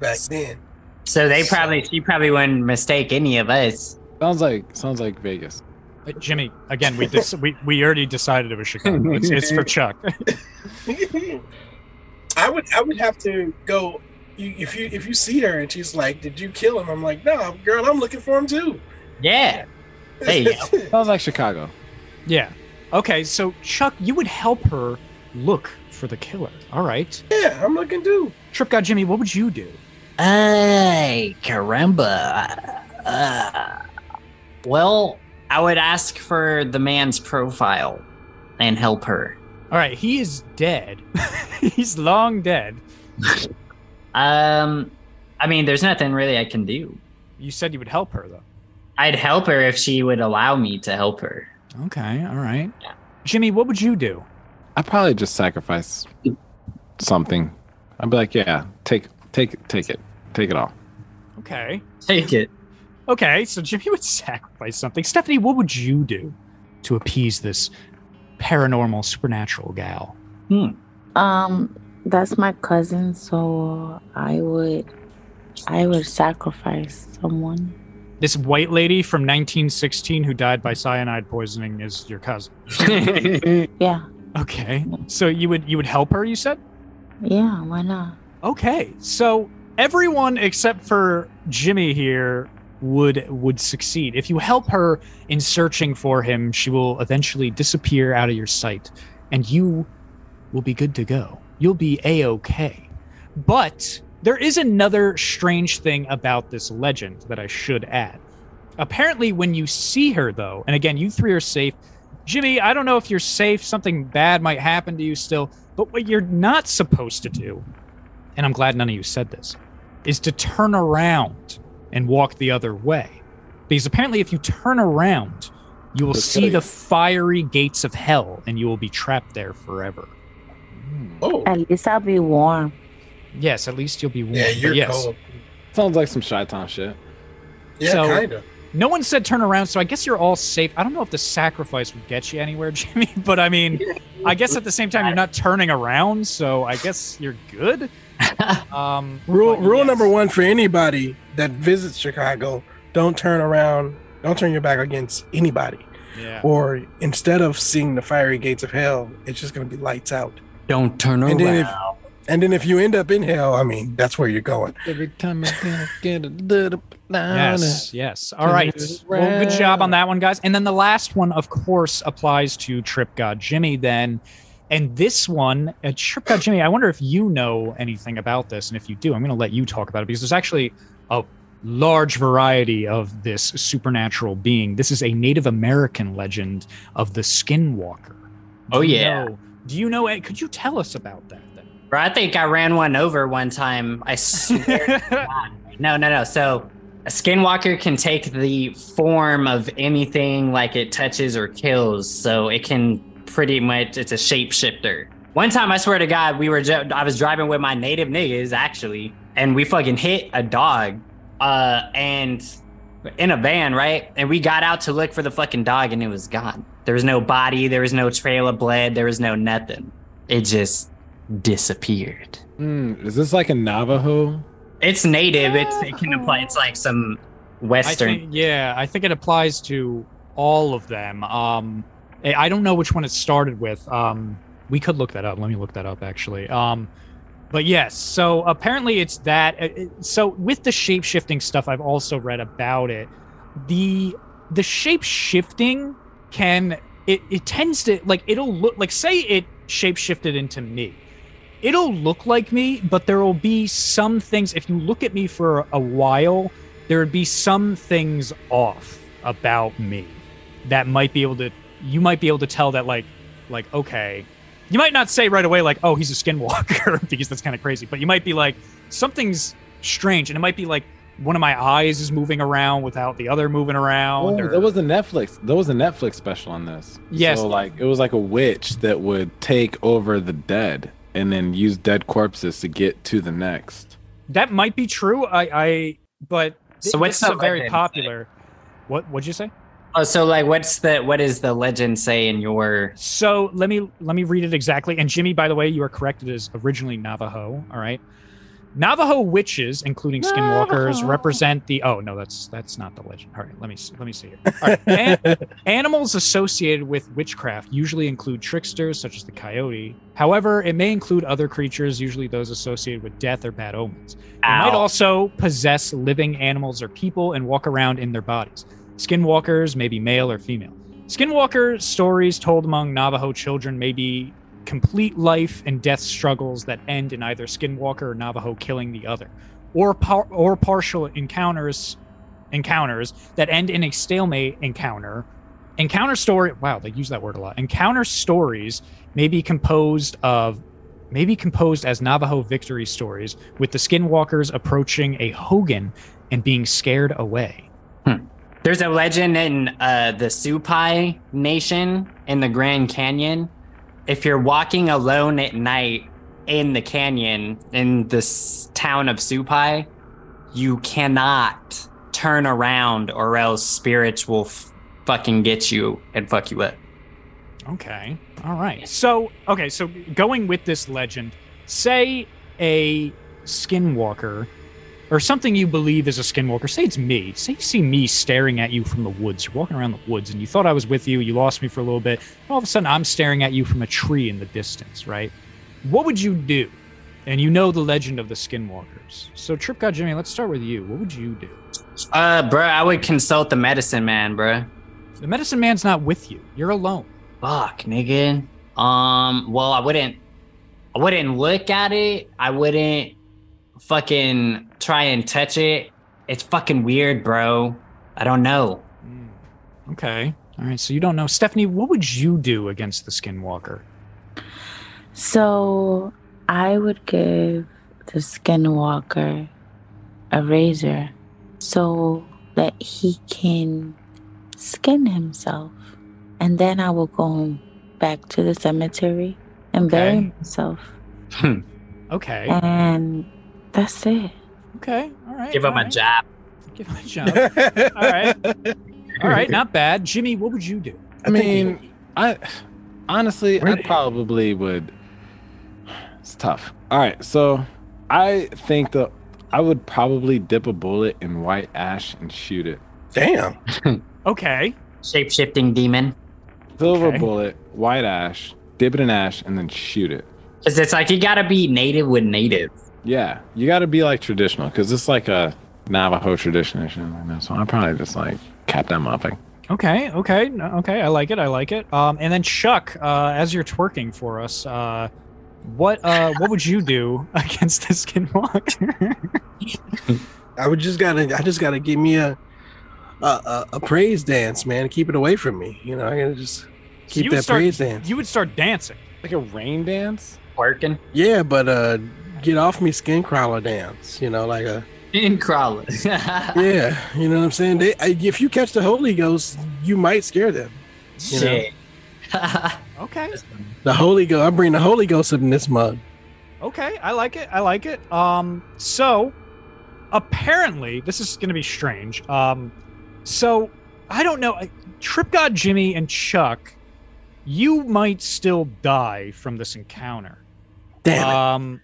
[SPEAKER 7] back then.
[SPEAKER 6] So they probably, she probably wouldn't mistake any of us.
[SPEAKER 3] Sounds like sounds like Vegas.
[SPEAKER 2] Uh, Jimmy, again, we dis- we we already decided it was Chicago. It's, it's for Chuck.
[SPEAKER 7] I would, I would have to go. you- If you, if you see her and she's like, "Did you kill him?" I'm like, "No, girl, I'm looking for him too."
[SPEAKER 6] Yeah. There you go.
[SPEAKER 3] Sounds like Chicago.
[SPEAKER 2] yeah. Okay. So Chuck, you would help her look for the killer. All right.
[SPEAKER 7] yeah, I'm looking too.
[SPEAKER 2] Trip God Jimmy, what would you do?
[SPEAKER 6] Ay, caramba. Uh, well, I would ask for the man's profile and help her.
[SPEAKER 2] All right. He is dead. He's long dead.
[SPEAKER 6] Um, I mean, there's nothing really I can do.
[SPEAKER 2] You said you would help her though.
[SPEAKER 6] I'd help her if she would allow me to help her.
[SPEAKER 2] Okay. All right. Jimmy, what would you do?
[SPEAKER 3] I probably just sacrifice something. I'd be like, yeah, take take take it. Take it all.
[SPEAKER 2] Okay.
[SPEAKER 6] Take it.
[SPEAKER 2] Okay, so Jimmy would sacrifice something. Stephanie, what would you do to appease this paranormal, supernatural gal?
[SPEAKER 4] Um, that's my cousin, so I would, I would sacrifice someone.
[SPEAKER 2] This white lady from 1916 who died by cyanide poisoning is your cousin.
[SPEAKER 4] Yeah,
[SPEAKER 2] Okay, so you would you would help her? You said.
[SPEAKER 4] yeah. Why not?
[SPEAKER 2] Okay, so everyone except for Jimmy here would would succeed. If you help her in searching for him, she will eventually disappear out of your sight and you will be good to go. You'll be a-okay. But there is another strange thing about this legend that I should add. Apparently when you see her though, and again you three are safe. Jimmy, I don't know if you're safe, something bad might happen to you still, but what you're not supposed to do and I'm glad none of you said this, is to turn around and walk the other way. Because apparently, if you turn around, you will
[SPEAKER 3] They'll
[SPEAKER 2] see
[SPEAKER 3] kill you.
[SPEAKER 2] the fiery gates of hell and you will be trapped there forever. Hmm.
[SPEAKER 7] Oh,
[SPEAKER 4] At least I'll be warm.
[SPEAKER 2] Yes, at least you'll be warm.
[SPEAKER 7] yeah,
[SPEAKER 2] but
[SPEAKER 7] you're
[SPEAKER 2] yes.
[SPEAKER 7] cold.
[SPEAKER 3] Sounds like some Chi Town shit.
[SPEAKER 7] Yeah,
[SPEAKER 2] So-
[SPEAKER 7] kinda.
[SPEAKER 2] No one said turn around, so I guess you're all safe. I don't know if the sacrifice would get you anywhere, Jimmy, but I mean, I guess at the same time, you're not turning around, so I guess you're good. Um,
[SPEAKER 7] Rule
[SPEAKER 2] but
[SPEAKER 7] rule
[SPEAKER 2] yes.
[SPEAKER 7] number one for anybody that visits Chicago: don't turn around, don't turn your back against anybody.
[SPEAKER 2] Yeah.
[SPEAKER 7] Or instead of seeing the fiery gates of hell, it's just going to be lights out.
[SPEAKER 6] Don't turn
[SPEAKER 2] Oh,
[SPEAKER 7] And then if-
[SPEAKER 6] around.
[SPEAKER 7] And then if you end up in hell, I mean, that's where you're going.
[SPEAKER 3] Every time I gotta get a little down.
[SPEAKER 2] Yes, yes. All
[SPEAKER 3] Turn
[SPEAKER 2] right.
[SPEAKER 3] it
[SPEAKER 2] Well, good job on
[SPEAKER 3] around.
[SPEAKER 2] that one, guys. And then the last one, of course, applies to Trip God Jimmy then. And this one, uh, Trip God Jimmy, I wonder if you know anything about this. And if you do, I'm going to let you talk about it because there's actually a large variety of this supernatural being. This is a Native American legend of the Skinwalker.
[SPEAKER 6] Oh,
[SPEAKER 2] Do you
[SPEAKER 6] yeah.
[SPEAKER 2] know- do you know? Could you tell us about that then?
[SPEAKER 6] Bro, I think I ran one over one time. I swear. to God. No, no, no. So a skinwalker can take the form of anything like it touches or kills. So it can pretty much it's a shapeshifter. One time, I swear to God, we were ju- I was driving with my native niggas actually, and we fucking hit a dog, uh, and in a van, right? And we got out to look for the fucking dog, and it was gone. There was no body, there was no trail of blood, there was no nothing. It just disappeared.
[SPEAKER 3] Hmm, is this like a Navajo?
[SPEAKER 6] It's native. It's it can apply. It's like some
[SPEAKER 2] I
[SPEAKER 6] western.
[SPEAKER 2] think, yeah, I think it applies to all of them. Um, I I don't know which one it started with. Um, we could look that up. Let me look that up actually. Um, but yes, so apparently it's that. uh, uh, So with the shape shifting stuff, I've also read about it. The the shape shifting can it, it tends to like it'll look like say it shape shifted into me it'll look like me but there will be some things if you look at me for a while there would be some things off about me that might be able to you might be able to tell that like like okay you might not say right away like oh he's a skinwalker because that's kind of crazy but you might be like something's strange and it might be like one of my eyes is moving around without the other moving around
[SPEAKER 3] Oh,
[SPEAKER 2] or-
[SPEAKER 3] there was a Netflix. There was a Netflix special on this.
[SPEAKER 2] Yes.
[SPEAKER 3] So like it was like a witch that would take over the dead and then use dead corpses to get to the next.
[SPEAKER 2] that might be true i i but
[SPEAKER 6] So what's
[SPEAKER 2] it's a
[SPEAKER 6] the
[SPEAKER 2] very
[SPEAKER 6] legend?
[SPEAKER 2] popular what what'd you say
[SPEAKER 6] oh, so like, what's the what is the legend say in your?
[SPEAKER 2] So let me let me read it exactly. And Jimmy, by the way, you are correct. It is originally Navajo. All right. Navajo witches, including skinwalkers, represent the. Oh no, that's that's not the legend. All right, let me s- let me see here. All right. An- animals associated with witchcraft usually include tricksters such as the coyote. However, it may include other creatures, usually those associated with death or bad omens. They might
[SPEAKER 6] Ow.
[SPEAKER 2] also possess living animals or people and walk around in their bodies. Skinwalkers may be male or female. Skinwalker stories told among Navajo children may be complete life and death struggles that end in either Skinwalker or Navajo killing the other, or par- or partial encounters encounters that end in a stalemate encounter. Encounter story. Wow, they use that word a lot. Encounter stories may be composed of may be composed as Navajo victory stories, with the Skinwalkers approaching a Hogan and being scared away.
[SPEAKER 6] There's a legend in uh, the Supai Nation in the Grand Canyon. If you're walking alone at night in the canyon in this town of Supai, you cannot turn around or else spirits will f- fucking get you and fuck you up.
[SPEAKER 2] Okay. All right. So, okay. So, going with this legend, say a skinwalker or something you believe is a skinwalker, say it's me. Say you see me staring at you from the woods. You're walking around the woods and you thought I was with you. You lost me for a little bit. And all of a sudden, I'm staring at you from a tree in the distance, right? What would you do? And you know the legend of the skinwalkers. So, Trip God Jimmy, let's start with you. What would you do?
[SPEAKER 6] Uh, bro, I would consult the medicine man, bro.
[SPEAKER 2] The medicine man's not with you, you're alone.
[SPEAKER 6] Fuck, nigga. Um, well, I wouldn't, I wouldn't look at it. I wouldn't fucking try and touch it. It's fucking weird, bro. I don't know.
[SPEAKER 2] Hmm. Okay. All right. So you don't know. Stephanie, what would you do against the skinwalker?
[SPEAKER 4] So I would give the skinwalker a razor so that he can skin himself. And then I will go home back to the cemetery and bury
[SPEAKER 2] Okay.
[SPEAKER 4] myself.
[SPEAKER 2] Okay.
[SPEAKER 4] And that's it.
[SPEAKER 2] okay. All right.
[SPEAKER 6] Give him
[SPEAKER 2] all
[SPEAKER 6] a
[SPEAKER 2] right.
[SPEAKER 6] job.
[SPEAKER 2] Give him a job. Oh. all right. All right. Not bad. Jimmy, what would you do?
[SPEAKER 3] I mean, I honestly, I
[SPEAKER 7] Really?
[SPEAKER 3] probably would. It's tough. All right, so I think that I would probably dip a bullet in white ash and shoot it.
[SPEAKER 7] Damn.
[SPEAKER 2] Okay.
[SPEAKER 6] Shape shifting demon.
[SPEAKER 3] Silver
[SPEAKER 2] Okay.
[SPEAKER 3] bullet, white ash, dip it in ash, and then shoot it.
[SPEAKER 6] Cause it's like you gotta be native with native.
[SPEAKER 3] Yeah, you got to be like traditional because it's like a Navajo tradition or something like that. So I'm probably just like cap that motherfucker.
[SPEAKER 2] Okay. Okay. no- Okay. I like it. I like it. Um, and then Chuck, uh, as you're twerking for us, uh, what uh, what would you do against the skinwalker?
[SPEAKER 7] I would just gotta I just gotta give me a a, a, a praise dance, man. Keep it away from me. You know, I gotta just
[SPEAKER 2] So
[SPEAKER 7] keep
[SPEAKER 2] you would
[SPEAKER 7] that
[SPEAKER 2] start-
[SPEAKER 7] praise dance.
[SPEAKER 2] you would start dancing.
[SPEAKER 3] Like a rain dance?
[SPEAKER 6] Working.
[SPEAKER 7] Yeah, but uh get off me skin crawler dance, you know, like a
[SPEAKER 6] In crawler.
[SPEAKER 7] yeah, you know what I'm saying? They, I- if you catch the Holy Ghost, you might scare them. You know?
[SPEAKER 6] Shit.
[SPEAKER 2] Okay.
[SPEAKER 7] The Holy Ghost, I bring the Holy Ghost up in this mug.
[SPEAKER 2] Okay, I like it. I like it. Um, so apparently, this is going to be strange. Um, so I don't know. I- Trip God Jimmy and Chuck, you might still die from this encounter.
[SPEAKER 7] Damn it.
[SPEAKER 2] Um,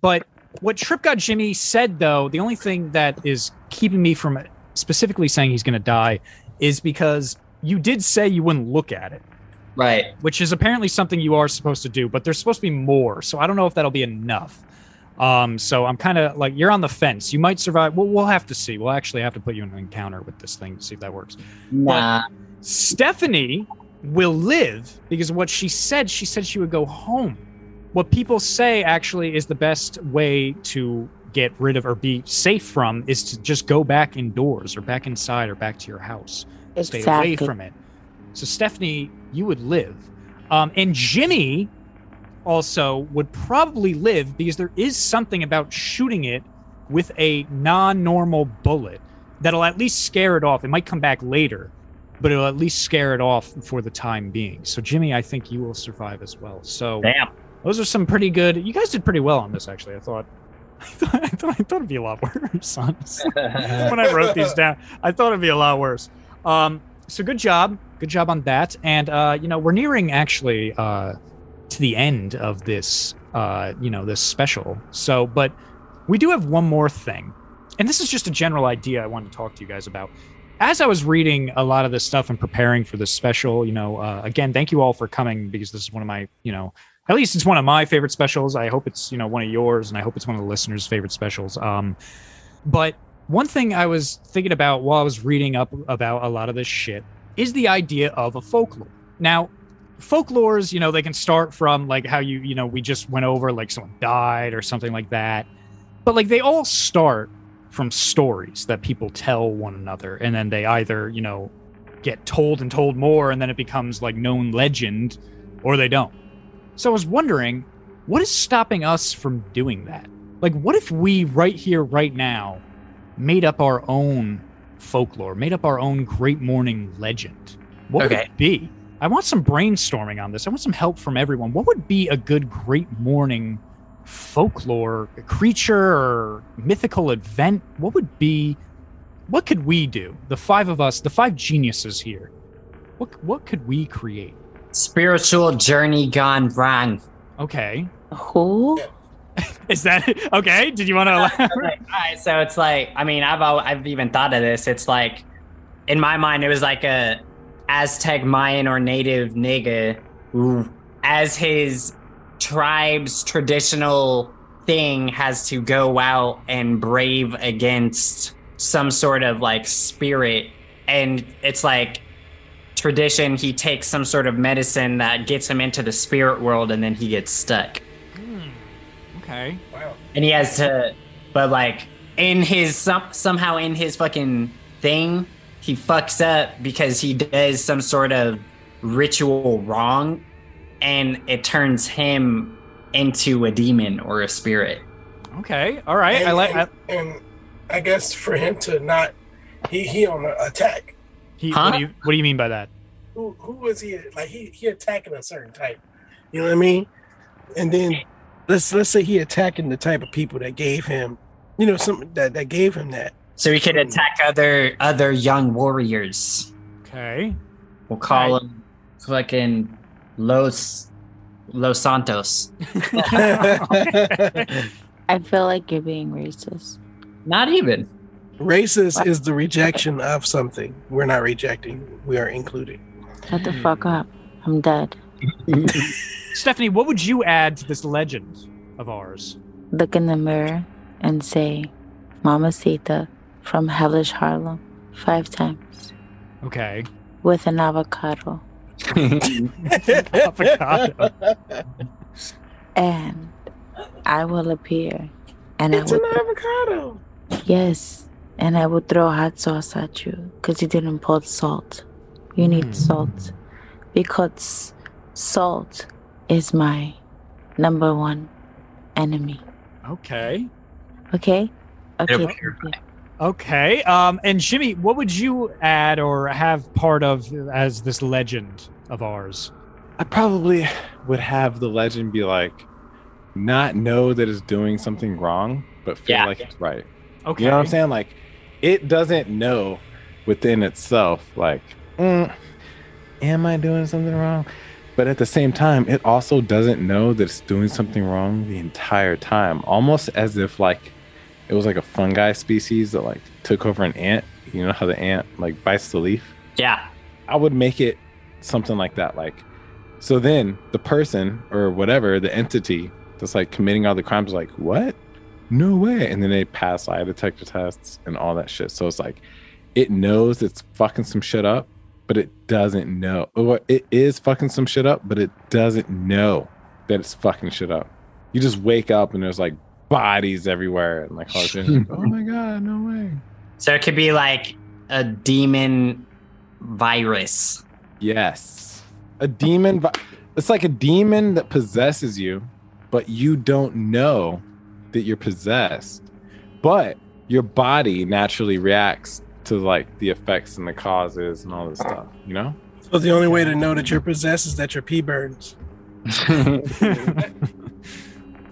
[SPEAKER 2] but what Trip God Jimmy said, though, the only thing that is keeping me from specifically saying he's going to die is because you did say you wouldn't look at it
[SPEAKER 6] Right.
[SPEAKER 2] which is apparently something you are supposed to do, but there's supposed to be more. So I don't know if that'll be enough. Um, so I'm kind of like you're on the fence. You might survive. Well, we'll have to see. We'll actually have to put you in an encounter with this thing to see if that works.
[SPEAKER 6] Nah.
[SPEAKER 2] Stephanie will live because what she said, she said she would go home. What people say actually is the best way to get rid of or be safe from is to just go back indoors or back inside or back to your house stay away from it. So Stephanie, you would live, um, and Jimmy also would probably live because there is something about shooting it with a non-normal bullet that'll at least scare it off. It might come back later, but it'll at least scare it off for the time being. So Jimmy, I think you will survive as well. So
[SPEAKER 6] Damn.
[SPEAKER 2] those are some pretty good. You guys did pretty well on this, actually. I thought. I thought, I thought, I thought it'd be a lot worse, honestly when I wrote these down. I thought it'd be a lot worse. Um, so good job, good job on that. And uh, you know, we're nearing actually uh, to the end of this, uh, you know, this special. So, but we do have one more thing, and this is just a general idea I wanted to talk to you guys about. As I was reading a lot of this stuff and preparing for this special, you know, uh, again, thank you all for coming because this is one of my, you know, at least it's one of my favorite specials. I hope it's, you know, one of yours, and I hope it's one of the listeners' favorite specials. Um, but one thing I was thinking about while I was reading up about a lot of this shit is the idea of a folklore. Now, folklores, you know, they can start from like how you, you know, we just went over like someone died or something like that. But like they all start from stories that people tell one another and then they either, you know, get told and told more and then it becomes like known legend or they don't. So I was wondering, what is stopping us from doing that? Like what if we right here right now made up our own folklore, made up our own Great Morning legend. What would
[SPEAKER 6] Okay.
[SPEAKER 2] it be? I want some brainstorming on this. I want some help from everyone. What would be a good Great Morning folklore creature or mythical event? What would be? What could we do? The five of us, the five geniuses here. What what could we create?
[SPEAKER 6] Spiritual journey gone wrong.
[SPEAKER 2] Okay,
[SPEAKER 4] Who?
[SPEAKER 2] is that okay? Did you want to?
[SPEAKER 6] Like, all right, so it's like I mean I've al- I've even thought of this. It's like in my mind it was like a Aztec Mayan or native nigga who, as his tribe's traditional thing has to go out and brave against some sort of like spirit and it's like tradition he takes some sort of medicine that gets him into the spirit world and then he gets stuck
[SPEAKER 2] okay,
[SPEAKER 6] and he has to but like in his some, somehow in his fucking thing he fucks up because he does some sort of ritual wrong and it turns him into a demon or a spirit
[SPEAKER 2] okay, all right. I
[SPEAKER 7] And-
[SPEAKER 2] like. I,
[SPEAKER 7] and I guess for him to not, he he on the attack.
[SPEAKER 2] he,
[SPEAKER 6] Huh?
[SPEAKER 2] what, do you, what do you mean by that?
[SPEAKER 7] Who who was he? Like he he attacking a certain type. You know what I mean? And then let's let's say he attacking the type of people that gave him, you know, some that that gave him that.
[SPEAKER 6] so he could
[SPEAKER 7] Hmm.
[SPEAKER 6] attack other other young warriors
[SPEAKER 2] Okay,
[SPEAKER 6] we'll call him fucking los los santos
[SPEAKER 4] I feel like you're being racist.
[SPEAKER 6] not even
[SPEAKER 7] Racist is the rejection of something. We're not rejecting. We are included.
[SPEAKER 4] Shut
[SPEAKER 2] Hmm.
[SPEAKER 4] the fuck up. I'm dead.
[SPEAKER 2] Stephanie, what would you add to this legend of ours?
[SPEAKER 4] Look in the mirror and say, Mamacita from Hellish Harlem five times
[SPEAKER 2] Okay.
[SPEAKER 4] with an avocado.
[SPEAKER 2] Avocado.
[SPEAKER 4] And I will appear. And
[SPEAKER 7] It's
[SPEAKER 4] I
[SPEAKER 7] an
[SPEAKER 4] will.
[SPEAKER 7] avocado.
[SPEAKER 4] Yes. And I will throw hot sauce at you because you didn't put salt. You need
[SPEAKER 2] Hmm.
[SPEAKER 4] salt because salt is my number one enemy.
[SPEAKER 2] Okay.
[SPEAKER 4] Okay? Okay.
[SPEAKER 6] will
[SPEAKER 4] thank you.
[SPEAKER 2] Okay. Um, and Jimmy, what would you add or have part of as this legend of ours?
[SPEAKER 3] I probably would have the legend be like, not know that it's doing something wrong, but feel
[SPEAKER 6] Yeah.
[SPEAKER 3] like it's right.
[SPEAKER 2] Okay.
[SPEAKER 3] You know what I'm saying? Like, it doesn't know within itself, like, "Mm, am I doing something wrong? But at the same time, it also doesn't know that it's doing something wrong the entire time, almost as if like it was like a fungi species that like took over an ant. You know how the ant like bites the leaf?
[SPEAKER 6] Yeah.
[SPEAKER 3] I would make it something like that. Like, so then the person or whatever, the entity that's like committing all the crimes, is like, what? No way. And then they pass lie detector tests and all that shit. So it's like, it knows it's fucking some shit up, but it doesn't know. Or it is fucking some shit up, but it doesn't know that it's fucking shit up. You just wake up and there's like bodies everywhere and like, all this shit. Like, oh my God, no way.
[SPEAKER 6] So it could be like a demon virus.
[SPEAKER 3] Yes. A demon. Vi- it's like a demon that possesses you, but you don't know that you're possessed. But your body naturally reacts to like the effects and the causes and all this stuff, you know?
[SPEAKER 7] So the only way to know that you're possessed is that your pee burns.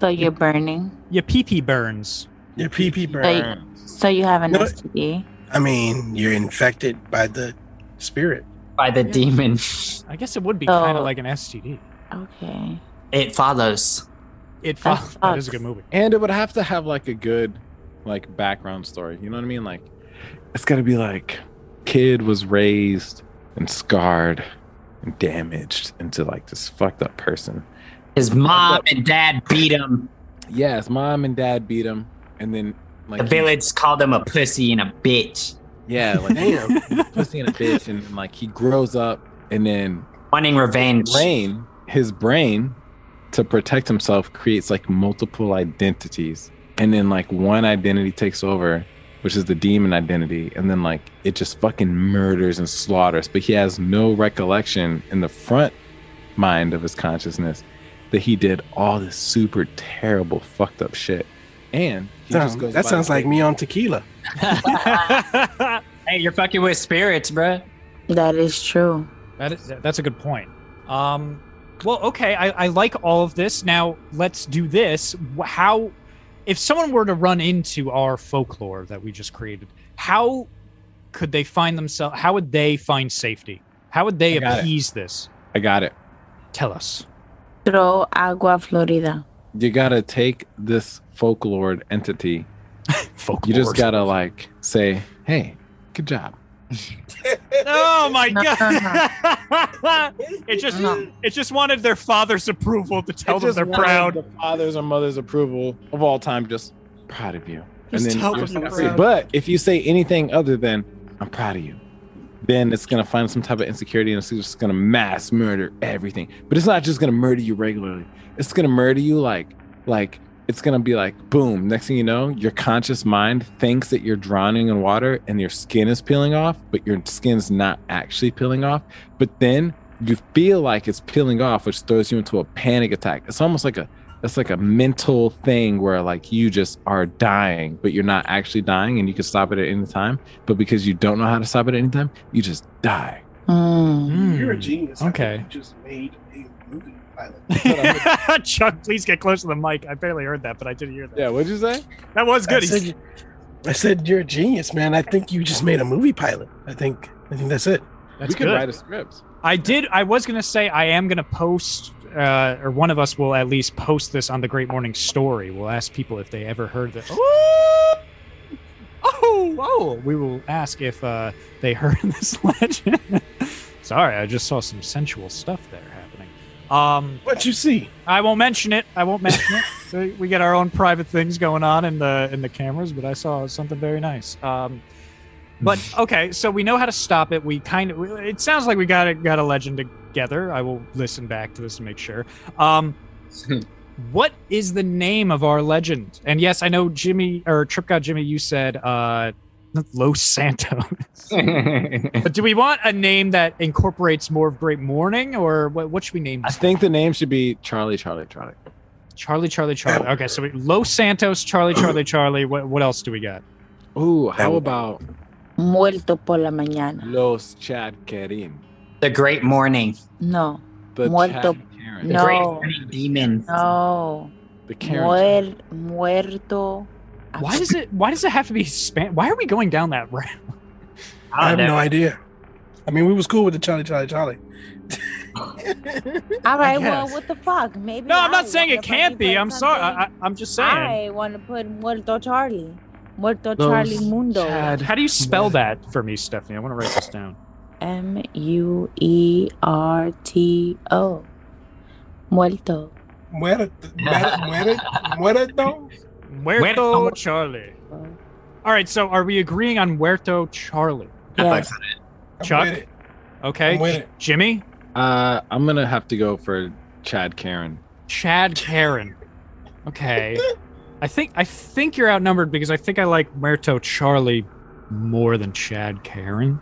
[SPEAKER 4] So you're burning.
[SPEAKER 2] Your pee pee burns.
[SPEAKER 7] Your pee pee
[SPEAKER 4] Like-
[SPEAKER 7] burns.
[SPEAKER 4] So you have an
[SPEAKER 7] No.
[SPEAKER 4] STD.
[SPEAKER 7] I mean, you're infected by the spirit.
[SPEAKER 6] By the demon.
[SPEAKER 2] I guess it would be
[SPEAKER 4] Oh.
[SPEAKER 2] kind of like an STD.
[SPEAKER 4] Okay.
[SPEAKER 6] It follows.
[SPEAKER 2] It
[SPEAKER 4] That
[SPEAKER 2] follows. That is a good
[SPEAKER 4] sucks.
[SPEAKER 2] movie.
[SPEAKER 3] And it would have to have like a good like background story. You know what I mean? Like it's gotta be like kid was raised and scarred and damaged into like this fucked up person.
[SPEAKER 6] His mom and dad beat him.
[SPEAKER 3] Yeah, his mom and dad beat him, and then like
[SPEAKER 6] The
[SPEAKER 3] he-
[SPEAKER 6] village called him a pussy and a bitch.
[SPEAKER 3] yeah, like damn, pussy and a bitch, and like he grows up, and then
[SPEAKER 6] Wanting revenge.
[SPEAKER 3] brain, his brain, to protect himself, creates like multiple identities, and then like one identity takes over, which is the demon identity, and then like it just fucking murders and slaughters, but he has no recollection in the front mind of his consciousness that he did all this super terrible fucked up shit, and he
[SPEAKER 7] Sounds-
[SPEAKER 3] just goes
[SPEAKER 7] that
[SPEAKER 3] by
[SPEAKER 7] sounds
[SPEAKER 3] the-
[SPEAKER 7] like me on tequila.
[SPEAKER 6] Hey, you're fucking with spirits, bruh.
[SPEAKER 4] That is true.
[SPEAKER 2] That is, that's a good point. Um, well, okay, I, I like all of this. Now let's do this. Wh- How, if someone were to run into our folklore that we just created, how could they find themselves? How would they find safety? How would they
[SPEAKER 3] I got it.
[SPEAKER 2] appease this?
[SPEAKER 3] I got it.
[SPEAKER 2] Tell us.
[SPEAKER 4] Throw agua florida.
[SPEAKER 3] you gotta take this folklore entity.
[SPEAKER 2] Folklore.
[SPEAKER 3] You just gotta like say, "Hey, good job."
[SPEAKER 2] Oh my god! it just it just wanted their father's approval to tell them they're proud.
[SPEAKER 3] The father's or mother's approval of all time. Just proud of you.
[SPEAKER 2] Just tell
[SPEAKER 3] you're
[SPEAKER 2] them they're
[SPEAKER 3] free.
[SPEAKER 2] proud.
[SPEAKER 3] But if you say anything other than "I'm proud of you," then it's gonna find some type of insecurity and it's just gonna mass murder everything. But it's not just gonna murder you regularly. It's gonna murder you like like it's gonna be like boom. Next thing you know, your conscious mind thinks that you're drowning in water and your skin is peeling off, but your skin's not actually peeling off. But then you feel like it's peeling off, which throws you into a panic attack. It's almost like a it's like a mental thing where like you just are dying, but you're not actually dying and you can stop it at any time. But because you don't know how to stop it at any time, you just die.
[SPEAKER 4] Mm.
[SPEAKER 2] Hmm.
[SPEAKER 3] Hmm,
[SPEAKER 7] You're a genius. I think
[SPEAKER 2] okay.
[SPEAKER 7] you just made a movie pilot.
[SPEAKER 2] Chuck, please get close to the mic. I barely heard that, but I did hear that.
[SPEAKER 3] what'd you say?
[SPEAKER 2] That was good.
[SPEAKER 7] I said, you- I said you're a genius, man. I think you just made a movie pilot. I think I think that's it.
[SPEAKER 2] That's
[SPEAKER 3] we could
[SPEAKER 2] good.
[SPEAKER 3] write a script.
[SPEAKER 2] I did. I was gonna say I am gonna post, uh, or one of us will at least post this on the Great Morning Story. We'll ask people if they ever heard that. Oh, oh, oh. We will ask if uh, they heard this legend. Sorry, I just saw some sensual stuff there happening. Um,
[SPEAKER 7] What you see?
[SPEAKER 2] I won't mention it. I won't mention it. We- We get our own private things going on in the in the cameras, but I saw something very nice. Um, but okay, so we know how to stop it. We kind of. It sounds like we got a, got a legend together. I will listen back to this to make sure. Um, what is the name of our legend? And yes, I know Jimmy or Trip God Jimmy. You said uh, Los Santos.
[SPEAKER 6] I
[SPEAKER 2] but do we want a name that incorporates more of Great Morning, or what? What should we name?
[SPEAKER 3] I
[SPEAKER 2] this?
[SPEAKER 3] think the name should be Charlie, Charlie, Charlie.
[SPEAKER 2] Charlie, Charlie, Charlie. Okay, so we, Los Santos, Charlie, Charlie, Charlie. What what else do we got?
[SPEAKER 3] Ooh, how
[SPEAKER 7] would-
[SPEAKER 3] about
[SPEAKER 4] Muerto por la mañana.
[SPEAKER 3] Los Chad Karim?
[SPEAKER 6] the great morning.
[SPEAKER 4] No.
[SPEAKER 3] The
[SPEAKER 4] Muerto-
[SPEAKER 3] Chad Karen.
[SPEAKER 6] The great
[SPEAKER 4] No.
[SPEAKER 6] morning demon.
[SPEAKER 4] No.
[SPEAKER 3] The Karen.
[SPEAKER 4] Muer, muerto. Ah,
[SPEAKER 2] Why does it? Why does it have to be Spanish? Why are we going down that route?
[SPEAKER 7] I have no
[SPEAKER 6] never-
[SPEAKER 7] idea. I mean, we was cool with the Charlie, Charlie, Charlie.
[SPEAKER 4] All right, well,
[SPEAKER 2] guess.
[SPEAKER 4] what the fuck? Maybe.
[SPEAKER 2] No, I'm
[SPEAKER 4] I
[SPEAKER 2] not saying
[SPEAKER 4] wanna
[SPEAKER 2] it can't
[SPEAKER 4] fucking
[SPEAKER 2] be.
[SPEAKER 4] put
[SPEAKER 2] I'm sorry.
[SPEAKER 4] something-
[SPEAKER 2] I, I, I'm just saying.
[SPEAKER 4] I want to put Muerto Charlie. Muerto
[SPEAKER 3] Those
[SPEAKER 4] Charlie Mundo.
[SPEAKER 3] Chad-
[SPEAKER 2] How do you spell that for me, Stephanie? I want to write this down.
[SPEAKER 4] M U E R T O. Muerto.
[SPEAKER 7] Muerto, muerto, muerto.
[SPEAKER 2] Muerto
[SPEAKER 6] Muerto.
[SPEAKER 2] Charlie. All right. So, are we agreeing on Muerto Charlie?
[SPEAKER 4] Yes.
[SPEAKER 7] I'm
[SPEAKER 2] Chuck?
[SPEAKER 7] with it.
[SPEAKER 2] Okay.
[SPEAKER 7] I'm with it.
[SPEAKER 2] Jimmy,
[SPEAKER 3] Uh, I'm gonna have to go for Chad Karen.
[SPEAKER 2] Chad, Karen. Okay. I think I think you're outnumbered because I think I like Muerto Charlie more than Chad Karen.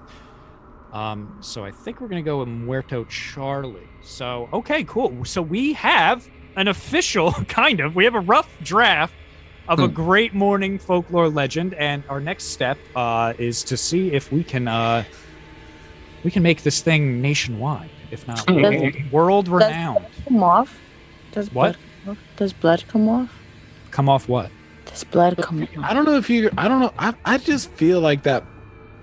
[SPEAKER 2] Um, so I think we're gonna go with Muerto Charlie. So okay, cool. So we have an official kind of we have a rough draft of a great morning folklore legend, and our next step uh, is to see if we can uh, we can make this thing nationwide, if not world, world renowned.
[SPEAKER 4] Come off. Does
[SPEAKER 2] What?
[SPEAKER 4] blood come off? Does blood come off?
[SPEAKER 2] Come off what?
[SPEAKER 4] Does blood come off?
[SPEAKER 3] I don't know if you. I don't know. I, I just feel like that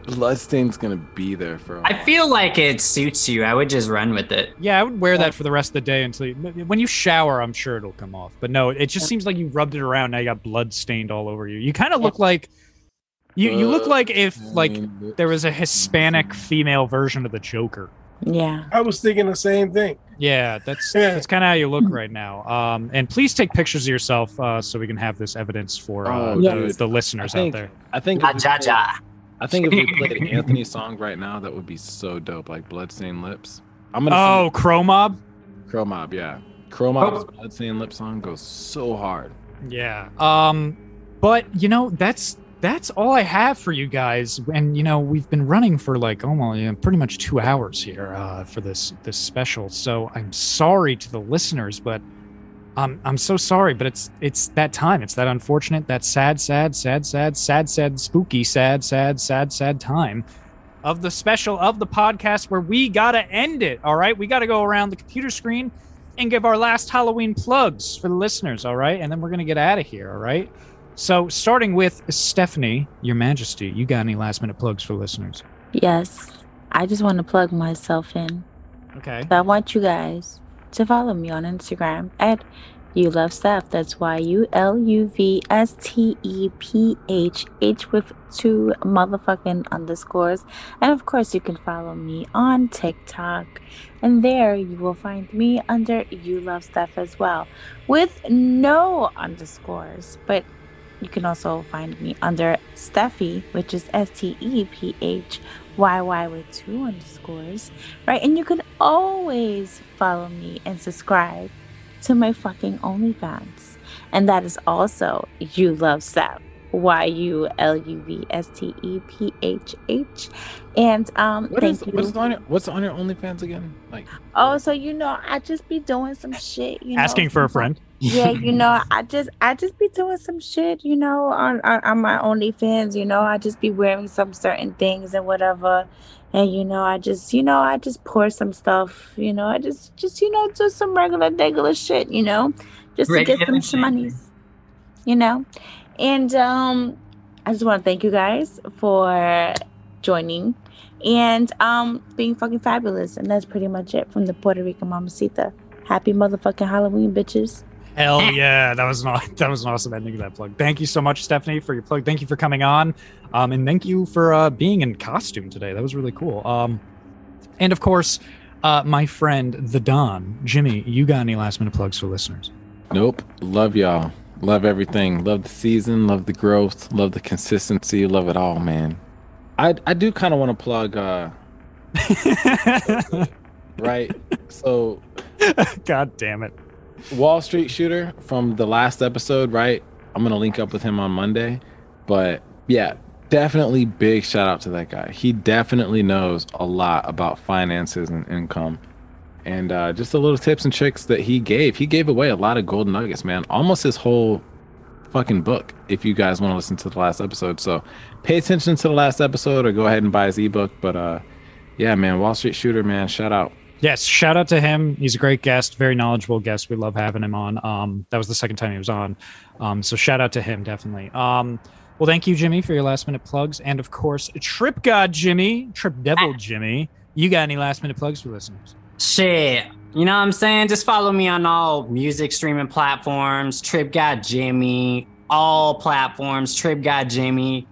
[SPEAKER 3] bloodstain's gonna be there for. a
[SPEAKER 6] I
[SPEAKER 3] while.
[SPEAKER 6] feel like it suits you. I would just run with it.
[SPEAKER 2] Yeah, I would wear
[SPEAKER 3] Oh.
[SPEAKER 2] that for the rest of the day until you, when you shower. I'm sure it'll come off. But no, it just seems like you rubbed it around. Now you got blood stained all over you. You kind of look like you. You look like if like there was a Hispanic female version of the Joker.
[SPEAKER 4] Yeah.
[SPEAKER 7] I was thinking the same thing.
[SPEAKER 2] Yeah, that's
[SPEAKER 7] Yeah.
[SPEAKER 2] that's kind of how you look right now. Um, and please take pictures of yourself uh, so we can have this evidence for uh,
[SPEAKER 3] Oh,
[SPEAKER 2] the,
[SPEAKER 3] dude.
[SPEAKER 2] the listeners
[SPEAKER 3] I think-
[SPEAKER 2] out there.
[SPEAKER 3] I think.
[SPEAKER 6] Ja,
[SPEAKER 3] if we
[SPEAKER 6] ja,
[SPEAKER 3] played-
[SPEAKER 6] ja.
[SPEAKER 3] I think if we played an Anthony song right now, that would be so dope. Like bloodstained lips. I'm gonna.
[SPEAKER 2] Oh, Crow Mob.
[SPEAKER 3] Crow Mob, yeah. Crow Mob's
[SPEAKER 2] Oh.
[SPEAKER 3] Bloodstained Lip song goes so hard.
[SPEAKER 2] Yeah. Um, but you know, that's that's all I have for you guys. And you know, we've been running for like almost you know, pretty much two hours here uh, for this this special. So I'm sorry to the listeners, but I'm I'm so sorry. But it's it's that time. It's that unfortunate, that sad, sad, sad, sad, sad, sad, spooky, sad, sad, sad, sad time. Of the special of the podcast where we gotta end it. All right, we gotta go around the computer screen and give our last Halloween plugs for the listeners, all right? And then we're going to get out of here, all right? So, starting with Stephanie, Your Majesty, you got any last minute plugs for listeners?
[SPEAKER 4] Yes. I just want to plug myself in.
[SPEAKER 2] Okay.
[SPEAKER 4] I want you guys to follow me on Instagram at you love Steph. That's Y U L U V S T E P H H with two motherfucking underscores. And of course, you can follow me on TikTok. And there you will find me under you love Steph as well with no underscores. But you can also find me under Steffi, which is S T E P H Y Y with two underscores right? And you can always follow me and subscribe to my fucking OnlyFans. And that is also You Love Sap. Y U L U V S T E P H H. And um
[SPEAKER 3] What
[SPEAKER 4] thank
[SPEAKER 3] is
[SPEAKER 4] you.
[SPEAKER 3] what's on your what's on your OnlyFans again? Like
[SPEAKER 4] oh, so you know, I just be doing some shit, you know.
[SPEAKER 2] Asking for a friend.
[SPEAKER 4] yeah, you know, I just I just be doing some shit, you know, on on, on my OnlyFans, you know, I just be wearing some certain things and whatever, and you know, I just you know I just pour some stuff, you know, I just just you know do some regular regular shit, you know, just to
[SPEAKER 6] Regular
[SPEAKER 4] get some
[SPEAKER 6] shit.
[SPEAKER 4] shmonies, you know, and um, I just want to thank you guys for joining. And um, being fucking fabulous, and that's pretty much it from the Puerto Rican Mamacita. Happy motherfucking Halloween, bitches.
[SPEAKER 2] Hell yeah. That was, an, aw- that was an awesome ending to that plug. Thank you so much, Stephanie, for your plug. Thank you for coming on. Um, and thank you for uh, being in costume today. That was really cool. Um, and of course, uh, my friend, the Don, Jimmy, you got any last minute plugs for listeners?
[SPEAKER 3] Nope. Love y'all. Love everything. Love the season. Love the growth. Love the consistency. Love it all, man. I I do kinda wanna plug uh right. so
[SPEAKER 2] God damn it.
[SPEAKER 3] Wall Street shooter from the last episode, right? I'm gonna link up with him on Monday. But yeah, definitely big shout out to that guy. He definitely knows a lot about finances and income. And uh, just the little tips and tricks that he gave. He gave away a lot of gold nuggets, man. Almost his whole fucking book, if you guys want to listen to the last episode. So pay attention to the last episode or go ahead and buy his ebook. But uh yeah, man, Wall Street Shooter, man, shout out.
[SPEAKER 2] Yes, shout out to him. He's a great guest, very knowledgeable guest. We love having him on. Um, that was the second time he was on. Um, so shout out to him definitely. Um, well, thank you, Jimmy, for your last minute plugs, and of course, Trip God Jimmy, Trip Devil Jimmy. You got any last minute plugs for listeners?
[SPEAKER 6] Shit. You know what I'm saying? Just follow me on all music streaming platforms, Trip Guy Jimmy, all platforms, Trip Guy Jimmy.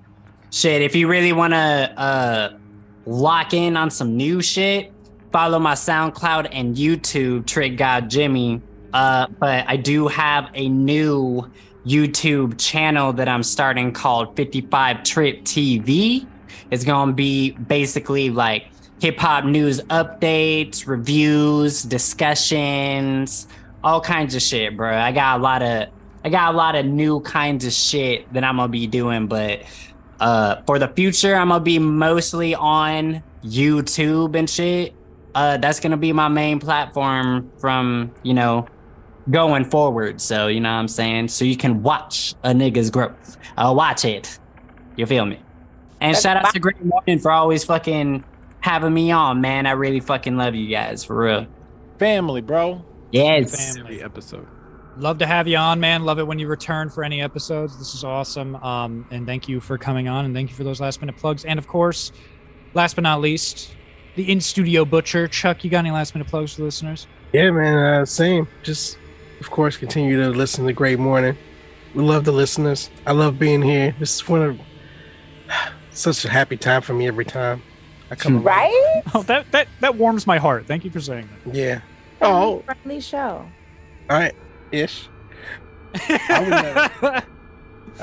[SPEAKER 6] Shit, if you really want to uh, lock in on some new shit, follow my SoundCloud and YouTube, Trip Guy Jimmy. Uh, but I do have a new YouTube channel that I'm starting called 55 Trip TV. It's going to be basically like hip hop news updates, reviews, discussions, all kinds of shit, bro. I got a lot of I got a lot of new kinds of shit that I'm gonna be doing, but uh for the future I'm gonna be mostly on YouTube and shit. Uh that's gonna be my main platform from, you know, going forward. So you know what I'm saying? So you can watch a nigga's growth. Uh watch it. You feel me? And
[SPEAKER 9] That's
[SPEAKER 6] shout out
[SPEAKER 9] fine.
[SPEAKER 6] to Great Morning for always fucking having me on, man. I really fucking love you guys for real.
[SPEAKER 3] Family, bro.
[SPEAKER 6] Yes.
[SPEAKER 3] Family episode.
[SPEAKER 2] Love to have you on, man. Love it when you return for any episodes. This is awesome. Um, and thank you for coming on, and thank you for those last minute plugs. And of course, last but not least, the in studio butcher Chuck. You got any last minute plugs for listeners?
[SPEAKER 7] Yeah, man. Uh, same. Just, of course, continue to listen to Great Morning. We love the listeners. I love being here. This is one of such a happy time for me every time I come.
[SPEAKER 4] Hmm.
[SPEAKER 7] around.
[SPEAKER 9] Right?
[SPEAKER 2] Oh, that that that warms my heart. Thank you for saying that.
[SPEAKER 7] Yeah.
[SPEAKER 4] Oh, friendly show.
[SPEAKER 7] All right. Ish. I would never-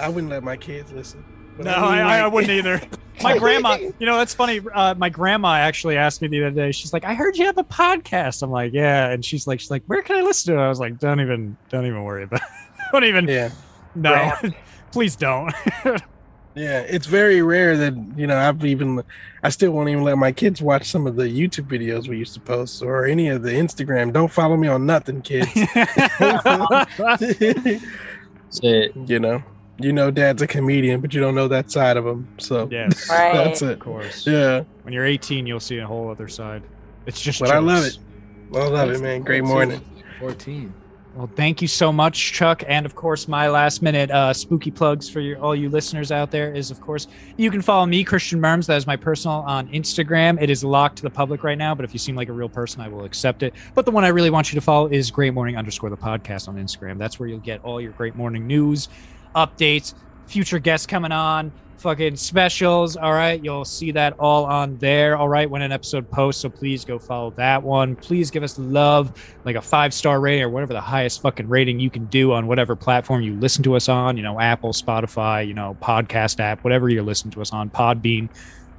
[SPEAKER 7] I wouldn't let my kids listen. But
[SPEAKER 2] No,
[SPEAKER 7] mean,
[SPEAKER 2] I, I, I
[SPEAKER 7] like-
[SPEAKER 2] wouldn't either. My grandma, you know, that's funny. Uh, my grandma actually asked me the other day. She's like, "I heard you have a podcast." I'm like, "Yeah," and she's like, "She's like, where can I listen to it?" I was like, "Don't even, don't even worry about. It. Don't even.
[SPEAKER 7] Yeah.
[SPEAKER 2] No, please don't."
[SPEAKER 7] Yeah, it's very rare that you know I've even I still won't even let my kids watch some of the YouTube videos we used to post or any of the Instagram. Don't follow me on nothing, kids.
[SPEAKER 6] Shit.
[SPEAKER 7] you know, you know, dad's a comedian, but you don't know that side of him. So
[SPEAKER 2] yes,
[SPEAKER 9] Right.
[SPEAKER 7] that's
[SPEAKER 2] of
[SPEAKER 7] it.
[SPEAKER 2] course.
[SPEAKER 7] Yeah,
[SPEAKER 2] When you're 18, you'll see a whole other side. It's just.
[SPEAKER 7] But I love
[SPEAKER 2] jokes.
[SPEAKER 7] I love it, man. Great morning.
[SPEAKER 3] 14.
[SPEAKER 2] Well, thank you so much, Chuck. And of course, my last minute uh, spooky plugs for your, all you listeners out there is, of course, you can follow me, Christian Merms. That is my personal on Instagram. It is locked to the public right now, but if you seem like a real person, I will accept it. But the one I really want you to follow is Great Morning underscore the podcast on Instagram. That's where you'll get all your Great Morning news, updates, future guests coming on, fucking specials. All right. You'll see that all on there. All right. When an episode posts. So please go follow that one. Please give us love, like a five star rating or whatever the highest fucking rating you can do on whatever platform you listen to us on, you know, Apple, Spotify, you know, podcast app, whatever you're listening to us on, Podbean.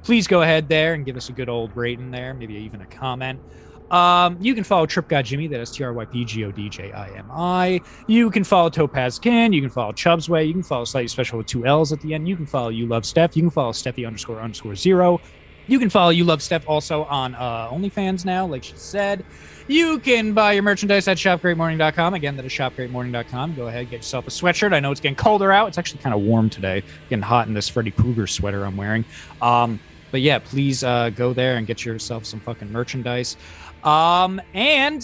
[SPEAKER 2] Please go ahead there and give us a good old rating there, maybe even a comment. Um, you can follow Trip God Jimmy, E, that is T R Y P G O D J I M I. You can follow Topaz Kin. You can follow Chubbs Way. You can follow Slightly Special with two L's at the end. You can follow You Love Steph. You can follow Steffi underscore underscore zero. You can follow You Love Steph also on uh, OnlyFans now, like she said. You can buy your merchandise at shopgreatmorning.com. Again, that is shopgreatmorning.com. Go ahead, get yourself a sweatshirt. I know it's getting colder out. It's actually kind of warm today, getting hot in this Freddy Krueger sweater I'm wearing. Um, but yeah, please uh, go there and get yourself some fucking merchandise. Um, and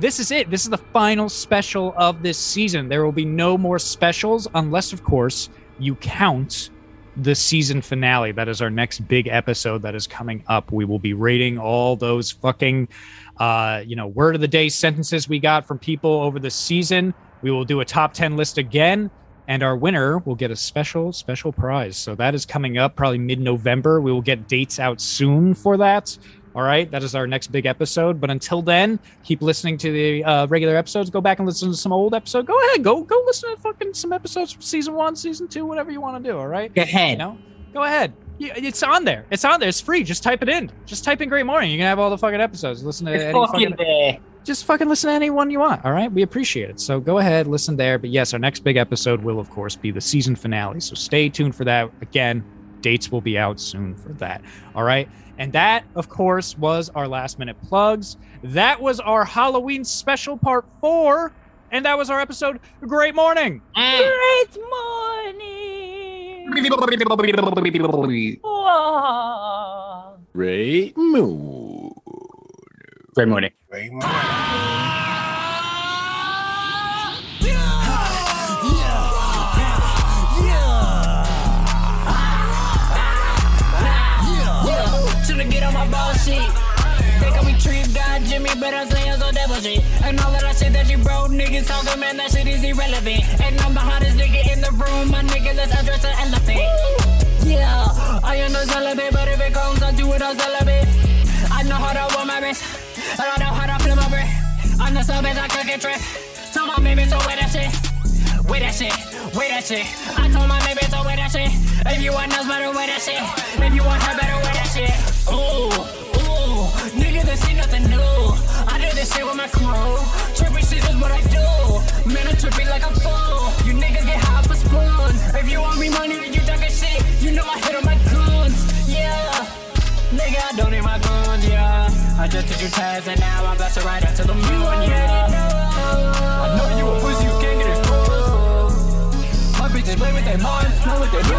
[SPEAKER 2] this is it. This is the final special of this season. There will be no more specials unless, of course, you count the season finale. That is our next big episode that is coming up. We will be rating all those fucking, uh, you know, word of the day sentences we got from people over the season. We will do a top 10 list again. And our winner will get a special, special prize. So that is coming up probably mid November. We will get dates out soon for that. All right. That is our next big episode. But until then, keep listening to the uh, regular episodes. Go back and listen to some old episodes. Go ahead, go go listen to fucking some episodes from season one, season two, whatever you want to do. All right,
[SPEAKER 6] Go
[SPEAKER 2] you
[SPEAKER 6] ahead.
[SPEAKER 2] know, go ahead. Yeah, It's on there. It's on there. It's free. Just type it in. Just type in "Great Morning." You can have all the fucking episodes. Listen to any
[SPEAKER 6] It's
[SPEAKER 2] fucking
[SPEAKER 6] fucking there.
[SPEAKER 2] just fucking listen to anyone you want. All right. We appreciate it. So go ahead, listen there. But yes, our next big episode will, of course, be the season finale. So stay tuned for that. Again, dates will be out soon for that. All right. And that, of course, was our last minute plugs. That was our Halloween special part four. And that was our episode. Great morning.
[SPEAKER 9] Great morning.
[SPEAKER 6] Mm.
[SPEAKER 9] Whoa.
[SPEAKER 3] Ray Moon.
[SPEAKER 6] Great morning.
[SPEAKER 7] Great morning.
[SPEAKER 8] Should've get on my bullshit. They call me Trip God Jimmy, but I'm saying so devil shit. And all of that shit that you bro niggas talking, man, that shit is irrelevant. And I'm the hottest nigga in the room, my nigga, let's address the elephant. Yeah, I am no celibate, but if it comes, I do it on celibate. I know how to roll my wrist, I don't know how to flip my breath. I'm the sub as I cook and trip. Tell my baby to wear that shit. Wear that shit, wear that shit. I told my baby to wear that shit. If you want us, better wear that shit. If you want her, better wear that shit. Ooh, ooh, nigga, this ain't nothing new. I do this shit with my crew. Trippy shit is what I do. Man, I trippy like a fool. You niggas get high for spoons. If you want me money, then you talking shit. You know I hit on my goons. Yeah. Nigga, I don't need my goons, yeah. I just did you tags and now I'm about to ride out to the moon, yeah. I know you a pussy, you can't get exposed. My bitches play with their minds, play with their